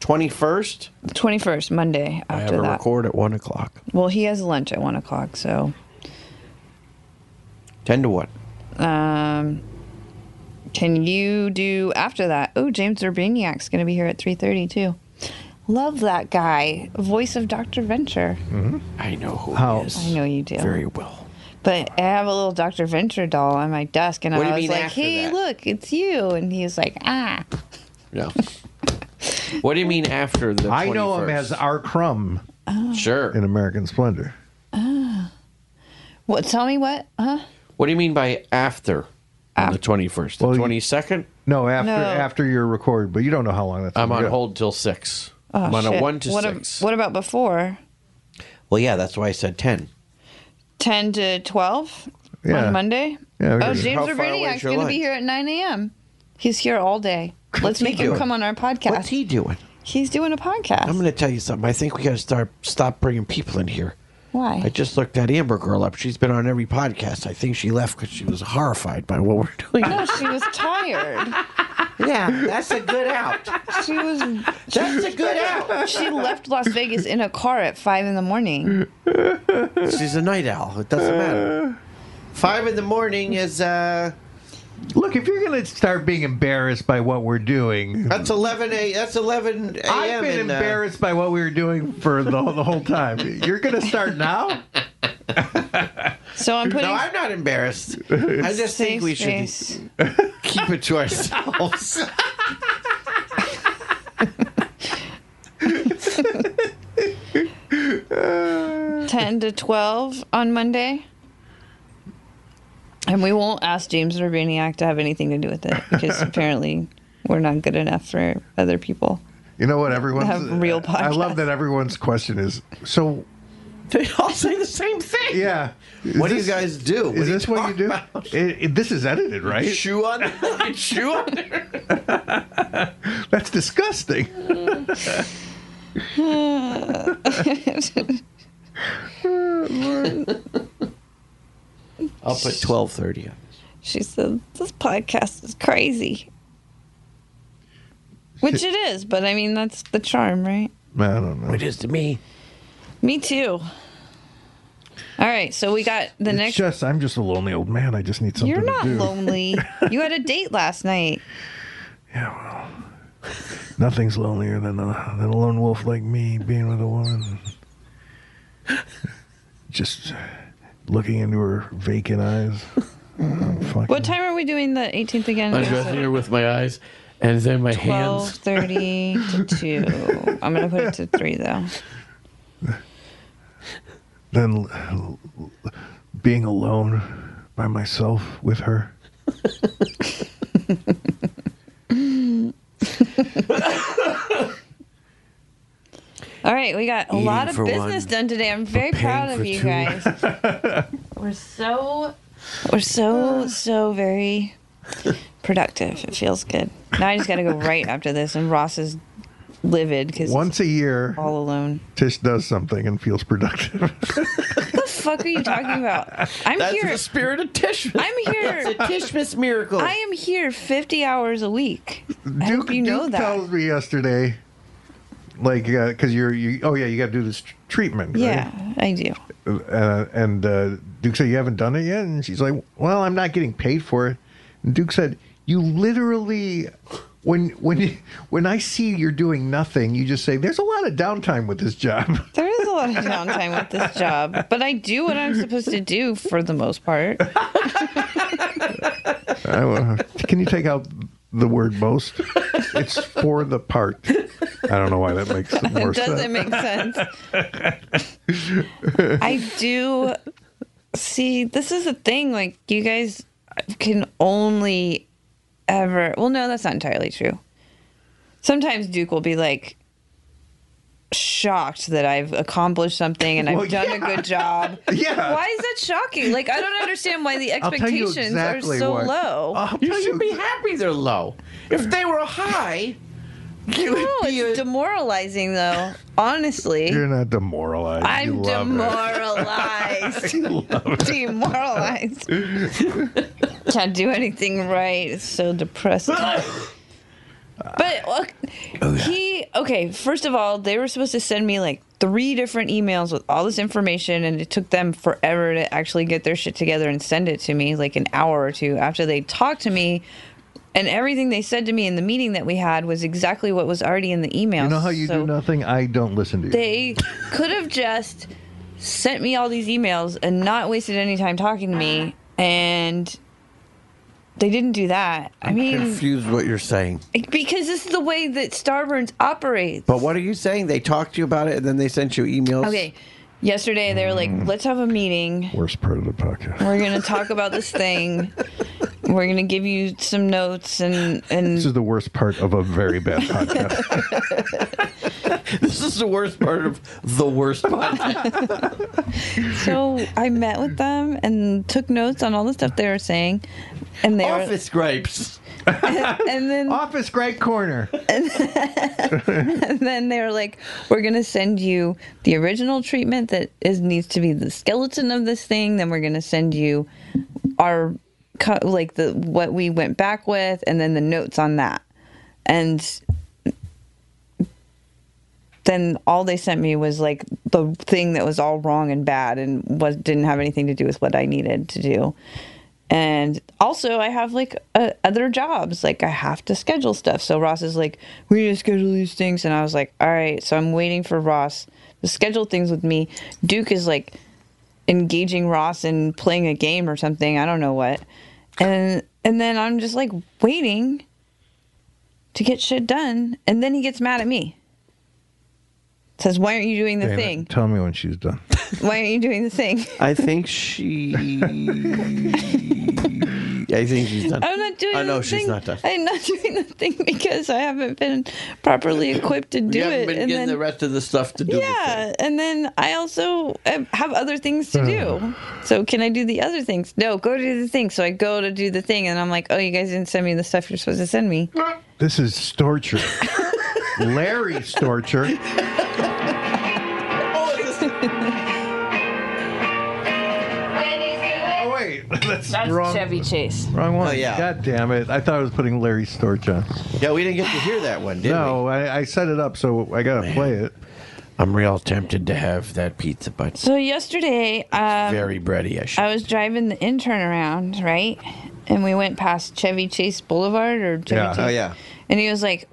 Speaker 10: Twenty first.
Speaker 12: 21st, Monday
Speaker 10: I have
Speaker 12: after
Speaker 10: a
Speaker 12: that.
Speaker 10: record at one o'clock.
Speaker 12: Well, he has lunch at 1 o'clock, so
Speaker 10: Ten to one.
Speaker 12: Um, can you do after that? Oh, James Urbaniak's going to be here at 3.30 too. Love that guy. Voice of Dr. Venture.
Speaker 10: I know who
Speaker 2: How?
Speaker 12: I know you do.
Speaker 10: very well.
Speaker 12: But I have a little Dr. Venture doll on my desk, and
Speaker 10: What do
Speaker 12: I
Speaker 10: you
Speaker 12: was
Speaker 10: mean
Speaker 12: like,
Speaker 10: after
Speaker 12: hey,
Speaker 10: that?
Speaker 12: look, it's you. And he was like, ah.
Speaker 10: Yeah. what do you mean after the?
Speaker 2: I know him
Speaker 10: 21st?
Speaker 2: as our crumb.
Speaker 10: Sure.
Speaker 2: In American Splendor.
Speaker 12: ah. What? Tell me what? Huh?
Speaker 10: What do you mean by after? On the twenty first, the twenty second.
Speaker 2: No, after
Speaker 12: No.
Speaker 2: after your record, but you don't know how long that's.
Speaker 10: I'm
Speaker 2: gonna
Speaker 10: on
Speaker 2: go.
Speaker 10: hold till six.
Speaker 12: Oh,
Speaker 10: I'm on
Speaker 12: shit.
Speaker 10: a one to
Speaker 12: what ab-
Speaker 10: six.
Speaker 12: what about before?
Speaker 10: well, yeah, that's why I said ten.
Speaker 12: 10 to 12
Speaker 10: Yeah.
Speaker 12: on Monday?
Speaker 10: Yeah, we
Speaker 12: oh,
Speaker 10: could do-
Speaker 12: James
Speaker 10: How far away
Speaker 12: Urbaniak's
Speaker 10: is your
Speaker 12: going to
Speaker 10: lunch?
Speaker 12: be here at 9 a.m. He's here all day. Let's
Speaker 10: he
Speaker 12: make him
Speaker 10: doing?
Speaker 12: come on our podcast.
Speaker 10: What's he doing?
Speaker 12: He's doing a podcast.
Speaker 10: I'm going to tell you something. I think we got to start stop bringing people in here.
Speaker 12: Why?
Speaker 10: I just looked that Amber girl up. She's been on every podcast. I think she left because she was horrified by what we're doing.
Speaker 12: no, she was tired.
Speaker 10: Yeah, that's a good out.
Speaker 12: She was.
Speaker 10: That's a good out.
Speaker 12: She left Las Vegas in a car at five in the morning.
Speaker 10: She's a night owl. It doesn't matter. Five in the morning is uh,
Speaker 2: Look, if you're going to start being embarrassed by what we're doing,
Speaker 10: that's eleven a. That's eleven a.m.
Speaker 2: I've been
Speaker 10: in, uh,
Speaker 2: embarrassed by what we were doing for the, the whole time. You're going to start now?
Speaker 12: So I'm putting.
Speaker 10: no, I'm not embarrassed. I just think
Speaker 12: Safe
Speaker 10: we should
Speaker 12: space.
Speaker 10: keep it to ourselves.
Speaker 12: ten to twelve on Monday. And we won't ask James Urbaniak to have anything to do with it because apparently we're not good enough for other people.
Speaker 2: You know what? Everyone's.
Speaker 12: Have real
Speaker 2: I love that everyone's question is so.
Speaker 10: They all say the same thing.
Speaker 2: Yeah.
Speaker 10: What do you guys do? What
Speaker 2: Is
Speaker 10: do you
Speaker 2: this what you do? It, it- this is edited, right?
Speaker 10: Chew on it. Chew on it.
Speaker 2: That's disgusting.
Speaker 10: I'll put twelve thirty.
Speaker 12: She said, This podcast is crazy. Which it is, but I mean, that's the charm, right?
Speaker 2: I don't know.
Speaker 10: It is to me.
Speaker 12: Me too. All right, so we got the
Speaker 2: It's
Speaker 12: next.
Speaker 2: just I'm just a lonely old man. I just need something.
Speaker 12: You're
Speaker 2: to
Speaker 12: not
Speaker 2: do.
Speaker 12: lonely. You had a date last night.
Speaker 2: Nothing's lonelier than a, than a lone wolf like me being with a woman. Just looking into her vacant eyes.
Speaker 12: What time are we doing the 18th again?
Speaker 24: Undressing her with my eyes and then my
Speaker 12: Twelve
Speaker 24: hands.
Speaker 12: thirty to two. I'm gonna put it to three though.
Speaker 2: Then l- l- being alone by myself with her.
Speaker 12: All right, we got a
Speaker 10: Eating
Speaker 12: lot of
Speaker 10: for
Speaker 12: business
Speaker 10: one,
Speaker 12: done today. I'm very
Speaker 10: paying
Speaker 12: proud of
Speaker 10: for
Speaker 12: you
Speaker 10: two.
Speaker 12: guys. We're so we're so so very productive. It feels good. Now I just gotta go right after this, and Ross is livid because
Speaker 2: Once a year,
Speaker 12: all alone.
Speaker 2: Tish does something and feels productive.
Speaker 12: What the fuck are you talking about? I'm
Speaker 2: That's
Speaker 12: here.
Speaker 2: the
Speaker 24: spirit of Tishmas.
Speaker 12: I'm here.
Speaker 2: It's a
Speaker 10: Tishmas miracle.
Speaker 12: I am here 50 hours a week. I hope you know that.
Speaker 2: Tells me yesterday, like, because you're you. Oh yeah, you got to do this tr- treatment. right?
Speaker 12: Yeah, I do.
Speaker 2: uh, and uh, Duke said, "You haven't done it yet," and she's like, "Well, I'm not getting paid for it." And Duke said, "You literally, when when you, when I see you're doing nothing, you just say there's a lot of downtime with this job."
Speaker 12: There is a lot of downtime with this job, but I do what I'm supposed to do for the most part.
Speaker 2: I wa- can you take out the word most? It's for the part. I don't know why that makes more
Speaker 12: it doesn't make sense. I do see this is a thing like you guys can only ever well no that's not entirely true. Sometimes Duke will be like shocked that I've accomplished something and I've
Speaker 25: Well,
Speaker 12: done a good job.
Speaker 25: Yeah.
Speaker 12: Why is that shocking? Like I don't understand why the
Speaker 25: I'll tell you
Speaker 12: expectations
Speaker 25: exactly
Speaker 12: are so
Speaker 25: why.
Speaker 12: low.
Speaker 24: you should be happy they're low. If they were high,
Speaker 12: no, it's demoralizing though. Honestly.
Speaker 2: You're not demoralized. You
Speaker 12: I'm
Speaker 2: love it.
Speaker 12: demoralized. demoralized. Can't do anything right. It's so depressing. but look,
Speaker 2: Oh,
Speaker 12: he okay. First of all, they were supposed to send me like three different emails with all this information, and it took them forever to actually get their shit together and send it to me, like an hour or two after they talked to me. And everything they said to me in the meeting that we had was exactly what was already in the email.
Speaker 2: You know how you do nothing? I don't listen to you.
Speaker 12: They could have just sent me all these emails and not wasted any time talking to me, and they didn't do that. I mean,
Speaker 10: Confused what you're saying.
Speaker 12: because this is the way that Starburns operates.
Speaker 10: But what are you saying? They talked to you about it and then they sent you emails.
Speaker 12: Okay, yesterday they were like, "Let's have a meeting.
Speaker 2: Worst part of the podcast.
Speaker 12: We're gonna talk about this thing. We're gonna give you some notes and and
Speaker 2: This is the worst part of a very bad podcast.
Speaker 24: this is the worst part of the worst podcast.
Speaker 12: so I met with them and took notes on all the stuff they were saying, and they
Speaker 24: Office gripes.
Speaker 12: were, and then
Speaker 2: office gripe corner.
Speaker 12: and then they were like, "We're gonna send you the original treatment that is needs to be the skeleton of this thing. Then we're gonna send you our co- like the what we went back with, and then the notes on that." And then all they sent me was like the thing that was all wrong and bad and was didn't have anything to do with what I needed to do. And also, I have like uh, other jobs. Like I have to schedule stuff. So Ross is like, "We need to schedule these things," and I was like, "All right." So I'm waiting for Ross to schedule things with me. Duke is like engaging Ross in playing a game or something. I don't know what. And and then I'm just like waiting to get shit done, and then he gets mad at me. Says, "Why aren't you doing the
Speaker 2: Dana,
Speaker 12: thing?
Speaker 2: Tell me when she's done.
Speaker 12: Why aren't you doing the thing?"
Speaker 10: I think she. I think she's done.
Speaker 12: I'm not doing.
Speaker 10: I know
Speaker 12: the
Speaker 10: she's
Speaker 12: thing.
Speaker 10: not done.
Speaker 12: I'm not doing the thing because I haven't been properly equipped to do
Speaker 10: you haven't
Speaker 12: it.
Speaker 10: been
Speaker 12: and
Speaker 10: getting
Speaker 12: then,
Speaker 10: the rest of the stuff to do. the
Speaker 12: yeah, and then I also uh, have other things to do.
Speaker 10: Hmm.
Speaker 12: So can I do the other things? No, go do the thing. So I go to do the thing, and I'm like, oh, you guys didn't send me the stuff you're supposed to send me.
Speaker 2: This is torture. Larry's torture.
Speaker 25: Oh,
Speaker 2: Oh wait, That's,
Speaker 12: That's Chevy Chase.
Speaker 2: Wrong one.
Speaker 12: Oh, yeah.
Speaker 2: God damn it. I thought I was putting Larry Storch on.
Speaker 10: Yeah, we didn't get to hear that one, did
Speaker 2: no, I, I set it up, so I got to play it.
Speaker 10: I'm real tempted to have that pizza, but it's
Speaker 12: So yesterday, um,
Speaker 10: very bready. I should.
Speaker 12: I was driving the intern around, right? And we went past Chevy Chase Boulevard or Chevy
Speaker 10: Yeah.
Speaker 12: Chase.
Speaker 10: Oh, yeah.
Speaker 12: And he was like,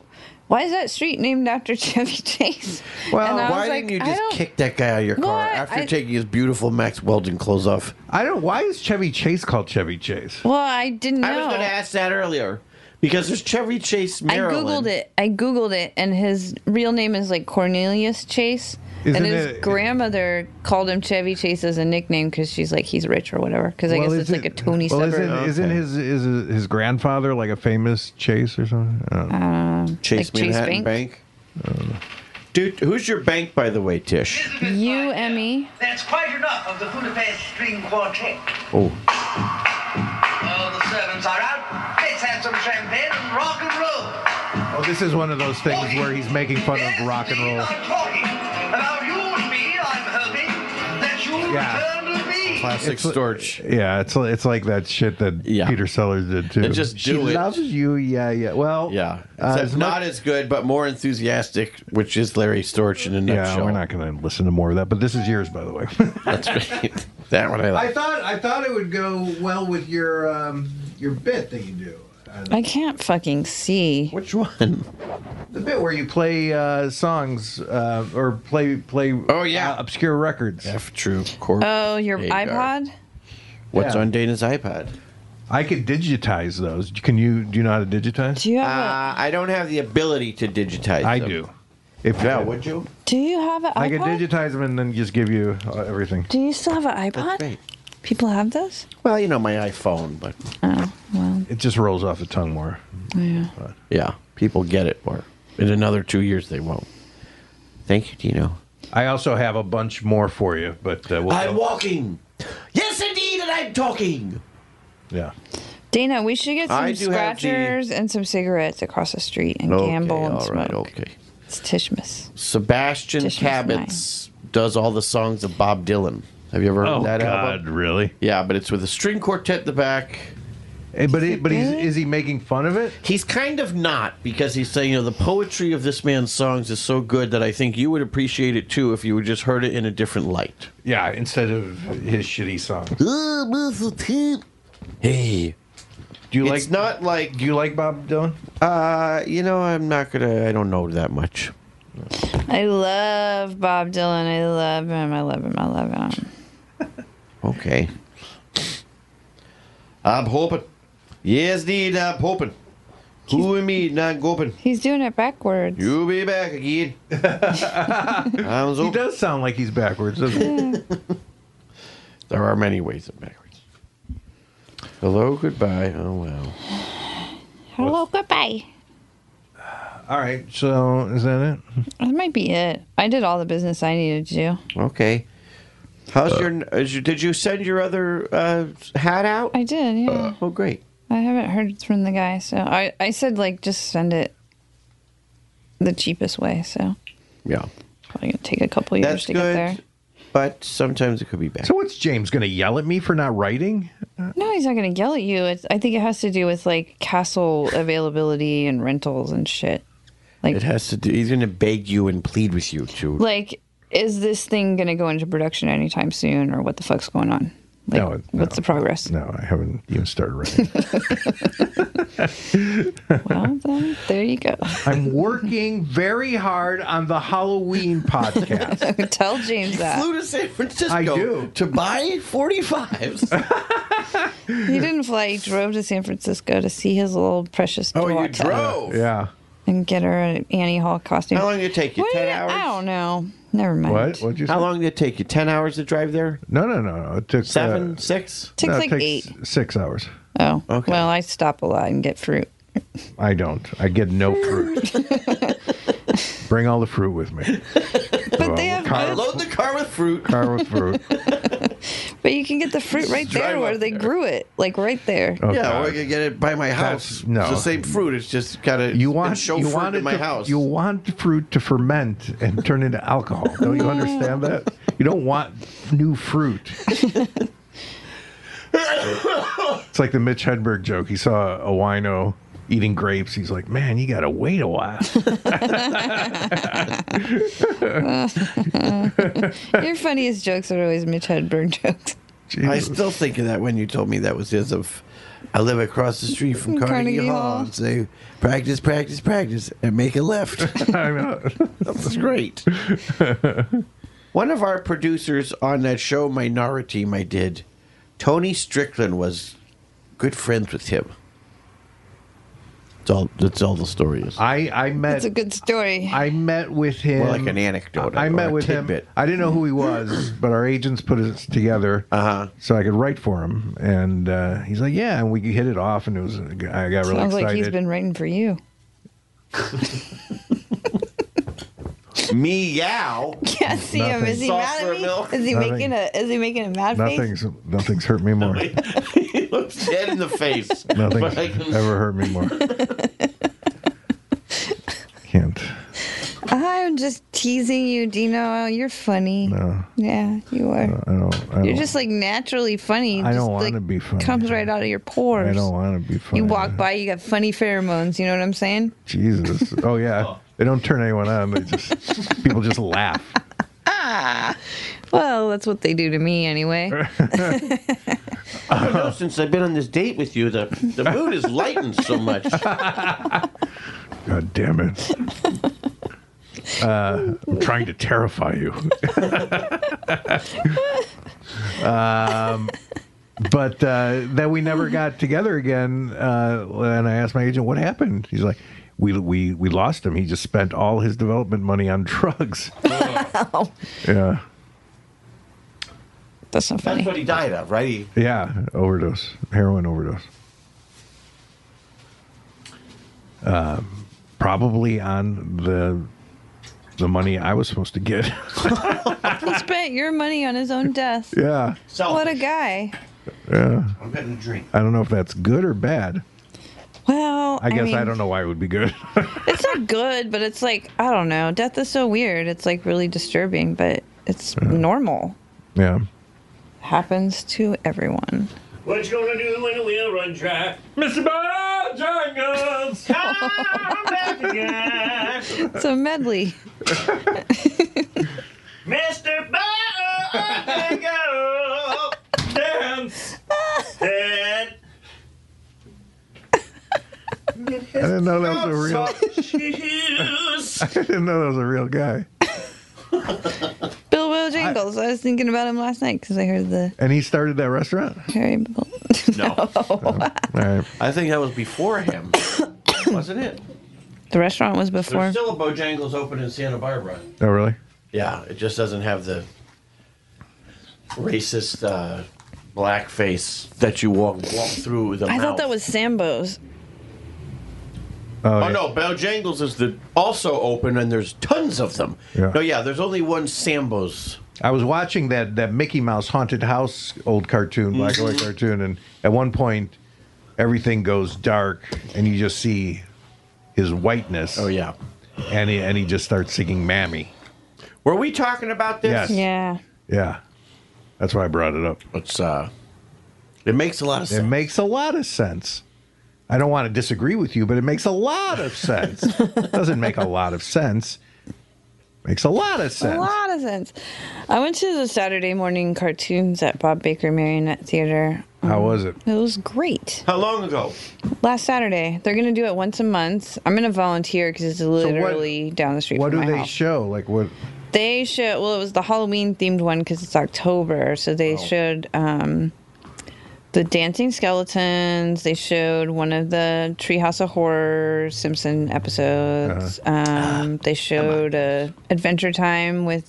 Speaker 12: why is that street named after Chevy Chase? and I
Speaker 10: why
Speaker 12: was like,
Speaker 10: didn't you
Speaker 12: "I
Speaker 10: just
Speaker 12: don't-
Speaker 10: kick that guy out of your car
Speaker 12: What?
Speaker 10: after
Speaker 12: I-
Speaker 10: taking his beautiful Max Weldon clothes off?
Speaker 2: I don't. Why is Chevy Chase called Chevy Chase?
Speaker 12: Well, I didn't know.
Speaker 10: I was going to ask that earlier because there's Chevy Chase, Maryland.
Speaker 12: I googled it. I googled it, and his real name is like Cornelius Chase,
Speaker 10: Isn't
Speaker 12: and his
Speaker 10: it-
Speaker 12: grandmother called him Chevy Chase as a nickname because she's like he's rich or whatever. Because I
Speaker 2: Well,
Speaker 12: guess it's
Speaker 2: is
Speaker 12: like a Tony
Speaker 2: well,
Speaker 12: suburb.
Speaker 2: isn't, isn't his is his grandfather like a famous Chase or something? I don't know.
Speaker 10: Chase
Speaker 12: uh, like Chase
Speaker 10: Manhattan
Speaker 12: Bank?
Speaker 10: Bank. Dude, who's your bank, by the way, Tish?
Speaker 12: U M E.
Speaker 13: That's quite enough of the Budapest String Quartet.
Speaker 10: Oh,
Speaker 13: All the servants are out. Let's have some champagne and rock and roll.
Speaker 2: Oh, this is one of those things where he's making fun of rock and roll.
Speaker 13: I'm talking about you and me. I'm hoping that you
Speaker 2: Yeah.
Speaker 13: return to me.
Speaker 2: It's li- Yeah, it's li- it's like that shit that Peter Sellers did too.
Speaker 10: And just
Speaker 2: she
Speaker 10: do it.
Speaker 2: loves you, yeah, yeah. Well,
Speaker 10: yeah.
Speaker 2: uh,
Speaker 10: Except
Speaker 2: as
Speaker 10: not
Speaker 2: much-
Speaker 10: as good, but more enthusiastic, which is Larry Storch in a
Speaker 2: yeah,
Speaker 10: nutshell.
Speaker 2: we're not going to listen to more of that. But this is yours, by the way.
Speaker 10: That's right. That one I like.
Speaker 26: I thought I thought it would go well with your um, your bit that you do.
Speaker 12: I can't fucking see.
Speaker 10: Which one?
Speaker 2: The bit where you play uh, songs uh, or play play. Oh yeah, obscure records.
Speaker 10: F true core.
Speaker 12: Oh, your iPod.
Speaker 10: What's on Dana's iPod?
Speaker 2: I could digitize those. Can you? Do you know how to digitize?
Speaker 12: Do you have
Speaker 10: Uh, I don't have the ability to digitize.
Speaker 2: I
Speaker 10: them.
Speaker 2: do. If
Speaker 10: yeah, would you?
Speaker 12: Do you have an iPod?
Speaker 2: I could digitize them and then just give you uh, everything.
Speaker 12: Do you still have an iPod? People have those.
Speaker 10: Well, you know my iPhone, but
Speaker 12: Oh well.
Speaker 2: it just rolls off the tongue more.
Speaker 12: Yeah.
Speaker 10: Yeah, people get it more. In another two years, they won't. Thank you, Dino.
Speaker 2: I also have a bunch more for you, but uh, we'll
Speaker 10: I'm walking. Yes, indeed, and I'm talking.
Speaker 2: Yeah.
Speaker 12: Dana, we should get
Speaker 10: I
Speaker 12: some
Speaker 10: do have the-
Speaker 12: scratchers and some cigarettes across the street and
Speaker 10: Okay,
Speaker 12: gamble and
Speaker 10: all
Speaker 12: smoke.
Speaker 10: right, okay.
Speaker 12: It's Tishmas.
Speaker 10: Sebastian
Speaker 12: Just
Speaker 10: Cabot's does all the songs of Bob Dylan. Have you ever heard
Speaker 2: Oh,
Speaker 10: that
Speaker 2: God,
Speaker 10: album?
Speaker 2: really?
Speaker 10: Yeah, but it's with a string quartet in the back.
Speaker 2: Eh, but it, but he's, is he making fun of it?
Speaker 10: He's kind of not because he's saying, you know, the poetry of this man's songs is so good that I think you would appreciate it too if you would just heard it in a different light.
Speaker 2: Yeah, instead of his shitty song.
Speaker 10: Hey,
Speaker 2: do you
Speaker 10: like? Not like. Do
Speaker 2: you like Bob Dylan?
Speaker 10: Uh, you know, I'm not gonna. I don't know that much.
Speaker 12: I love Bob Dylan. I love him. I love him. I love him.
Speaker 10: Okay. I'm hoping. Yes, indeed, I'm hoping. Who and me not goping.
Speaker 12: He's doing it backwards.
Speaker 10: You'll be back again.
Speaker 2: he does sound like he's backwards, doesn't he?
Speaker 10: There are many ways of backwards. Hello, goodbye. Oh well.
Speaker 12: Hello, goodbye.
Speaker 2: All right, so is that it?
Speaker 12: That might be it. I did all the business I needed to do.
Speaker 10: Okay. How's your, is your? Did you send your other uh, hat out?
Speaker 12: I did, yeah.
Speaker 10: oh, great.
Speaker 12: I haven't heard from the guy, so I, I said, like, just send it the cheapest way, so.
Speaker 10: Yeah.
Speaker 12: Probably going to take a couple years
Speaker 10: That's
Speaker 12: to
Speaker 10: good.
Speaker 12: get
Speaker 10: But sometimes it could be bad.
Speaker 2: So what's James gonna yell at me for not writing?
Speaker 12: there. No, he's not going to yell at you. It's, I think it has to do with, like, castle availability and rentals and shit. Like
Speaker 10: it has to do. He's going to beg you and plead with you to.
Speaker 12: like is this thing going to go into production anytime soon or what the fuck's going on like
Speaker 2: No,
Speaker 12: what's the progress
Speaker 2: No, I haven't even started writing.
Speaker 12: well then there you go
Speaker 2: I'm working very hard on the Halloween podcast.
Speaker 12: tell james that
Speaker 10: flew to san francisco
Speaker 2: I do.
Speaker 10: to buy 45s
Speaker 12: he didn't fly he drove to san francisco to see his little precious oh you
Speaker 2: Yeah.
Speaker 12: and get her an annie hall costume
Speaker 10: How long did it take you?
Speaker 12: What
Speaker 10: 10
Speaker 12: did it-
Speaker 10: hours?
Speaker 12: i don't know never mind
Speaker 2: What? What'd you
Speaker 10: How long did it take you? Ten hours to drive there?
Speaker 2: No, no, no, no. It took
Speaker 10: Seven, six?
Speaker 12: Takes
Speaker 2: it
Speaker 12: like eight.
Speaker 2: Six hours.
Speaker 12: oh well i stop a lot and get fruit
Speaker 2: I don't. I get no fruit. Bring all the fruit with me. but
Speaker 12: they have good-
Speaker 10: Load the car with fruit.
Speaker 2: Car with fruit.
Speaker 12: but you can get the fruit right
Speaker 10: Drive
Speaker 12: there where
Speaker 10: up
Speaker 12: they grew it like right there
Speaker 2: Oh,
Speaker 10: yeah,
Speaker 2: God.
Speaker 10: or I could get it by my house.
Speaker 2: no.
Speaker 10: It's the same fruit. It's just kind of
Speaker 2: You want
Speaker 10: show
Speaker 2: you
Speaker 10: fruit
Speaker 2: want
Speaker 10: in
Speaker 2: it
Speaker 10: my
Speaker 2: to-
Speaker 10: house.
Speaker 2: You want fruit to ferment and turn into alcohol. Don't you understand that? You don't want new fruit. It's like the Mitch Hedberg joke. He saw a wino eating grapes. He's like, man, you got to wait a while.
Speaker 12: Your funniest jokes are always Mitch Hedberg jokes.
Speaker 10: I still think of that when you told me that was the end of. I live across the street from
Speaker 12: From
Speaker 10: Carnegie,
Speaker 12: Carnegie
Speaker 10: Hall.
Speaker 12: Hall.
Speaker 10: And say, practice, practice, practice, and make a left. I know. That was great. One of our producers on that show, Minority Team, I did, Tony Strickland was good friends with him. That's all, that's all the story is.
Speaker 2: I, I met.
Speaker 12: That's a good story.
Speaker 2: I met with him.
Speaker 10: More like an anecdote.
Speaker 2: I
Speaker 10: or
Speaker 2: met
Speaker 10: a
Speaker 2: with him.
Speaker 10: tidbit.
Speaker 2: I didn't know who he was, but our agents put us together
Speaker 10: Uh-huh.
Speaker 2: so I could write for him. And uh, he's like, "Yeah," and we hit it off, and it was. I got really
Speaker 12: Sounds
Speaker 2: excited.
Speaker 12: like he's been writing for you.
Speaker 10: Meow.
Speaker 12: Can't see him.
Speaker 2: Nothing.
Speaker 12: Is he
Speaker 2: Soft
Speaker 12: mad
Speaker 10: for
Speaker 12: at me?
Speaker 10: milk.
Speaker 12: Is he
Speaker 2: Nothing.
Speaker 12: making a is he making a mad face?
Speaker 2: Nothing's nothing's hurt me more.
Speaker 10: He looks dead in the face.
Speaker 2: Nothing's
Speaker 10: But I can-
Speaker 2: ever hurt me more. Can't.
Speaker 12: I'm just teasing you, Dino. You're funny.
Speaker 2: No.
Speaker 12: Yeah, you are.
Speaker 2: I don't. I
Speaker 12: You're
Speaker 2: don't-
Speaker 12: just like naturally funny.
Speaker 2: I
Speaker 12: just,
Speaker 2: don't
Speaker 12: like,
Speaker 2: wanna be funny.
Speaker 12: Comes right out of your pores.
Speaker 2: I don't want to be funny.
Speaker 12: You walk by, you got funny pheromones. You know what I'm saying?
Speaker 2: Jesus. Oh yeah. They don't turn anyone on. They just people just laugh.
Speaker 12: Ah, well, that's what they do to me anyway.
Speaker 10: I don't know, since I've been on this date with you, the, the mood is lightened so much.
Speaker 2: God damn it. Uh, I'm trying to terrify you. um, but uh, then we never got together again. Uh, and I asked my agent, what happened? He's like, we, we, we lost him. He just spent all his development money on drugs. yeah.
Speaker 12: That's not
Speaker 10: That's what he died of, right? He,
Speaker 2: Yeah, overdose, heroin overdose. Um, probably on the the money I was supposed to get.
Speaker 12: he spent your money on his own death.
Speaker 2: yeah,
Speaker 12: What a guy.
Speaker 2: yeah.
Speaker 10: I'm getting a drink.
Speaker 2: I don't know if that's good or bad.
Speaker 12: Well,
Speaker 2: I guess I,
Speaker 12: mean,
Speaker 2: don't know why it would be good.
Speaker 12: It's not good, but it's like I don't know. Death is so weird. It's like really disturbing, but it's normal.
Speaker 2: yeah.
Speaker 12: Happens to everyone.
Speaker 27: What you gonna do when the wheel runs dry? Mr. Bojangles, come back again.
Speaker 12: It's a medley.
Speaker 27: Mr. Bojangles, dance and
Speaker 2: I didn't know that was a real.
Speaker 27: choose.
Speaker 2: I didn't know that was a real guy.
Speaker 12: Bill Will Jingles. I, was thinking about him last night because I heard the
Speaker 2: And he started that restaurant.
Speaker 12: Harry. Bill-
Speaker 10: No.
Speaker 2: All right.
Speaker 10: I think that was before him, wasn't it?
Speaker 12: The restaurant was before.
Speaker 10: There's still a Bojangles open in Santa Barbara.
Speaker 2: Oh really?
Speaker 10: Yeah, it just doesn't have the racist uh, black face that you walk walk through the
Speaker 12: I
Speaker 10: mouth.
Speaker 12: thought that was Sambo's.
Speaker 10: Oh, no, Bojangles is the also open, and there's tons of them.
Speaker 2: Yeah.
Speaker 10: No, yeah, there's only one Sambo's.
Speaker 2: I was watching that that Mickey Mouse haunted house old cartoon, black and white
Speaker 10: Mm-hmm.
Speaker 2: cartoon, and at one point everything goes dark, and you just see his whiteness. Oh
Speaker 10: yeah,
Speaker 2: and he and he just starts singing "Mammy."
Speaker 10: Were we talking about this?
Speaker 2: Yes.
Speaker 12: Yeah.
Speaker 2: Yeah, that's why I brought it up.
Speaker 10: It's uh, it makes a lot of
Speaker 2: sense. It makes a lot of sense. I don't want to disagree with you, but it makes a lot of sense. Doesn't make a lot of sense. Makes a lot of
Speaker 12: A
Speaker 2: sense.
Speaker 12: lot of sense. I went to the Saturday morning cartoons at Bob Baker Marionette Theater.
Speaker 2: How was it?
Speaker 12: It was great.
Speaker 10: How long ago?
Speaker 12: Last Saturday. They're going to do it once a month. I'm going to volunteer because it's literally down the street
Speaker 2: What
Speaker 12: from
Speaker 2: do
Speaker 12: my
Speaker 2: they
Speaker 12: house.
Speaker 2: show? Like what?
Speaker 12: They showed, well, it was the Halloween themed one because it's October. So they showed um, the dancing skeletons. They showed one of the Treehouse of Horror Simpson episodes. Um, they showed uh, Adventure Time with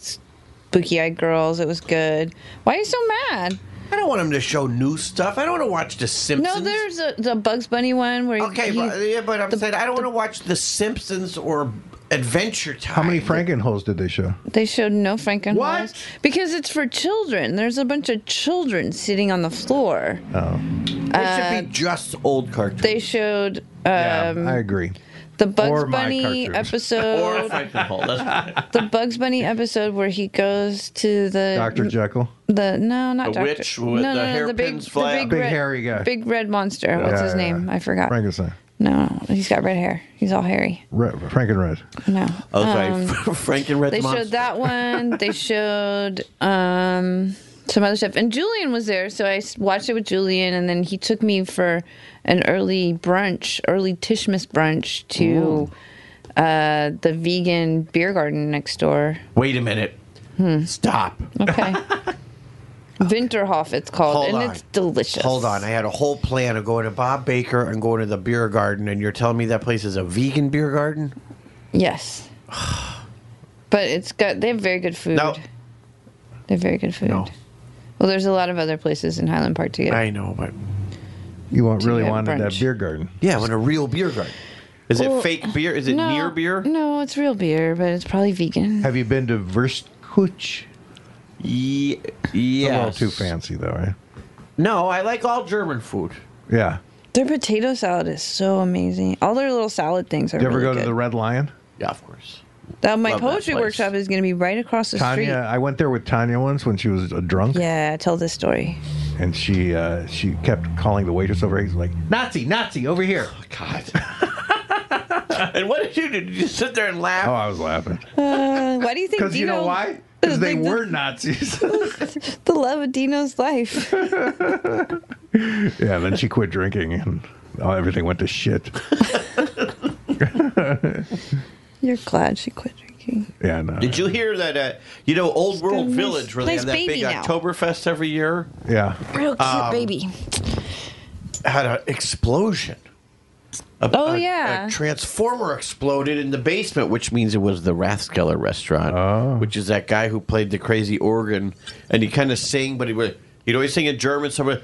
Speaker 12: Spooky Eyed Girls. It was good. Why are you so mad?
Speaker 10: I don't want him to show new stuff. I don't want to watch The Simpsons.
Speaker 12: No, there's a, the Bugs Bunny one where
Speaker 10: Okay,
Speaker 12: he,
Speaker 10: but, uh, yeah, but I'm saying I don't want to watch The Simpsons or Adventure Time.
Speaker 2: How many Frankenholes did they show?
Speaker 12: They showed no Frankenhals
Speaker 10: What?
Speaker 12: because it's for children. There's a bunch of children sitting on the floor.
Speaker 2: Oh,
Speaker 12: Uh,
Speaker 10: It should be just old cartoons.
Speaker 12: They showed. Um,
Speaker 2: I agree.
Speaker 12: The Bugs
Speaker 28: Or my
Speaker 12: Bunny
Speaker 28: cartoons.
Speaker 12: episode. the Bugs Bunny episode where he goes to the
Speaker 2: Dr. Jekyll.
Speaker 12: The no, not
Speaker 2: The
Speaker 12: Dr.
Speaker 2: witch with the
Speaker 12: no, no, no, the big,
Speaker 2: hairpins
Speaker 12: the
Speaker 2: fly
Speaker 12: big,
Speaker 2: out. Big
Speaker 12: red,
Speaker 2: hairy guy.
Speaker 12: big red monster. What's
Speaker 2: Yeah,
Speaker 12: his
Speaker 2: yeah,
Speaker 12: name?
Speaker 2: yeah.
Speaker 12: I forgot.
Speaker 2: Frankenstein.
Speaker 12: No, he's got red hair. He's all hairy.
Speaker 2: Red, Frank and Red.
Speaker 12: No.
Speaker 2: Oh,
Speaker 12: sorry.
Speaker 10: Frank and Red
Speaker 12: they showed that one. they showed um, some other stuff, and Julian was there, so I s- watched it with Julian, and then he took me for an early brunch, early Tishmas brunch to uh, the vegan beer garden next door.
Speaker 10: Wait a minute.
Speaker 12: Hmm.
Speaker 10: Stop.
Speaker 12: Okay. Winterhof, it's called,
Speaker 10: Hold
Speaker 12: and
Speaker 10: on.
Speaker 12: it's delicious.
Speaker 10: Hold on. I had a whole plan of going to Bob Baker and going to the beer garden, and you're telling me that place is a vegan beer garden?
Speaker 12: Yes, but it's got they have very good food.
Speaker 10: No.
Speaker 12: They have very good food. Well, there's a lot of other places in Highland Park to get.
Speaker 10: I know, but
Speaker 2: You want,
Speaker 12: To
Speaker 2: really
Speaker 12: get
Speaker 2: wanted that
Speaker 12: brunch.
Speaker 2: beer garden.
Speaker 10: Yeah, I want a real beer garden. Is
Speaker 12: Well,
Speaker 10: it fake beer? Is it
Speaker 12: no,
Speaker 10: near beer?
Speaker 12: No, it's real beer, but it's probably vegan.
Speaker 2: Have you been to Verstkuch?
Speaker 10: Yeah.
Speaker 2: A little too fancy, though, right?
Speaker 10: No, I like all German food.
Speaker 2: Yeah.
Speaker 12: Their potato salad is so amazing. All their little salad things are
Speaker 2: Did you ever
Speaker 12: really
Speaker 2: go
Speaker 12: good.
Speaker 2: to the Red Lion?
Speaker 10: Yeah, of course.
Speaker 12: That- my
Speaker 2: Love that
Speaker 12: poetry
Speaker 2: place.
Speaker 12: workshop is going to be right across the
Speaker 2: Tanya,
Speaker 12: street.
Speaker 2: I went there with Tanya once when she was a drunk,
Speaker 12: Yeah, tell this story.
Speaker 2: and she uh, she kept calling the waitress over. He's like, Nazi, Nazi, over here.
Speaker 10: Oh, and what did you do? Did you sit there and laugh?
Speaker 2: Oh, I was laughing.
Speaker 12: Uh, why do you think?
Speaker 2: Because you know
Speaker 12: Dino-
Speaker 2: why? Because they were Nazis.
Speaker 12: The love of Dino's life.
Speaker 2: yeah, then she quit drinking, and oh, everything went to shit.
Speaker 12: You're glad she quit drinking.
Speaker 2: Yeah, no.
Speaker 10: Did you hear that? Uh, you know, Old World
Speaker 12: got a nice-
Speaker 10: Village really
Speaker 12: nice
Speaker 10: have that
Speaker 12: baby
Speaker 10: big
Speaker 12: now.
Speaker 10: Oktoberfest every year.
Speaker 2: Yeah.
Speaker 12: Real cute
Speaker 10: Um,
Speaker 12: baby.
Speaker 10: Had an explosion. A,
Speaker 12: Oh,
Speaker 10: a-
Speaker 12: yeah.
Speaker 10: A transformer exploded in the basement, which means it was the Rathskeller restaurant,
Speaker 2: Oh.
Speaker 10: which is that guy who played the crazy organ, and he kind of sang, but he would he'd always sing in German. Somewhere.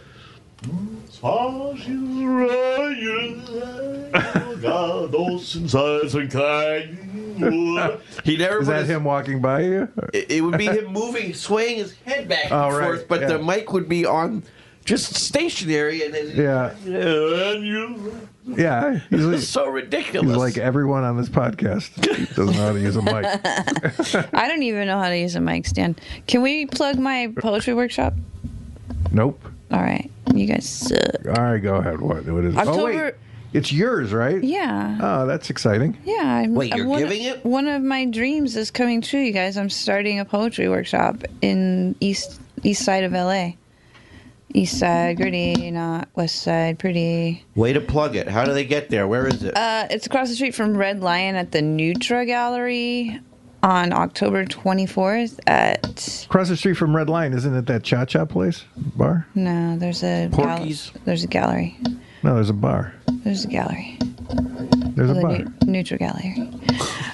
Speaker 10: he never.
Speaker 2: Is that him walking by you?
Speaker 10: It, it would be him moving, swaying his head back and
Speaker 2: Oh, right,
Speaker 10: forth, but
Speaker 2: yeah.
Speaker 10: the mic would be on just stationary, and then
Speaker 2: Yeah. Yeah, he's
Speaker 10: This is so ridiculous.
Speaker 2: He's like everyone on this podcast. He doesn't know how to use a mic.
Speaker 12: I don't even know how to use a mic stand. Can we plug my poetry workshop?
Speaker 2: Nope.
Speaker 12: All right, you guys uh, suck.
Speaker 2: All right, go ahead. What? What is? Oh wait,
Speaker 12: October-
Speaker 2: it's yours, right?
Speaker 12: Yeah.
Speaker 2: Oh, that's exciting.
Speaker 12: Yeah. I'm,
Speaker 2: Wait,
Speaker 12: I'm
Speaker 2: you're
Speaker 12: one,
Speaker 2: giving it?
Speaker 12: One of my dreams is coming true, you guys. I'm starting a poetry workshop in east east side of LA. East side gritty, not west side pretty.
Speaker 10: Way to plug it. How do they get there? Where is it?
Speaker 12: Uh, it's across the street from Red Lion at the Nutra Gallery on October 24th at
Speaker 2: Across the street from Red Lion, isn't it that Cha Cha place bar?
Speaker 12: no, there's a gal-
Speaker 2: Porky's?
Speaker 12: there's a gallery.
Speaker 2: No, there's a bar.
Speaker 12: There's a gallery.
Speaker 2: There's a
Speaker 12: the
Speaker 2: bar.
Speaker 12: Nu- Nutra Gallery.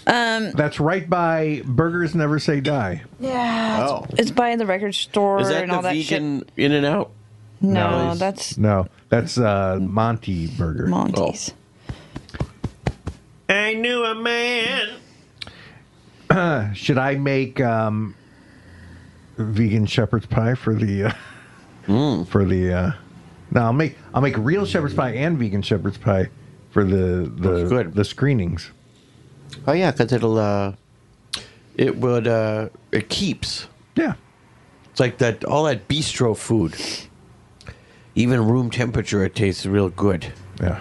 Speaker 12: Um,
Speaker 2: That's right by Burgers Never Say Die.
Speaker 12: yeah, it's-
Speaker 2: Oh.
Speaker 12: it's, by the record store
Speaker 2: Is that
Speaker 12: and
Speaker 2: the
Speaker 12: all that shit.
Speaker 10: In in and out.
Speaker 12: No, that's
Speaker 2: no, that's uh, Monty Burger.
Speaker 12: Monty's.
Speaker 10: I knew a man.
Speaker 2: Should I make um, vegan shepherd's pie for the uh, for the? Uh, no, I'll make I'll make real shepherd's pie and vegan shepherd's pie for the the the screenings.
Speaker 10: Oh yeah, because it'll uh, it would uh, it keeps.
Speaker 2: Yeah,
Speaker 10: it's like that all that bistro food. Even room temperature, it tastes real good.
Speaker 2: Yeah.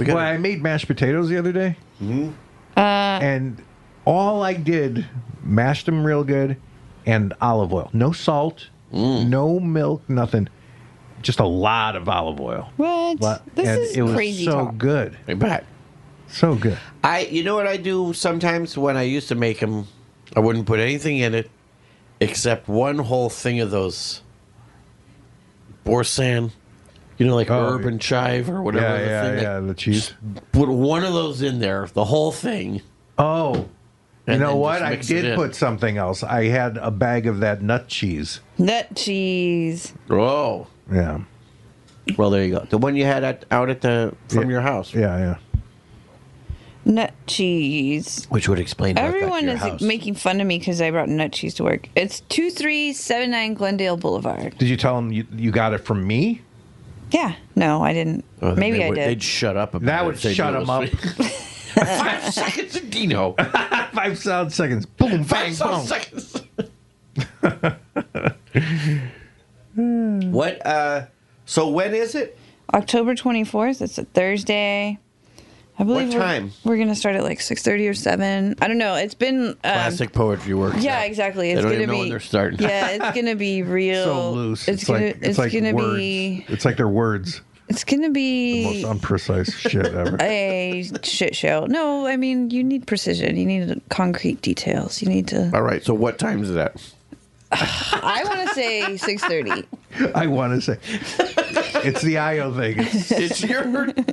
Speaker 2: well, I made mashed potatoes the other day, mm-hmm.
Speaker 12: uh,
Speaker 2: and all I did mashed them real good, and olive oil, no salt, no milk, nothing, just a lot of olive oil.
Speaker 12: What?
Speaker 2: But-
Speaker 12: This
Speaker 2: and
Speaker 12: is
Speaker 2: it was
Speaker 12: crazy
Speaker 2: so
Speaker 12: talk.
Speaker 2: good.
Speaker 10: I bet.
Speaker 2: So good.
Speaker 10: I you know what I do sometimes when I used to make them, I wouldn't put anything in it except one whole thing of those borsan, you know, like herb and chive or whatever.
Speaker 2: Oh, Yeah, yeah,
Speaker 10: thing that-
Speaker 2: yeah. The cheese.
Speaker 10: Put one of those in there, the whole thing.
Speaker 2: Oh, you
Speaker 10: And
Speaker 2: know
Speaker 10: then
Speaker 2: what?
Speaker 10: just
Speaker 2: I
Speaker 10: mix it
Speaker 2: did
Speaker 10: in.
Speaker 2: put something else. I had a bag of that nut cheese.
Speaker 12: Nut cheese.
Speaker 10: Oh.
Speaker 2: Yeah.
Speaker 10: Well, there you go. The one you had at, out at the from your house.
Speaker 2: Yeah, yeah.
Speaker 12: Nut cheese.
Speaker 10: Which would explain how it got to
Speaker 12: Everyone
Speaker 10: your
Speaker 12: is
Speaker 10: house.
Speaker 12: making fun of me because I brought nut cheese to work. It's 2379 Glendale Boulevard.
Speaker 2: Did you tell him you, you got it from me?
Speaker 12: Yeah. No, I didn't.
Speaker 29: Oh, then
Speaker 12: Maybe
Speaker 29: they
Speaker 12: I
Speaker 29: would-
Speaker 12: did.
Speaker 29: They'd shut up. About
Speaker 12: That
Speaker 29: it
Speaker 12: would
Speaker 29: if they
Speaker 12: shut
Speaker 29: knew it
Speaker 12: 'em
Speaker 29: was free. Five seconds of Dino.
Speaker 2: Five solid seconds. Boom, bang,
Speaker 29: Five solid
Speaker 2: boom.
Speaker 29: seconds.
Speaker 10: what? Uh, so when is it?
Speaker 12: October 24th. It's a Thursday. I believe we're-
Speaker 10: time?
Speaker 12: We're, gonna start at like 6:30 or 7. I don't know. It's been um,
Speaker 10: Classic poetry work.
Speaker 12: Yeah, exactly.
Speaker 10: They
Speaker 12: It's
Speaker 10: don't
Speaker 12: gonna
Speaker 10: even know
Speaker 12: be
Speaker 10: when they're starting.
Speaker 12: yeah, it's gonna be real.
Speaker 2: so loose.
Speaker 12: It's, gonna it's, gonna
Speaker 2: words.
Speaker 12: be E.
Speaker 2: It's like their words.
Speaker 12: it's gonna be
Speaker 2: Most unprecise shit ever.
Speaker 12: a shit show. No, I mean you need precision. You need concrete details. You need to.
Speaker 10: All right. So what time is that?
Speaker 12: I want to say six thirty.
Speaker 2: I want to say it's the IO thing. It's,
Speaker 10: It's your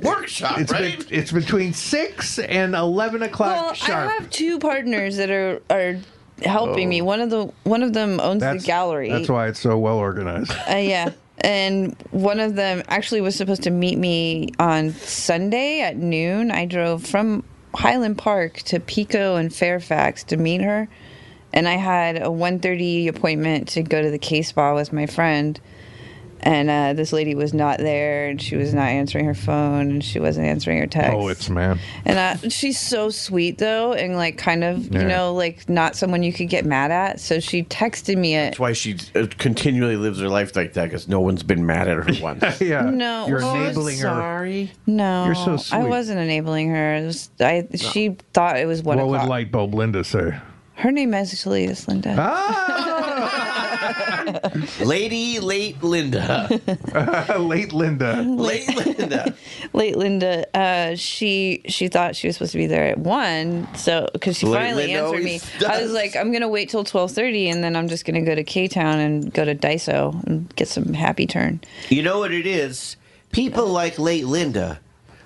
Speaker 10: workshop,
Speaker 2: it's
Speaker 10: right?
Speaker 2: bet- it's between six and eleven o'clock
Speaker 12: Well,
Speaker 2: sharp.
Speaker 12: I have two partners that are are helping me. One of the one of them owns the gallery.
Speaker 2: That's why it's so well organized.
Speaker 12: Uh, yeah. And one of them actually was supposed to meet me on Sunday at noon. I drove from Highland Park to Pico and Fairfax to meet her, and I had a 1:30 appointment to go to the K spa with my friend. And uh, this lady was not there, and she was not answering her phone, and she wasn't answering her text.
Speaker 2: Oh, it's man.
Speaker 12: And uh, she's so sweet though, and like kind of
Speaker 29: Yeah.
Speaker 12: you know like not someone you could get mad at. So she texted me at
Speaker 29: That's why she uh, continually lives her life like that because no one's been mad at her once.
Speaker 2: yeah.
Speaker 12: No,
Speaker 29: You're
Speaker 12: well,
Speaker 29: enabling her.
Speaker 12: Sorry, no,
Speaker 2: You're so
Speaker 12: I
Speaker 2: sweet.
Speaker 12: wasn't enabling her. It was, I she thought it was one
Speaker 2: What would
Speaker 12: o'clock.
Speaker 2: light bulb Linda say?
Speaker 12: her name actually is Linda.
Speaker 29: Lady Late Linda.
Speaker 2: Late Linda.
Speaker 29: Late Linda.
Speaker 12: Late Linda, uh, she she thought she was supposed to be there at one, so because she
Speaker 30: Late
Speaker 12: finally
Speaker 30: Linda
Speaker 12: answered me,
Speaker 30: always
Speaker 12: I
Speaker 30: does.
Speaker 12: was like, I'm gonna wait till twelve thirty, and then I'm just gonna go to K Town and go to Daiso and get some happy turn.
Speaker 10: You know what it is? People like late Linda.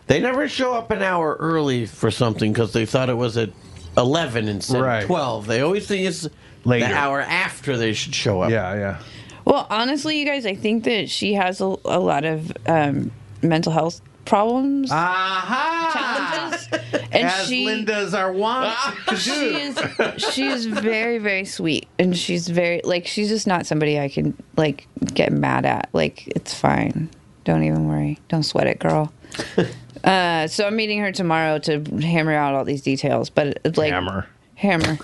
Speaker 10: They never show up an hour early for something because they thought it was at 11 instead
Speaker 2: Right.
Speaker 10: of 12. They always think it's
Speaker 2: Later.
Speaker 10: the hour after they should show up.
Speaker 2: Yeah, yeah.
Speaker 12: Well, honestly, you guys, I think that she has a, a lot of um, mental health problems.
Speaker 2: Ah. Aha!
Speaker 12: Challenges. And
Speaker 2: As
Speaker 12: she,
Speaker 2: Linda's are wont
Speaker 10: Ah.
Speaker 2: to do.
Speaker 12: she is she is very very sweet, and she's very like she's just not somebody I can like get mad at. Like it's fine. Don't even worry. Don't sweat it, girl. uh, so I'm meeting her tomorrow to hammer out all these details. But like hammer, hammer.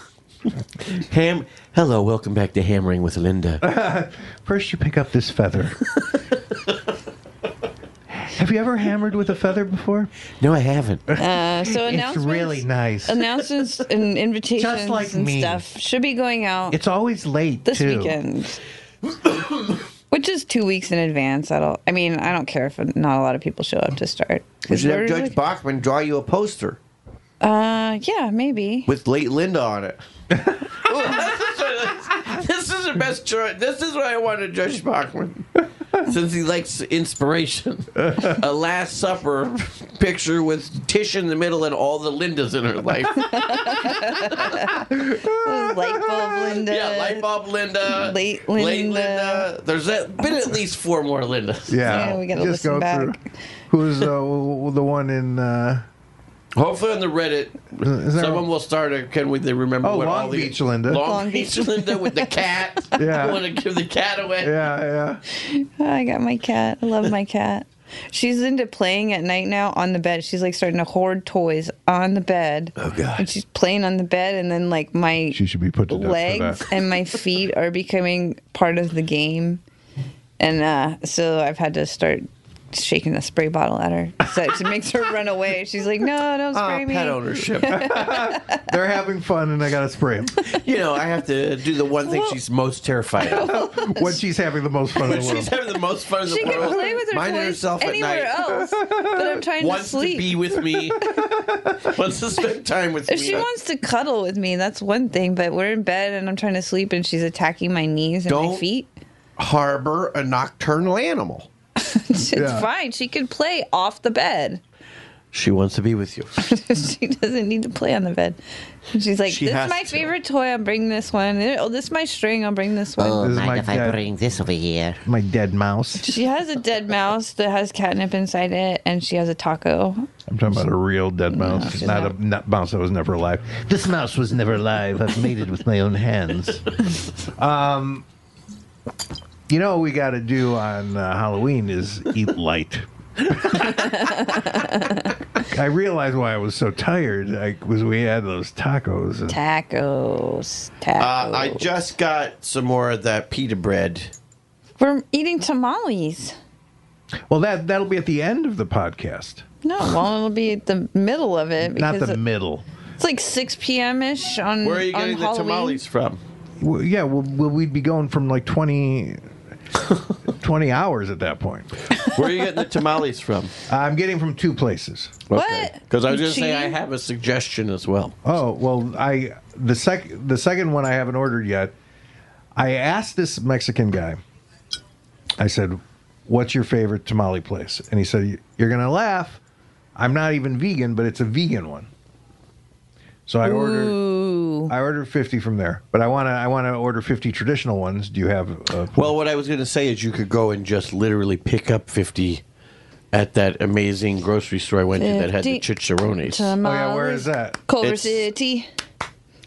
Speaker 10: Ham. Hello, welcome back to Hammering with Linda.
Speaker 2: First, you pick up this feather. Have you ever hammered with a feather before?
Speaker 10: No, I haven't.
Speaker 12: Uh, so
Speaker 2: it's
Speaker 12: announcements-
Speaker 2: really nice.
Speaker 12: announcements and invitations
Speaker 2: like
Speaker 12: and
Speaker 2: me.
Speaker 12: stuff should be going out
Speaker 2: It's always late
Speaker 12: this
Speaker 2: too.
Speaker 12: weekend which is two weeks in advance i don't i mean i don't care if not a lot of people show up to start
Speaker 10: We should
Speaker 12: We're
Speaker 10: have Judge
Speaker 12: like-
Speaker 10: Bachman draw you a poster
Speaker 12: uh yeah maybe
Speaker 10: with late Linda on it.
Speaker 29: this is the best choice. This is what I wanted Judge Bachman.
Speaker 10: Since he likes inspiration, a Last Supper picture with Tish in the middle and all the Lindas in her life.
Speaker 12: light bulb linda
Speaker 10: yeah, light bulb Linda,
Speaker 12: Late
Speaker 10: late
Speaker 12: Linda.
Speaker 10: Linda. There's a, been at least four more Lindas.
Speaker 2: Yeah, just go through. Who's uh, w- the one in? Uh,
Speaker 10: Hopefully on the Reddit,
Speaker 2: Is there-
Speaker 10: someone will start a can we they remember
Speaker 2: Oh,
Speaker 10: what
Speaker 2: Long
Speaker 10: all the
Speaker 2: Beach Linda.
Speaker 10: Long,
Speaker 2: Long
Speaker 10: Beach Linda with the cat.
Speaker 2: Yeah.
Speaker 10: want to give the cat away.
Speaker 2: Yeah,
Speaker 12: Oh, i got my cat i love my cat she's into playing at night now on the bed she's like starting to hoard toys on the bed oh god and she's playing on the bed and then like my
Speaker 2: she should be put to death for
Speaker 12: legs
Speaker 2: that.
Speaker 12: and my feet are becoming part of the game. And uh, so I've had to start shaking a spray bottle at her. So it makes her run away. She's like, no, don't
Speaker 10: Ah,
Speaker 12: spray me.
Speaker 2: They're having fun, and I gotta spray him
Speaker 10: You know, I have to do the one thing she's most terrified of.
Speaker 2: when she's having the most fun in
Speaker 10: When
Speaker 2: the
Speaker 10: she's
Speaker 2: world.
Speaker 10: having the most fun in the
Speaker 12: she
Speaker 10: world.
Speaker 12: can play with her
Speaker 10: minding
Speaker 12: toys
Speaker 10: herself at
Speaker 12: anywhere
Speaker 10: night.
Speaker 12: else, but I'm trying to
Speaker 10: wants
Speaker 12: sleep.
Speaker 10: to be with me. wants to spend time with
Speaker 12: if
Speaker 10: me.
Speaker 12: she wants to cuddle with me, that's one thing. But we're in bed and I'm trying to sleep, and she's attacking my knees and my
Speaker 10: Don't
Speaker 12: feet.
Speaker 10: harbor a nocturnal animal.
Speaker 12: It's fine. She could play off the bed.
Speaker 10: She wants to be with you.
Speaker 12: she doesn't need to play on the bed. And she's like,
Speaker 10: She
Speaker 12: "This
Speaker 10: has
Speaker 12: is my favorite toy. I'll bring this one. Oh, this is my string. I'll bring this one."
Speaker 2: This is my dead-
Speaker 10: this over here?
Speaker 2: My dead mouse.
Speaker 12: She has a dead mouse that has catnip inside it, and she has a taco.
Speaker 2: I'm talking about a real dead mouse,
Speaker 12: she's
Speaker 2: not a not mouse that was never alive. This mouse was never alive. I've made it with my own hands. um, you know what we got to do on uh, Halloween is eat light. I realized why I was so tired. Like, was we had those tacos. And,
Speaker 12: Tacos. Tacos.
Speaker 10: Uh, I
Speaker 12: Oh.
Speaker 10: just got some more of that pita bread.
Speaker 12: We're eating tamales.
Speaker 2: well, that that'll be at the end of the podcast,
Speaker 12: No, well, it'll be at the middle of it.
Speaker 2: not
Speaker 12: because
Speaker 2: the middle.
Speaker 12: It's like 6 p.m. ish on
Speaker 2: Where are you
Speaker 12: on
Speaker 2: getting the
Speaker 12: Halloween.
Speaker 2: tamales
Speaker 10: from?
Speaker 2: Well, yeah, well, well, we'd be going from like 20, 20 hours at that point.
Speaker 10: Where are you getting the tamales from?
Speaker 2: I'm getting from two places.
Speaker 10: What? Because I was
Speaker 2: You
Speaker 10: going to say I
Speaker 2: cheating?
Speaker 10: have a suggestion as well.
Speaker 2: Oh well, I the sec the second one I haven't ordered yet. I asked this Mexican guy. I said, "What's your favorite tamale place?" And he said, "You're gonna laugh. I'm not even vegan, but it's a vegan one." So I ordered. I ordered fifty from there, but I wanna I wanna order fifty traditional ones. Do you have? uh, A,
Speaker 10: Well, what I was going to say is you could go and just literally pick up 50 at that amazing grocery store I went to that had the chicharrones.
Speaker 12: Culver
Speaker 10: It's,
Speaker 12: City.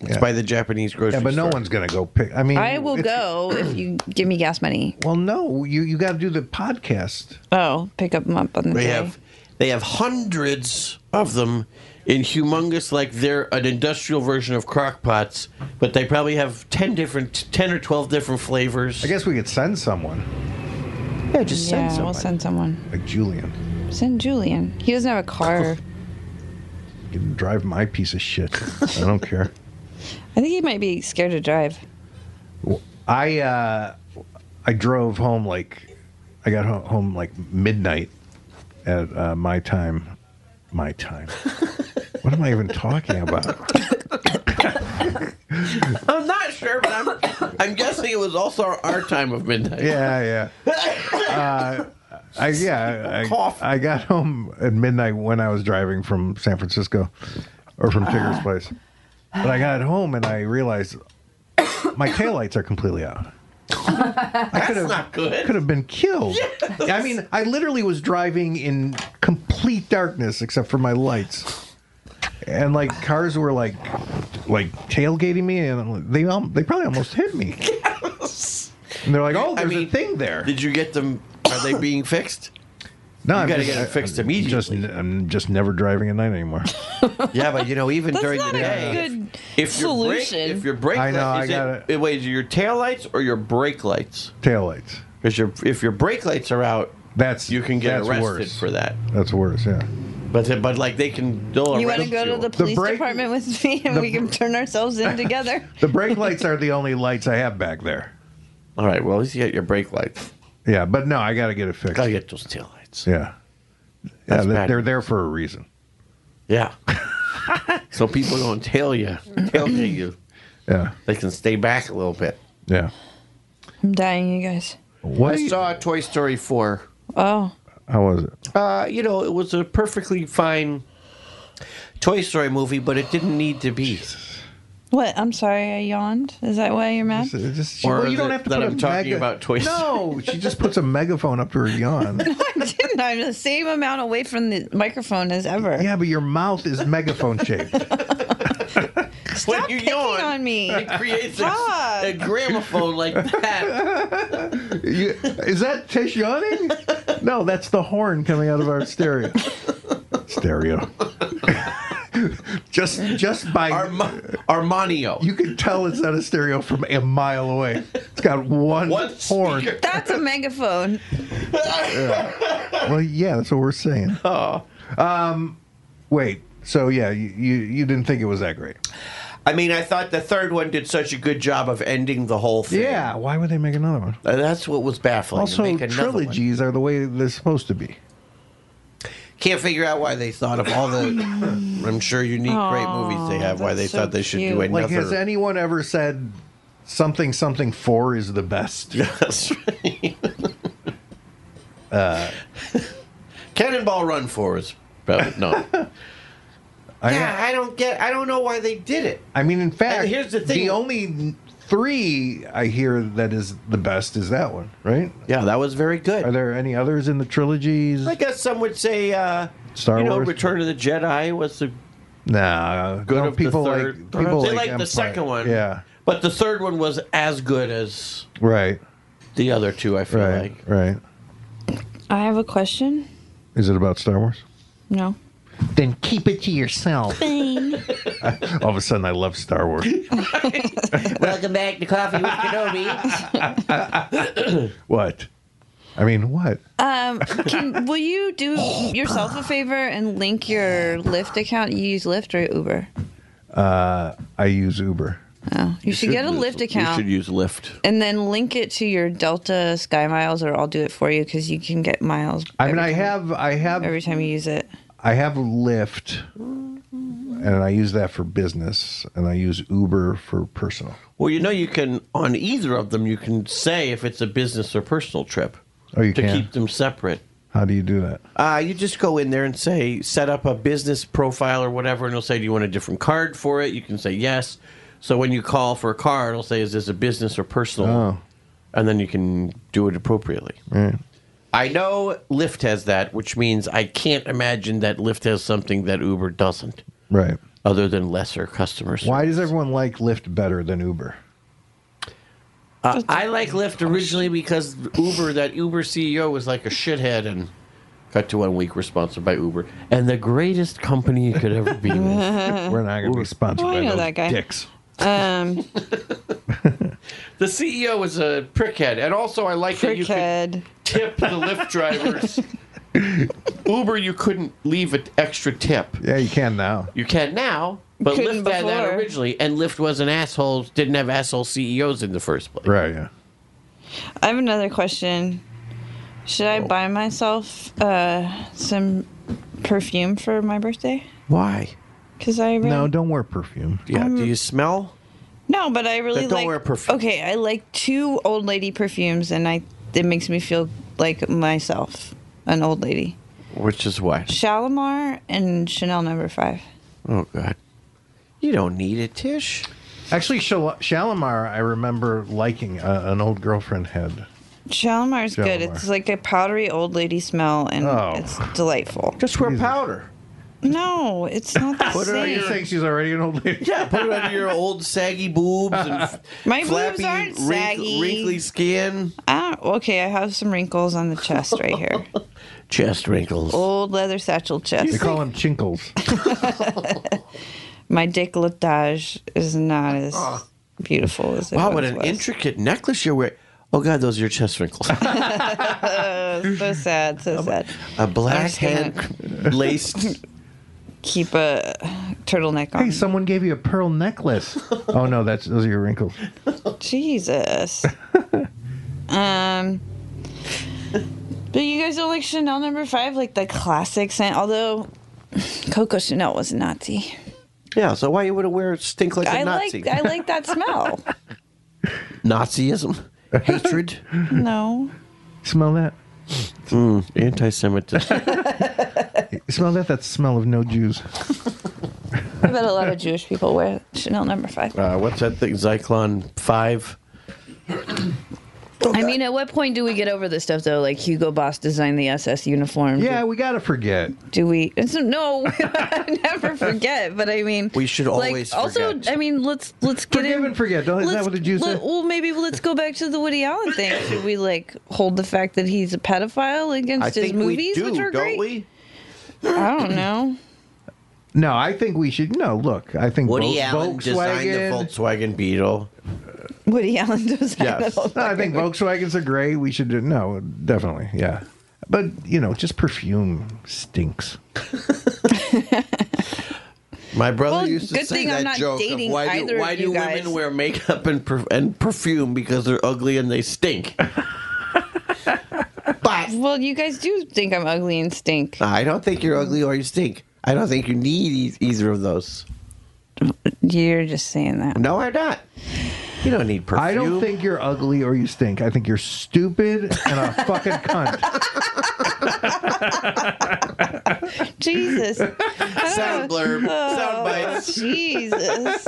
Speaker 10: it's by the Japanese grocery
Speaker 2: yeah, but no
Speaker 10: store.
Speaker 2: one's gonna go pick. I mean,
Speaker 12: I will
Speaker 2: it's-
Speaker 12: go if you give me gas money.
Speaker 2: Well, no, you you got to do the podcast.
Speaker 12: Oh, pick up them up on the
Speaker 10: They
Speaker 12: day.
Speaker 10: have they have hundreds of them in humongous like they're an industrial version of crock pots, but they probably have 10 different 10 or 12 different flavors. I
Speaker 2: guess we could send someone.
Speaker 10: Yeah, just send
Speaker 12: yeah,
Speaker 10: someone.
Speaker 12: we'll send someone.
Speaker 2: Like Julian,
Speaker 12: Send Julian. He doesn't have a car.
Speaker 2: you can drive my piece of shit. I don't care.
Speaker 12: I think he might be scared to drive.
Speaker 2: I uh, I drove home like I got ho- home like midnight at uh, my time. My time. what am I even talking about?
Speaker 10: I'm not sure, but I'm I'm guessing it was also our time of midnight.
Speaker 2: Yeah, yeah. Uh, I yeah. I, I got home at midnight when I was driving from San Francisco or from Tigger's place, but I got home and I realized my taillights are completely out.
Speaker 10: That's not good.
Speaker 2: Could have been killed. I mean, I literally was driving in complete darkness except for my lights. And like cars were like, like tailgating me, and I'm like- they um, they probably almost hit me. And they're like, "Oh, there's a thing there."
Speaker 10: Did you get them? Are they being fixed?
Speaker 2: No,
Speaker 10: you
Speaker 2: I'm
Speaker 10: gotta
Speaker 2: just-
Speaker 10: get it fixed
Speaker 2: I'm
Speaker 10: immediately.
Speaker 2: Just, I'm just never driving at night anymore.
Speaker 10: yeah, but you know, even
Speaker 2: That's
Speaker 10: during
Speaker 2: not
Speaker 10: the
Speaker 2: a
Speaker 10: day,
Speaker 12: good
Speaker 10: if your brake-
Speaker 12: solution.
Speaker 10: if your brake,
Speaker 2: I know,
Speaker 10: light-
Speaker 2: I
Speaker 10: is
Speaker 2: got
Speaker 10: it, Wait, is it your tail lights or your brake lights?
Speaker 2: Taillights.
Speaker 10: Because your if your brake lights are out,
Speaker 2: that's
Speaker 10: you can get
Speaker 2: that's
Speaker 10: arrested
Speaker 2: worse.
Speaker 10: for that.
Speaker 2: That's worse. Yeah.
Speaker 10: But uh, but like they can. They'll
Speaker 12: You want to
Speaker 10: arrest
Speaker 12: go to
Speaker 10: you.
Speaker 12: the police department with me and
Speaker 2: the
Speaker 12: we can turn ourselves in together?
Speaker 2: The brake lights are the only lights I have back there.
Speaker 10: All right. Well, at least you got your brake lights.
Speaker 2: Yeah, but no, I got to get it fixed.
Speaker 10: Gotta get those tail lights.
Speaker 2: Yeah. Yeah,
Speaker 10: That's
Speaker 2: they're,
Speaker 10: bad.
Speaker 2: they're there for a reason.
Speaker 10: Yeah. so people don't tail you, tailgate you.
Speaker 2: Yeah.
Speaker 10: They can stay back a little bit.
Speaker 2: Yeah.
Speaker 12: I'm dying, you guys.
Speaker 10: I saw Toy Story four.
Speaker 12: Oh,
Speaker 2: How was it?
Speaker 10: Uh, you know, it was a perfectly fine Toy Story movie, but it didn't need to be.
Speaker 12: what? I'm sorry, I yawned. Is that why you're mad?
Speaker 10: Or well, you is don't it have to that put I'm a talking mega- about Toy
Speaker 2: No, she just puts a megaphone up to her yawn.
Speaker 12: No, I didn't. I'm the same amount away from the microphone as ever.
Speaker 2: Yeah, but your mouth is megaphone shaped.
Speaker 12: Stop picking on me.
Speaker 10: It creates
Speaker 12: Stop.
Speaker 10: a, a gramophone like that.
Speaker 2: You- is that Tish yawning? No, that's the horn coming out of our stereo. Stereo. just just by
Speaker 10: Armanio.
Speaker 2: You can tell it's not a stereo from a mile away. It's got one, horn.
Speaker 12: That's a megaphone.
Speaker 2: Yeah. Well, yeah, that's what we're saying.
Speaker 10: Oh.
Speaker 2: Um, wait. So yeah, you, you you didn't think it was that great.
Speaker 10: I mean, I thought the third one did such a good job of ending the whole thing.
Speaker 2: Yeah. Why would they make another one?
Speaker 10: Uh, That's what was baffling. to
Speaker 2: Also,
Speaker 10: make another one.
Speaker 2: trilogies are the way they're supposed to be.
Speaker 10: Can't figure out why they thought of all the, I'm sure, unique great movies they have, why they thought they should do another.
Speaker 2: Like, has anyone ever said something something four is the best?
Speaker 10: Yes. uh, Cannonball Run for is probably no.
Speaker 2: I-
Speaker 10: yeah, I don't get. I don't know why they did it.
Speaker 2: I mean, in fact,
Speaker 10: And here's the thing.
Speaker 2: only three I hear that is the best is that one, right?
Speaker 10: Yeah, that was very good.
Speaker 2: Are there any others in the trilogies?
Speaker 10: I guess some would say uh,
Speaker 2: Star
Speaker 10: you know,
Speaker 2: Wars?
Speaker 10: Return of the Jedi was the
Speaker 2: nah,
Speaker 10: good
Speaker 2: no,
Speaker 10: of
Speaker 2: people
Speaker 10: the third.
Speaker 2: like people
Speaker 10: they
Speaker 2: like
Speaker 10: the
Speaker 2: Empire.
Speaker 10: second one,
Speaker 2: Yeah,
Speaker 10: but the third one was as good as
Speaker 2: right.
Speaker 10: the other two. I feel like.
Speaker 2: Right.
Speaker 12: I have a question.
Speaker 2: Is it about Star Wars?
Speaker 12: No.
Speaker 2: Then keep it to yourself.
Speaker 12: Fine.
Speaker 2: All of a sudden, I love Star Wars.
Speaker 10: Welcome back to Coffee with Kenobi.
Speaker 2: what? I mean, what?
Speaker 12: Um, can, will you do yourself a favor and link your Lyft account? You use Lyft or Uber?
Speaker 2: Uh, I use Uber.
Speaker 12: Oh, you, should, get a Lyft account
Speaker 31: use Lyft.
Speaker 12: and then link it to your Delta Sky Miles, or I'll do it for you because you can get miles.
Speaker 2: I mean,
Speaker 12: every
Speaker 2: I
Speaker 12: time-
Speaker 2: have, I have,
Speaker 12: every time you use it.
Speaker 2: I have Lyft, and I use that for business, and I use Uber for personal.
Speaker 10: Well, you know, you can on either of them, you can say if it's a business or personal trip.
Speaker 2: Oh, you
Speaker 10: to
Speaker 2: can?
Speaker 10: keep them separate.
Speaker 2: How do you do that?
Speaker 10: Uh, you just go in there and say, set up a business profile or whatever, and it'll say, do you want a different card for it? You can say yes. So when you call for a card, it'll say, is this a business or personal?
Speaker 2: Oh.
Speaker 10: And then you can do it appropriately.
Speaker 2: Right.
Speaker 10: I know Lyft has that, which means I can't imagine that Lyft has something that Uber doesn't,
Speaker 2: Right.
Speaker 10: other than lesser customers.
Speaker 2: Why does everyone like Lyft better than Uber?
Speaker 10: Uh, I like Lyft originally because Uber, that Uber CEO was like a shithead and cut to one week. We're sponsored by Uber and the greatest company you could ever be. with.
Speaker 12: We're
Speaker 2: not going to be sponsored
Speaker 12: Oh, Uh-huh. I by know those that guy.
Speaker 2: dicks.
Speaker 12: Um,
Speaker 10: The CEO is a prickhead, and also I like that you could tip the Lyft drivers. Uber, you couldn't leave an extra tip.
Speaker 2: Yeah, you can now.
Speaker 10: You can now, but
Speaker 12: Couldn't
Speaker 10: Lyft had that
Speaker 12: before.
Speaker 10: originally, and Lyft was an asshole. Didn't have asshole CEOs in the first place.
Speaker 2: Right. Yeah.
Speaker 12: I have another question. Should I buy myself uh, some perfume for my birthday?
Speaker 10: Why?
Speaker 12: Because I really,
Speaker 2: No, don't wear perfume.
Speaker 10: Yeah.
Speaker 12: Um,
Speaker 10: do you smell?
Speaker 12: No, but I really
Speaker 10: Then don't
Speaker 12: like.
Speaker 10: wear perfume.
Speaker 12: Okay, I like two old lady perfumes, and I it makes me feel like myself, an old lady.
Speaker 10: Which is what?
Speaker 12: Shalimar and Chanel Number Five.
Speaker 10: Oh God. You don't need it, Tish.
Speaker 2: Actually, Shal- Shalimar, I remember liking. Uh, an old girlfriend had.
Speaker 12: Shalimar is good.
Speaker 2: Shalimar.
Speaker 12: It's like a powdery old lady smell, and
Speaker 10: Oh.
Speaker 12: it's delightful.
Speaker 10: Just wear powder.
Speaker 12: No, it's not the
Speaker 2: Put it on
Speaker 12: same.
Speaker 2: your thing. She's already an old lady.
Speaker 10: Yeah, put it under your old saggy boobs and f-
Speaker 12: My
Speaker 10: flappy,
Speaker 12: boobs aren't
Speaker 10: wrink-
Speaker 12: saggy.
Speaker 10: wrinkly skin.
Speaker 12: I don't, okay, I have some wrinkles on the chest right here.
Speaker 10: Chest wrinkles.
Speaker 12: Old leather satchel chest.
Speaker 2: They call them chinkles.
Speaker 12: My décolletage is not as beautiful as it
Speaker 10: Ah. Wow,
Speaker 12: once
Speaker 10: what an
Speaker 12: was.
Speaker 10: intricate necklace you're wearing. Oh God, those are your chest wrinkles.
Speaker 12: so sad, so sad.
Speaker 10: A black
Speaker 12: just gonna-
Speaker 10: hand laced.
Speaker 12: Keep a turtleneck on.
Speaker 2: Hey, someone gave you a pearl necklace. oh no, that's those are your wrinkles.
Speaker 12: Jesus. um. But you guys don't like Chanel number five, like the classic scent. Although Coco Chanel was a Nazi.
Speaker 10: Yeah, so why you wouldn't wear stink like a
Speaker 12: I
Speaker 10: Nazi?
Speaker 12: like I like that smell.
Speaker 10: Nazism, hatred,
Speaker 12: no.
Speaker 2: Smell that.
Speaker 10: mm, anti-Semitism.
Speaker 2: Smell that. That's the smell of no Jews.
Speaker 12: I bet a lot of Jewish people wear Chanel number five.
Speaker 10: Uh, what's that thing? Zyklon five.
Speaker 12: I mean, at what point do we get over this stuff though? Like Hugo Boss designed the SS uniform.
Speaker 2: Yeah, we gotta forget.
Speaker 12: Do we? It's, no, I never forget. But I mean,
Speaker 10: We should always
Speaker 12: like, also.
Speaker 10: forget.
Speaker 12: I mean, let's let's get
Speaker 2: Forgive
Speaker 12: in.
Speaker 2: and forget. Don't, is that
Speaker 12: let's-
Speaker 2: what the Jews
Speaker 12: let-
Speaker 2: said?
Speaker 12: Well, maybe let's go back to the Woody Allen thing. Should we like hold the fact that he's a pedophile against
Speaker 10: I
Speaker 12: his
Speaker 10: think
Speaker 12: movies,
Speaker 10: we do,
Speaker 12: which are
Speaker 10: don't
Speaker 12: great?
Speaker 10: we?
Speaker 12: I don't know.
Speaker 2: No, I think we should. No, look, I think
Speaker 10: Woody
Speaker 2: Vol-
Speaker 10: Allen designed the
Speaker 2: Volkswagen.
Speaker 10: Volkswagen Beetle.
Speaker 12: Woody Allen does
Speaker 10: Yes.
Speaker 12: that.
Speaker 2: No, I think Volkswagens are great. We should do no, definitely, yeah. But you know, just perfume stinks.
Speaker 10: My brother
Speaker 12: Well,
Speaker 10: used to
Speaker 12: good
Speaker 10: say
Speaker 12: thing
Speaker 10: that
Speaker 12: I'm not
Speaker 10: joke
Speaker 12: dating
Speaker 10: of why
Speaker 12: either
Speaker 10: do,
Speaker 12: of
Speaker 10: why
Speaker 12: you
Speaker 10: do
Speaker 12: guys."
Speaker 10: women wear makeup and, perf- and perfume because they're ugly and they stink.
Speaker 12: Well, you guys do think I'm ugly and stink.
Speaker 10: I don't think you're ugly or you stink. I don't think you need e- either of those.
Speaker 12: You're just saying that.
Speaker 10: No, I'm not. You don't need perfume.
Speaker 2: I don't think you're ugly or you stink. I think you're stupid and a fucking cunt.
Speaker 12: Jesus.
Speaker 10: Sound blurb,
Speaker 12: Oh,
Speaker 10: sound bites.
Speaker 12: Jesus.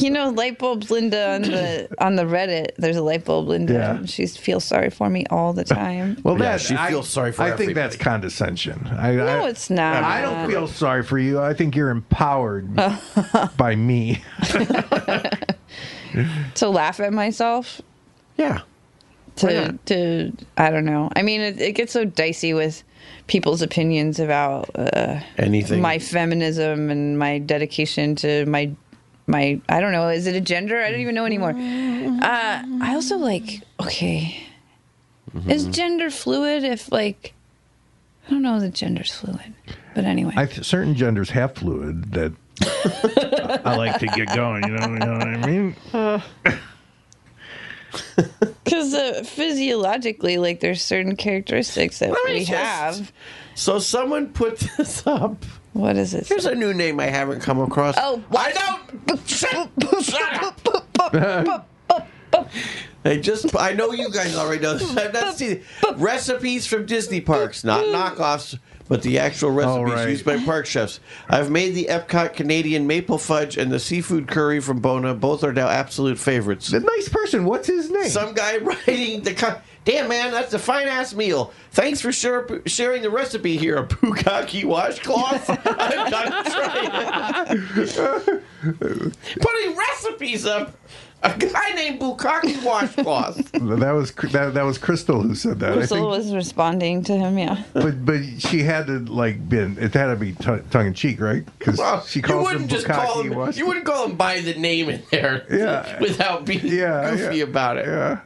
Speaker 12: you know, light bulb Linda on the on the Reddit. There's a light bulb Linda.
Speaker 2: Yeah.
Speaker 12: and She feels sorry for me all the time.
Speaker 2: Well,
Speaker 10: Yeah,
Speaker 2: that
Speaker 10: she
Speaker 2: I-
Speaker 10: feels sorry for
Speaker 2: I think that's condescension. I,
Speaker 12: no,
Speaker 2: I,
Speaker 12: it's not.
Speaker 2: I don't feel sorry for you. I think you're empowered by me.
Speaker 12: to laugh at myself.
Speaker 10: Yeah.
Speaker 12: To to I don't know. I mean, it, it gets so dicey with people's opinions about uh,
Speaker 10: Anything.
Speaker 12: my feminism and my dedication to my my I don't know. Is it a gender? I don't even know anymore. Uh, I also like okay.
Speaker 10: Mm-hmm.
Speaker 12: Is gender fluid? If like I don't know, the gender's fluid. But anyway,
Speaker 32: I, certain genders have fluid that I like to get going. You know, you know what I mean?
Speaker 12: Because uh, physiologically, like there's certain characteristics that
Speaker 10: Let me
Speaker 12: we
Speaker 10: just-
Speaker 12: have.
Speaker 10: So someone put this up.
Speaker 12: What is it?
Speaker 10: Here's a new name I haven't come across.
Speaker 12: Oh,
Speaker 10: I don't. I just. I know you guys already know this. I've not seen it. recipes from Disney parks, not knockoffs, but the actual recipes used by park chefs. I've made the Epcot Canadian maple fudge and the seafood curry from Bona. Both are now absolute favorites. The
Speaker 2: nice person. What's his name?
Speaker 10: Some guy writing the. Co- Damn man, that's a fine ass meal. Thanks for share, sharing the recipe here. A bukkake washcloth. I'm done trying. Putting recipes up. A guy named Bukkake washcloth.
Speaker 2: that was that, that was Crystal who said that. I
Speaker 12: Crystal
Speaker 2: think-
Speaker 12: was responding to him. Yeah.
Speaker 2: but but she had to like been it had to be t- tongue in cheek, right? Because she
Speaker 10: you
Speaker 2: calls him
Speaker 10: wouldn't just call
Speaker 2: Bukkake.
Speaker 10: him.
Speaker 2: Wash-
Speaker 10: You wouldn't call him by the name in there,
Speaker 2: Yeah.
Speaker 10: without being goofy about it.
Speaker 2: Yeah.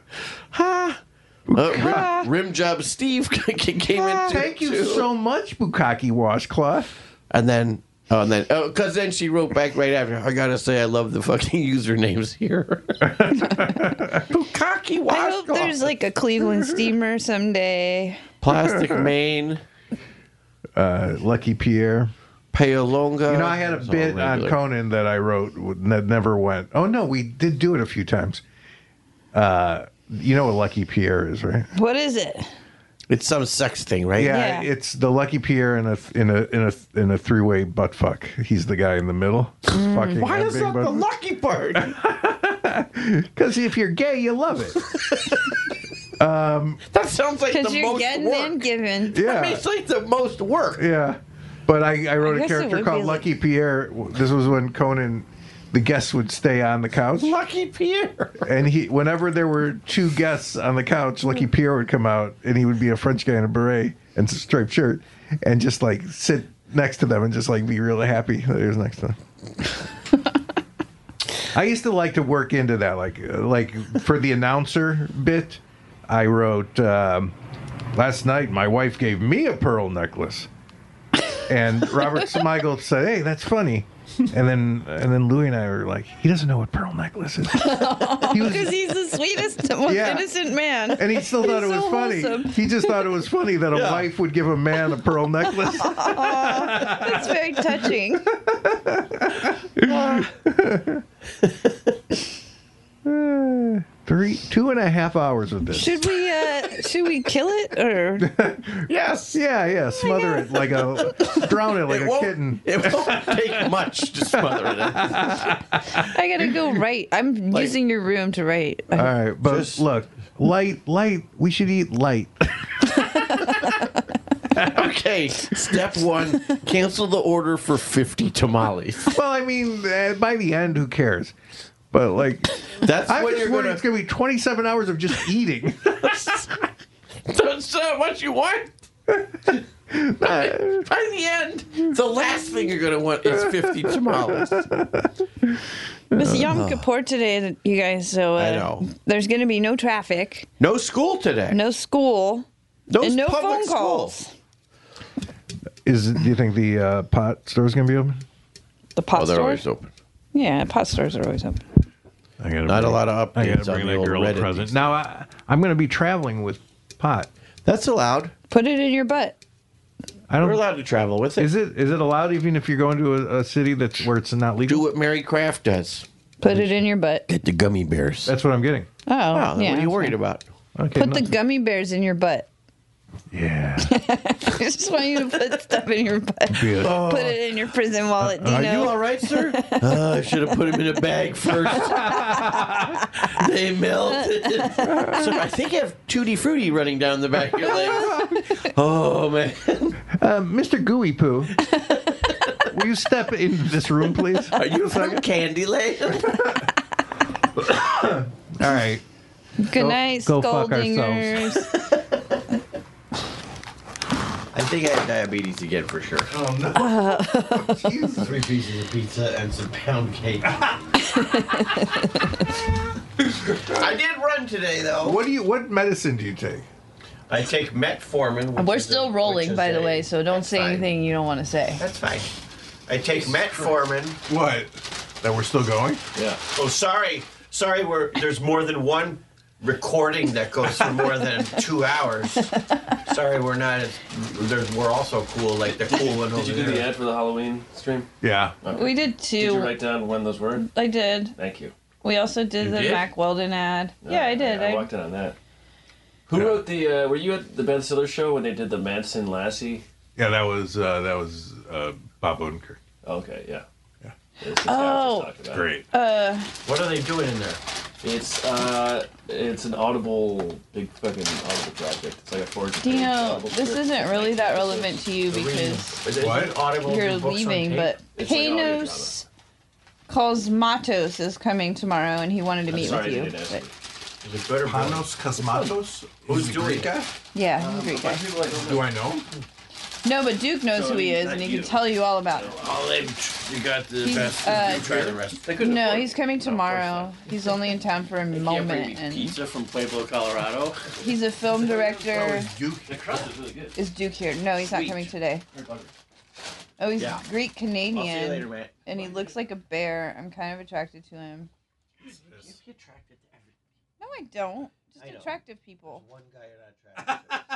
Speaker 10: Ha. Uh, rim- rim job Steve came in. too,
Speaker 2: Thank you
Speaker 10: too.
Speaker 2: so much, Bukkake washcloth.
Speaker 10: And then, oh, and then, oh, because then she wrote back right after. I gotta say, I love the fucking usernames here. Bukkake
Speaker 12: I hope there's like a Cleveland steamer someday.
Speaker 10: Plastic Maine.
Speaker 2: Uh, Lucky Pierre.
Speaker 10: Paolonga.
Speaker 2: You know, I had a
Speaker 10: It's all
Speaker 2: bit on
Speaker 10: regular.
Speaker 2: Conan that I wrote that never went. Oh no, we did do it a few times. Uh, you know what Lucky Pierre is, right?
Speaker 12: What is it?
Speaker 10: It's some sex thing, right?
Speaker 2: Yeah,
Speaker 12: Yeah.
Speaker 2: it's the Lucky Pierre in a in a in a in a three way butt fuck. He's the guy in the middle. Fucking
Speaker 10: Why
Speaker 2: that
Speaker 10: is
Speaker 2: big
Speaker 10: that
Speaker 2: butt-
Speaker 10: the lucky part?
Speaker 2: Because if you're gay, you love it. um,
Speaker 10: that sounds like the
Speaker 12: Because you're
Speaker 10: most
Speaker 12: getting
Speaker 10: work.
Speaker 12: and giving.
Speaker 2: Yeah.
Speaker 10: I mean, it's like the most work.
Speaker 2: yeah, but I, I wrote
Speaker 12: I
Speaker 2: a
Speaker 12: guess it
Speaker 2: character
Speaker 12: would
Speaker 2: called
Speaker 12: be like-
Speaker 2: Lucky Pierre. This was when Conan, the guests would stay on the couch,
Speaker 10: Lucky Pierre.
Speaker 2: and he whenever there were two guests on the couch, Lucky Pierre would come out, and he would be a French guy in a beret and s- striped shirt, and just like sit next to them and just like be really happy that he was next to them. I used to like to work into that, like uh, like for the announcer bit. I wrote um, last night. My wife gave me a pearl necklace, and Robert Smigel said, "Hey, that's funny." And then and then Louie and I were like, "He doesn't know what pearl necklace is."
Speaker 12: Because he's the sweetest, most
Speaker 2: Yeah.
Speaker 12: innocent man.
Speaker 2: And he still thought it
Speaker 12: He's
Speaker 2: was
Speaker 12: so
Speaker 2: funny.
Speaker 12: wholesome.
Speaker 2: He just thought it was funny that a
Speaker 12: Yeah.
Speaker 2: wife would give a man a pearl necklace.
Speaker 12: That's very touching.
Speaker 2: Uh, Three, two and a half hours of this.
Speaker 12: Should we uh should we kill it or
Speaker 10: Yes.
Speaker 2: Yeah, yeah. Smother it like a, drown it like
Speaker 10: It
Speaker 2: a
Speaker 10: won't-
Speaker 2: kitten.
Speaker 10: It won't take much to smother it.
Speaker 12: I gotta go write. I'm using your room to write.
Speaker 2: All right, but look, light, light. We should eat light.
Speaker 10: okay. Step one: cancel the order for fifty tamales.
Speaker 2: well, I mean, uh, by the end, who cares? But like,
Speaker 10: That's
Speaker 2: I'm
Speaker 10: when
Speaker 2: just
Speaker 10: you're
Speaker 2: worried
Speaker 10: gonna-
Speaker 2: It's gonna be 27 hours of just eating.
Speaker 10: That's uh, what you want. By the end, the last thing you're gonna want is fifty tamales.
Speaker 12: It's Yom Kippur today, you guys. So uh,
Speaker 10: I know.
Speaker 12: there's gonna be no traffic,
Speaker 10: No school today.
Speaker 12: no school,
Speaker 10: No
Speaker 12: and no
Speaker 10: public
Speaker 12: phone
Speaker 10: school.
Speaker 12: calls.
Speaker 2: Is do you think the uh, pot store's gonna be open?
Speaker 12: The pot
Speaker 2: Oh, they're
Speaker 12: store.
Speaker 2: always
Speaker 10: open.
Speaker 12: Yeah, pot stores are always open.
Speaker 2: I gotta
Speaker 10: Not a lot of
Speaker 2: I gotta
Speaker 10: updates on
Speaker 2: bring
Speaker 10: the
Speaker 2: that
Speaker 10: old
Speaker 2: girl a
Speaker 10: Reddit
Speaker 2: present.
Speaker 10: these
Speaker 2: Now I, I'm gonna be traveling with pot.
Speaker 10: That's allowed.
Speaker 12: Put it in your butt.
Speaker 2: I don't.
Speaker 10: We're allowed to travel with it.
Speaker 2: Is it is it allowed even if you're going to a, a city that's where it's not legal?
Speaker 10: Do what Mary Craft does.
Speaker 12: Put it in your butt.
Speaker 10: Get the gummy bears.
Speaker 2: That's what I'm getting.
Speaker 12: Oh,
Speaker 10: Wow,
Speaker 12: yeah.
Speaker 10: What are you worried about?
Speaker 2: Okay.
Speaker 12: Put the gummy bears in your butt. Yeah. I just want you to put stuff in your butt.
Speaker 10: Good.
Speaker 12: Put it in your prison wallet,
Speaker 10: Oh. Are
Speaker 12: Dino.
Speaker 10: you all right, sir? Uh, I should have put them in a bag first. they melted. so I think you have Tutti Frutti running down the back of your legs. Oh, man.
Speaker 2: Uh, Mr. Gooey Poo, will you step into this room, please?
Speaker 10: Are you from Candyland?
Speaker 21: All right.
Speaker 12: Good night,
Speaker 21: go fuck
Speaker 12: scoldingers.
Speaker 10: I think I had diabetes again for sure.
Speaker 14: Oh no!
Speaker 10: Three pieces of pizza and some pound cake. I did run today though.
Speaker 14: What do you? What medicine do you take?
Speaker 10: I take metformin. which
Speaker 12: We're
Speaker 10: is a-
Speaker 12: still
Speaker 10: which
Speaker 12: rolling,
Speaker 10: is
Speaker 12: by the
Speaker 10: a-
Speaker 12: way, so don't say anything you don't want to say.
Speaker 10: That's fine. I take metformin.
Speaker 14: What? That we're still going?
Speaker 10: Yeah. Oh, sorry, sorry. We're there's more than one recording that goes for more than two hours. Sorry, we're not. As, there's we're also cool like the cool one.
Speaker 8: Did you do the ad for the Halloween stream?
Speaker 14: Yeah.
Speaker 12: We did two.
Speaker 8: Did you write down when those were?
Speaker 12: I did.
Speaker 8: Thank you.
Speaker 12: We also did
Speaker 8: You
Speaker 12: the
Speaker 8: did?
Speaker 12: Mac Weldon ad. yeah, I did.
Speaker 8: I
Speaker 12: I,
Speaker 8: walked in on that. Who wrote the? Uh, were you at the Ben Stiller show when they did the Manson Lassie?
Speaker 2: Yeah, that was uh, that was uh, Bob Odenkirk.
Speaker 8: Okay, yeah.
Speaker 12: oh,
Speaker 2: Great.
Speaker 12: uh,
Speaker 8: What are they doing in there? It's uh, it's an audible big fucking audible project. It's like a four.
Speaker 12: Dino, this isn't really that relevant to you because
Speaker 8: What? Audible
Speaker 12: you're leaving. But Kanos calls Matos is coming tomorrow, and he wanted to meet with you. but-
Speaker 10: Is it better?
Speaker 14: Panos Cosmatos?
Speaker 10: Who's
Speaker 14: He's a
Speaker 10: doing
Speaker 14: Greek guy?
Speaker 12: yeah, he's a Greek guy.
Speaker 14: Do I know him?
Speaker 12: No, but Duke knows
Speaker 10: So
Speaker 12: who he
Speaker 10: he's
Speaker 12: is,
Speaker 10: not
Speaker 12: and he
Speaker 10: you.
Speaker 12: can tell you all about it.
Speaker 10: All they you got the
Speaker 12: He's,
Speaker 10: best.
Speaker 12: uh,
Speaker 10: you try the rest.
Speaker 12: No, he's coming tomorrow. He's only in town for a moment, and
Speaker 8: pizza from Pueblo, Colorado.
Speaker 12: he's a film director.
Speaker 14: Duke.
Speaker 8: The crust is really good.
Speaker 12: Is Duke here? No, he's not coming today. Oh, he's
Speaker 8: Yeah.
Speaker 12: Greek Canadian.
Speaker 8: I'll see you later, Matt.
Speaker 12: And he looks like a bear. I'm kind of attracted to him.
Speaker 10: attracted to
Speaker 12: No, I don't. Just attractive people.
Speaker 10: One guy you're not attracted